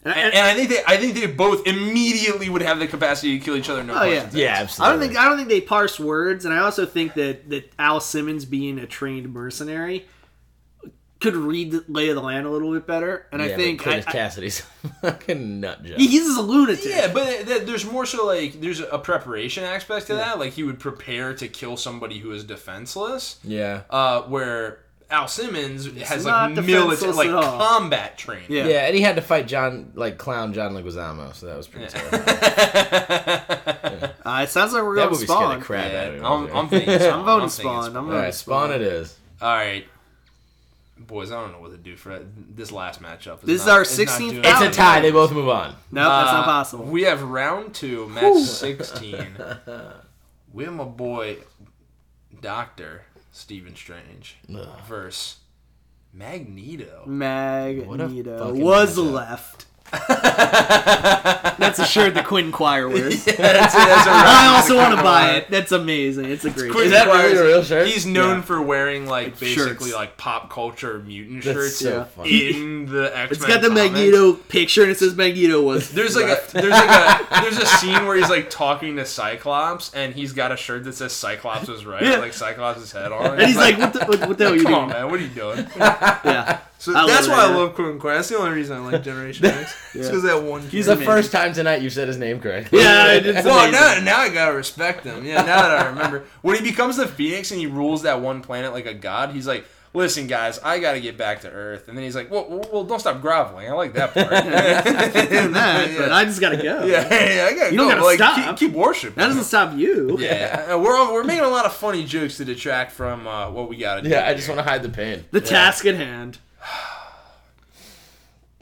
S2: And,
S3: and, and I think they, I think they both immediately would have the capacity to kill each other. No
S2: Oh, yeah.
S3: questions.
S4: yeah,
S2: I
S4: absolutely.
S2: don't think I don't think they parse words, and I also think that that Al Simmons being a trained mercenary could read the lay of the land a little bit better. And I
S4: Yeah, but
S2: think I,
S4: Curtis Cassidy's a fucking nut job.
S2: I- he's just a lunatic.
S3: Yeah, but th- th- there's more so like there's a preparation aspect to that. Like he would prepare to kill somebody who is defenseless.
S4: Yeah.
S3: uh, where Al Simmons has
S2: not
S3: like military,
S2: defenseless
S3: like
S2: at all.
S3: combat training.
S2: Yeah.
S4: Yeah, and he had to fight John, like clown John Leguizamo, so that was pretty terrifying.
S2: Uh, it sounds like we're
S4: That
S2: going
S4: movie scared
S2: Spawn.
S4: the crap out of me.
S3: Yeah, I'm, I'm thinking. Spawn.
S2: I'm voting
S3: thinking
S2: Spawn. I'm
S4: All
S2: voting
S4: right, Spawn it is.
S3: All right, boys. I don't know what to do for it. this last matchup.
S2: This is
S3: not-
S2: our
S3: not
S2: 16th
S3: doing
S4: It's
S2: round.
S3: it.
S4: a tie. They both move on.
S2: No, that's
S3: Uh,
S2: not possible.
S3: We have round two, match sixteen. We have my boy, Doctor Stephen Strange, versus Magneto.
S2: Magneto
S4: fucking
S2: was
S4: matchup.
S2: left. that's a shirt that Quinn Choir wears.
S3: That's, that's a round
S2: I also want to
S3: two.
S2: buy it. That's amazing. It's a great.
S3: Quinn
S4: that
S3: Choir's-
S4: really a real shirt?
S3: He's known
S2: Yeah.
S3: for wearing like basically
S2: shirts.
S3: like pop culture mutant
S4: That's
S3: shirts
S4: so
S3: in
S4: funny.
S3: the X Men.
S2: It's got the Magneto picture and it says Magneto was.
S3: There's like a there's like a there's a scene where he's like talking to Cyclops and he's got a shirt that says Cyclops was right,
S2: Yeah.
S3: like Cyclops' head on it.
S2: and he's like, what the, what, what the hell are you
S3: Come on,
S2: doing?
S3: man! What are you doing?
S2: Yeah.
S3: So
S2: I love
S3: that's
S2: that
S3: why I
S2: guy.
S3: love Quinn Quinn. That's the only reason I like Generation X. It's because that one.
S4: He's
S3: kid.
S4: the first time tonight you said his name correctly.
S2: Yeah, it's
S3: Well,
S2: amazing.
S3: now, now I gotta respect him. Yeah, now that I remember, when he becomes the Phoenix and he rules that one planet like a god, he's like, "Listen, guys, I gotta get back to Earth." And then he's like, "Well, well, well, don't stop groveling. I like that part.
S2: doing that, but
S3: yeah.
S2: I just gotta go.
S3: yeah, yeah, I gotta
S2: You don't
S3: go.
S2: gotta
S3: like,
S2: stop.
S3: Keep, keep worshiping."
S2: That doesn't stop you.
S3: yeah, and we're all, we're making a lot of funny jokes to detract from uh, what we gotta do.
S4: Yeah, I just want to hide the pain.
S2: The task at hand.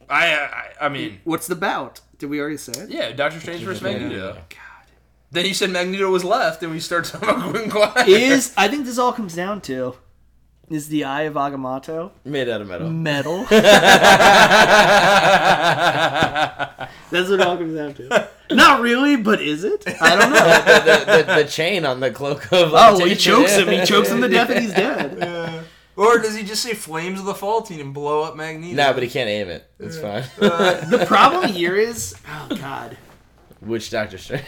S3: I, I, I mean,
S2: What's the bout? Did we already say it?
S3: yeah, Doctor Strange versus Magneto.
S4: Yeah.
S3: Then you said Magneto was left, and we start talking about Gwen Guy.
S2: Is I think this all comes down to Is the Eye of Agamotto
S4: Made out of metal.
S2: metal? That's what it all comes down to. Not really, but is it? I don't know.
S4: the, the, the chain on the cloak of.
S2: Oh, well, he chokes him. He chokes him to death, and he's dead.
S3: Or does he just say flames of the faulting and blow up Magneto?
S4: No, but he can't aim it. It's fine.
S2: Uh, The problem here is, oh god,
S4: Which Doctor Strange?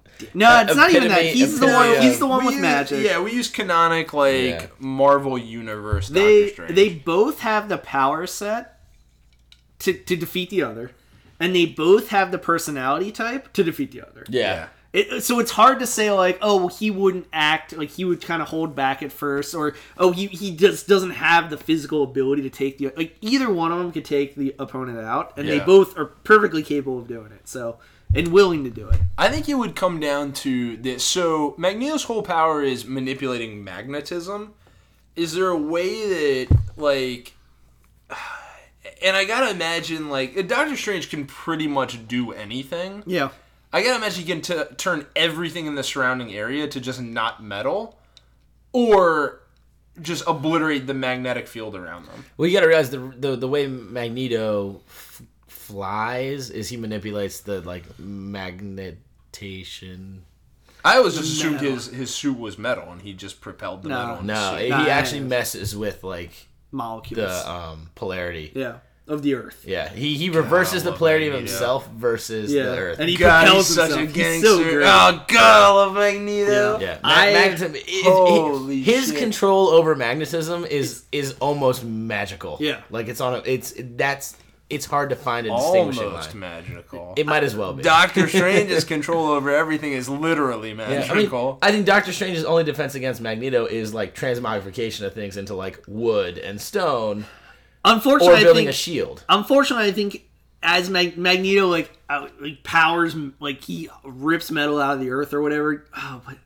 S2: no, it's not even that.
S4: Epitome-
S2: He's the
S4: epitome
S2: one.
S4: of-
S2: He's the one
S3: We
S2: with
S3: use-
S2: magic.
S3: Yeah, we use canonic like
S4: Yeah.
S3: Marvel universe.
S2: they
S3: Doctor Strange.
S2: they both have the power set to to defeat the other, and they both have the personality type to defeat the other.
S4: Yeah.
S2: It, so it's hard to say like, oh, well, he wouldn't act like he would kind of hold back at first, or oh, he he just doesn't have the physical ability to take the like either one of them could take the opponent out, and they
S3: Yeah.
S2: both are perfectly capable of doing it. So and willing to do it.
S3: I think it would come down to this. So Magneto's whole power is manipulating magnetism. Is there a way that like, and I gotta imagine like Doctor Strange can pretty much do anything.
S2: Yeah.
S3: I gotta imagine he can t- turn everything in the surrounding area to just not metal, or just obliterate the magnetic field around them.
S4: Well, you got to realize the, the the way Magneto f- flies is he manipulates the like magnetation.
S3: I always just assumed his his suit was metal and he just propelled the
S2: No.
S3: metal. and
S4: No,
S3: shit.
S4: he
S2: Nice.
S4: actually messes with like
S2: Molecules.
S4: the um, polarity. Yeah.
S2: yeah. Of the Earth.
S4: he, he reverses
S3: I
S4: the
S3: love
S4: polarity of
S3: Magneto.
S4: himself versus
S2: Yeah.
S4: the Earth.
S2: And he
S3: God,
S2: propels
S3: he's such a
S2: himself. He's
S3: gangster.
S2: so great.
S3: oh God, I love Magneto.
S4: yeah, Ma-
S2: I-
S4: magnetism. is- he-
S3: Holy
S4: his
S3: shit.
S4: control over magnetism is is almost magical.
S2: Yeah.
S4: like it's on a it's that's it's hard to find a distinguishing line.
S3: Almost magical.
S4: It might as well be.
S3: Doctor Strange's control over everything is literally
S4: Yeah, I mean,
S3: magical.
S4: I think Doctor Strange's only defense against Magneto is like transmogrification of things into like wood and stone, or
S2: Unfortunately, I
S4: building
S2: think
S4: a shield.
S2: unfortunately, I think as Mag- Magneto like out, like powers like he rips metal out of the earth or whatever. Oh, but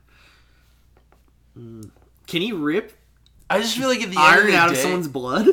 S2: Mm. can he rip
S3: I, just feel like at the end of
S2: iron
S3: the
S2: out of
S3: day-
S2: someone's blood?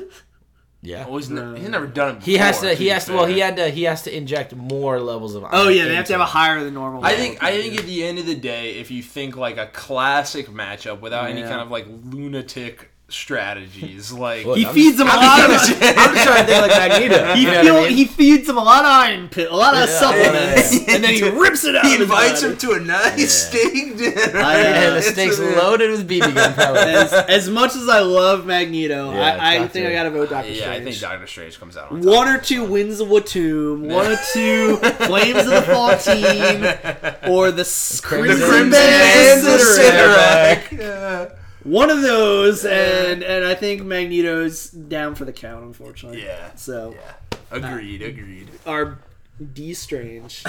S4: Yeah,
S3: Well, he's, ne- he's never done it. Before,
S4: he has to. He
S3: be
S4: has to. Well,
S3: fair.
S4: he had to. He has to inject more levels of. Iron
S2: Oh yeah, they have to have
S4: into
S2: a
S4: it.
S2: higher than normal.
S3: I
S2: level.
S3: think I think at the end of the day, if you think like a classic matchup without any
S2: Yeah.
S3: kind of like lunatic strategies, like
S4: Look,
S2: he
S4: I'm
S2: feeds him a lot of.
S4: I'm just trying to think like Magneto.
S2: He,
S4: you know what I
S2: feel-
S4: mean?
S2: he feeds him a lot of iron pit, a lot of
S4: Yeah.
S2: supplements, and then he rips it out.
S3: he
S2: of his
S3: invites
S2: body.
S3: him to a nice steak dinner.
S2: I, uh,
S4: and Oh, the
S3: It's
S4: stakes
S3: a-
S4: loaded with BB gun pellets.
S2: As, as much as I love Magneto,
S4: Yeah,
S2: I, I
S4: Doctor-
S2: think I gotta vote Doctor
S3: Yeah, I
S2: Strange.
S3: think Doctor Strange comes out on top.
S2: One or two wins of Watum, one or two Flames of the Fall Team, or the s- Crimson,
S4: Crimson
S2: Crimson
S4: Bands
S2: Bands of
S4: of
S2: Sidorak.
S3: Sidorak. Yeah.
S2: One of those, and and I think Magneto's down for the count, unfortunately.
S3: Yeah.
S2: So
S3: Agreed, agreed.
S2: our D Strange,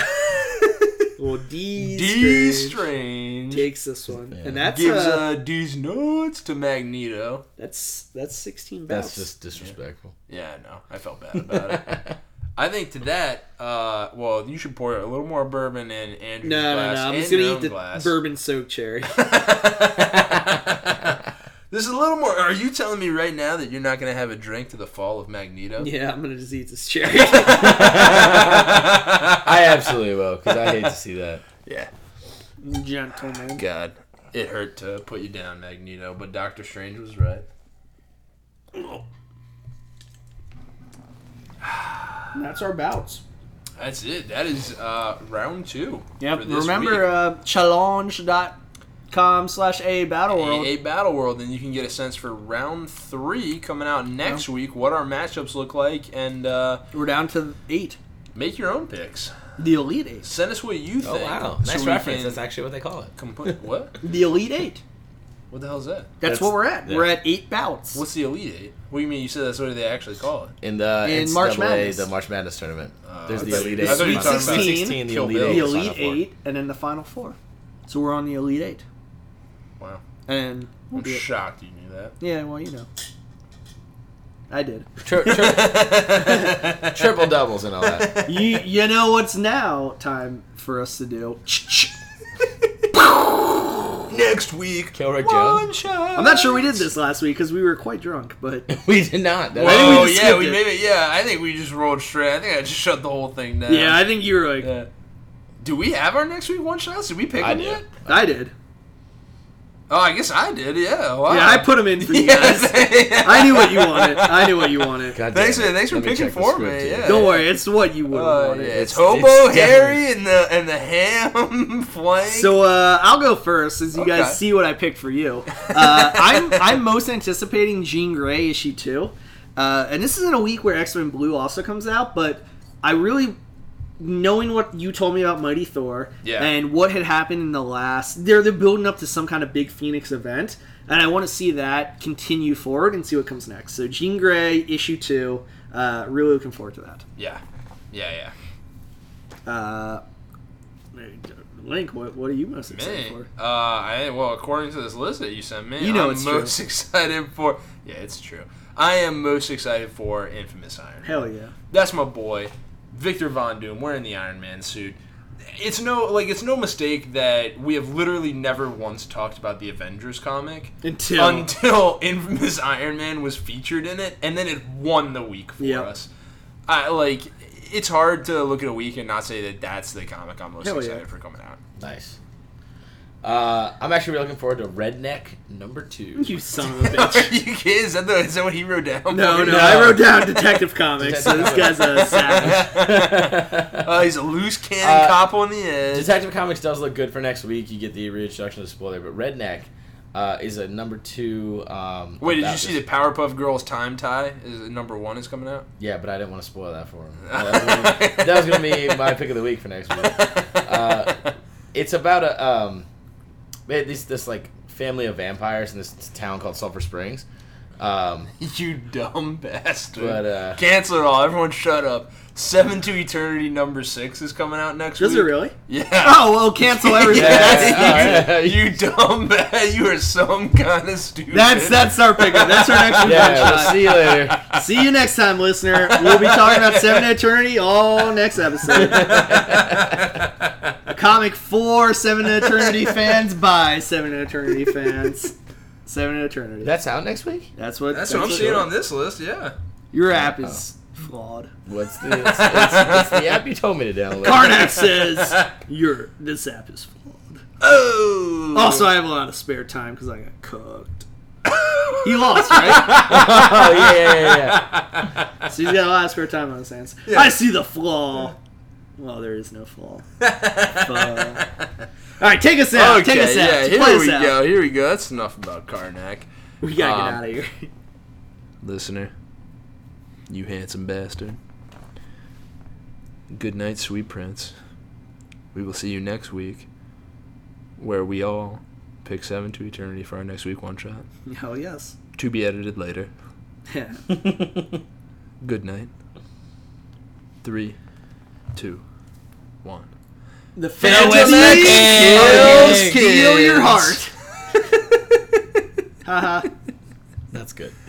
S2: well D,
S3: D
S2: Strange,
S3: Strange
S2: takes this one, and that's
S3: gives
S2: uh,
S3: uh, these notes to Magneto.
S2: that's that's sixteen
S4: That's
S2: bouts.
S4: just disrespectful.
S3: Yeah, I know. I felt bad about it. I think to that, uh, well, you should pour a little more bourbon in Andrew's
S2: no, no,
S3: glass.
S2: no! I'm
S3: and
S2: just gonna
S3: your
S2: eat
S3: own
S2: the
S3: glass.
S2: bourbon soaked cherry.
S3: This is a little more. Are you telling me right now that you're not going to have a drink to the fall of Magneto?
S2: yeah, I'm gonna just eat this cherry.
S4: I absolutely will because I hate to see that.
S3: Yeah.
S2: Gentlemen,
S3: God, it hurt to put you down, Magneto, but Doctor Strange was right.
S2: that's our bouts.
S3: That's it. That is uh, round two.
S2: Yep.
S3: for this
S2: Remember
S3: week.
S2: uh, challenge.com slash a battle uh, world.
S3: a Battle World, and you can get a sense for round three coming out next week. What our matchups look like, and uh,
S2: We're down to eight.
S3: make your own picks.
S2: The Elite Eight.
S3: Send us what you
S4: Oh
S3: think.
S4: wow,
S3: so
S4: nice
S3: we
S4: reference.
S3: can
S4: That's actually what they call it.
S3: compl- what?
S2: The Elite Eight.
S3: What the hell is that?
S2: That's,
S4: That's-
S2: what we're at.
S4: yeah.
S2: We're at eight bouts.
S3: What's the Elite Eight? What do you mean? You said that's what they actually call it?
S4: in the
S2: In
S4: NCAA,
S2: March Madness.
S4: the March Madness tournament. There's
S3: Uh, I
S4: the
S3: thought-
S4: Elite
S3: I
S4: Eight,
S3: thought you were
S4: Final
S3: talking
S4: Four.
S2: about
S4: Sixteen, the
S3: Kill
S4: Elite
S3: Bill.
S2: the
S4: Eight, Final
S2: Elite
S4: Four.
S2: Eight, and then the Final Four. So we're on the Elite Eight.
S3: Wow,
S2: And we'll
S3: I'm
S2: be at-
S3: shocked you knew that.
S2: yeah, well, you know. I did.
S4: Tri- tri- triple doubles and all that.
S2: you, you know what's now time for us to do?
S3: Next week,
S4: Kill Rick Jones.
S2: I'm
S3: shot.
S2: not sure we did this last week because we were quite drunk, but
S4: We did not. That-
S2: think we
S3: Oh
S2: just
S3: yeah,
S2: skipped
S3: we
S2: it.
S3: maybe yeah. I think we just rolled straight. I think I just shut the whole thing down.
S2: yeah, I think you were like,
S3: Yeah. Do we have our next week one shots? Did we pick
S4: I
S3: them
S4: do.
S3: yet?
S2: I did.
S3: Oh, I guess I did. Yeah. Wow.
S2: Yeah, I put him in for you guys.
S3: yeah.
S2: I knew what you wanted. I knew what you wanted.
S4: God damn
S3: Thanks
S4: it.
S3: for- thanks for
S4: Let me
S3: picking
S4: check the
S3: for
S4: script
S3: me,
S4: here.
S3: yeah.
S2: Don't worry, it's what you would have
S3: Uh, yeah,
S2: wanted.
S3: it's,
S4: It's-
S3: hobo
S4: it's
S3: Harry and the and the ham flank.
S2: So uh, I'll go first, since you
S3: Okay.
S2: guys see what I picked for you. Uh, I'm I'm most anticipating Jean Grey issue two, uh, and this is in a week where X Men Blue also comes out. But I really, knowing what you told me about Mighty Thor
S3: Yeah.
S2: and what had happened in the last, they're they're building up to some kind of big Phoenix event, and I want to see that continue forward and see what comes next. So Jean Grey issue two, uh, really looking forward to that.
S3: yeah, yeah,
S2: Uh, Link, what, what are you most
S3: yeah. Me,
S2: excited for?
S3: uh, I well, according to this list that you sent me,
S2: You know
S3: I'm
S2: it's
S3: most excited for. Yeah, it's true. I am most excited for Infamous Iron. Man.
S2: Hell yeah.
S3: That's my boy, Victor Von Doom wearing the Iron Man suit. It's no like it's no mistake that we have literally never once talked about the Avengers comic.
S2: Until
S3: until infamous Iron Man was featured in it, and then it won the week for
S2: Yep.
S3: us. I like. It's hard to look at a week and not say that that's the comic I'm most
S2: Hell yeah.
S3: excited for coming out.
S4: Nice. Uh, I'm actually really looking forward to Redneck number two.
S2: you son of a
S3: Are
S2: bitch.
S3: you kidding? Is that, the, is that what he wrote down?
S2: No, no,
S4: No.
S2: I wrote down Detective Comics, so this
S4: Detective
S2: guy's a savage.
S3: Uh, he's a loose cannon
S4: Uh,
S3: cop on the edge.
S4: Detective Comics does look good for next week. You get the reintroduction of the spoiler, but Redneck uh, is a number two. Um,
S3: Wait, did
S4: about
S3: you see
S4: this-
S3: the Powerpuff Girls time tie? Is it number one is coming out?
S4: Yeah, but I didn't want to spoil that for him. that was going to be my pick of the week for next week. Uh, it's about a um, man, this this like family of vampires in this town called Sulphur Springs. Um,
S3: you dumb bastard!
S4: But, uh,
S3: Cancel it all. Everyone, shut up. Seven to Eternity number six is coming out next
S2: Does
S3: week.
S2: it really?
S3: Yeah.
S2: Oh, well, cancel everything.
S3: Yeah,
S2: That's-
S3: that's-
S4: all right.
S3: you dumb bad. You are some kind of stupid.
S2: That's that's our pickup. That's our next one.
S4: yeah, we'll
S2: Yeah,
S4: see you later.
S2: see you next time, listener. We'll be talking about Seven to Eternity all next episode. A comic for Seven to Eternity fans by Seven to Eternity fans. Seven to Eternity.
S4: That's out next week.
S2: that's what.
S3: That's what I'm seeing on this list. Yeah.
S2: Your app is flawed.
S4: What's the it's, it's, it's the app you told me to download?
S2: Karnak says your this app is flawed.
S3: Oh.
S2: Also, I have a lot of spare time because I got cooked. He lost, right?
S4: Oh yeah, yeah, yeah, yeah.
S2: so he's got a lot of spare time on his hands. I see the flaw. Well, there is no flaw. Fuck. All right, take us out.
S3: Okay,
S2: take us out.
S3: yeah, here
S2: Play us
S3: we
S2: out.
S3: go. Here we go. That's enough about Karnak.
S2: We gotta
S3: Um,
S2: get out of here.
S1: Listener, you handsome bastard. Good night, sweet prince. We will see you next week, where we all pick seven to eternity for our next week one shot.
S2: Hell yes.
S1: To be edited later. Good night. Three, two, one.
S2: the
S4: Phantom
S2: will
S4: Menace.
S2: steal your heart. Haha.
S4: That's good.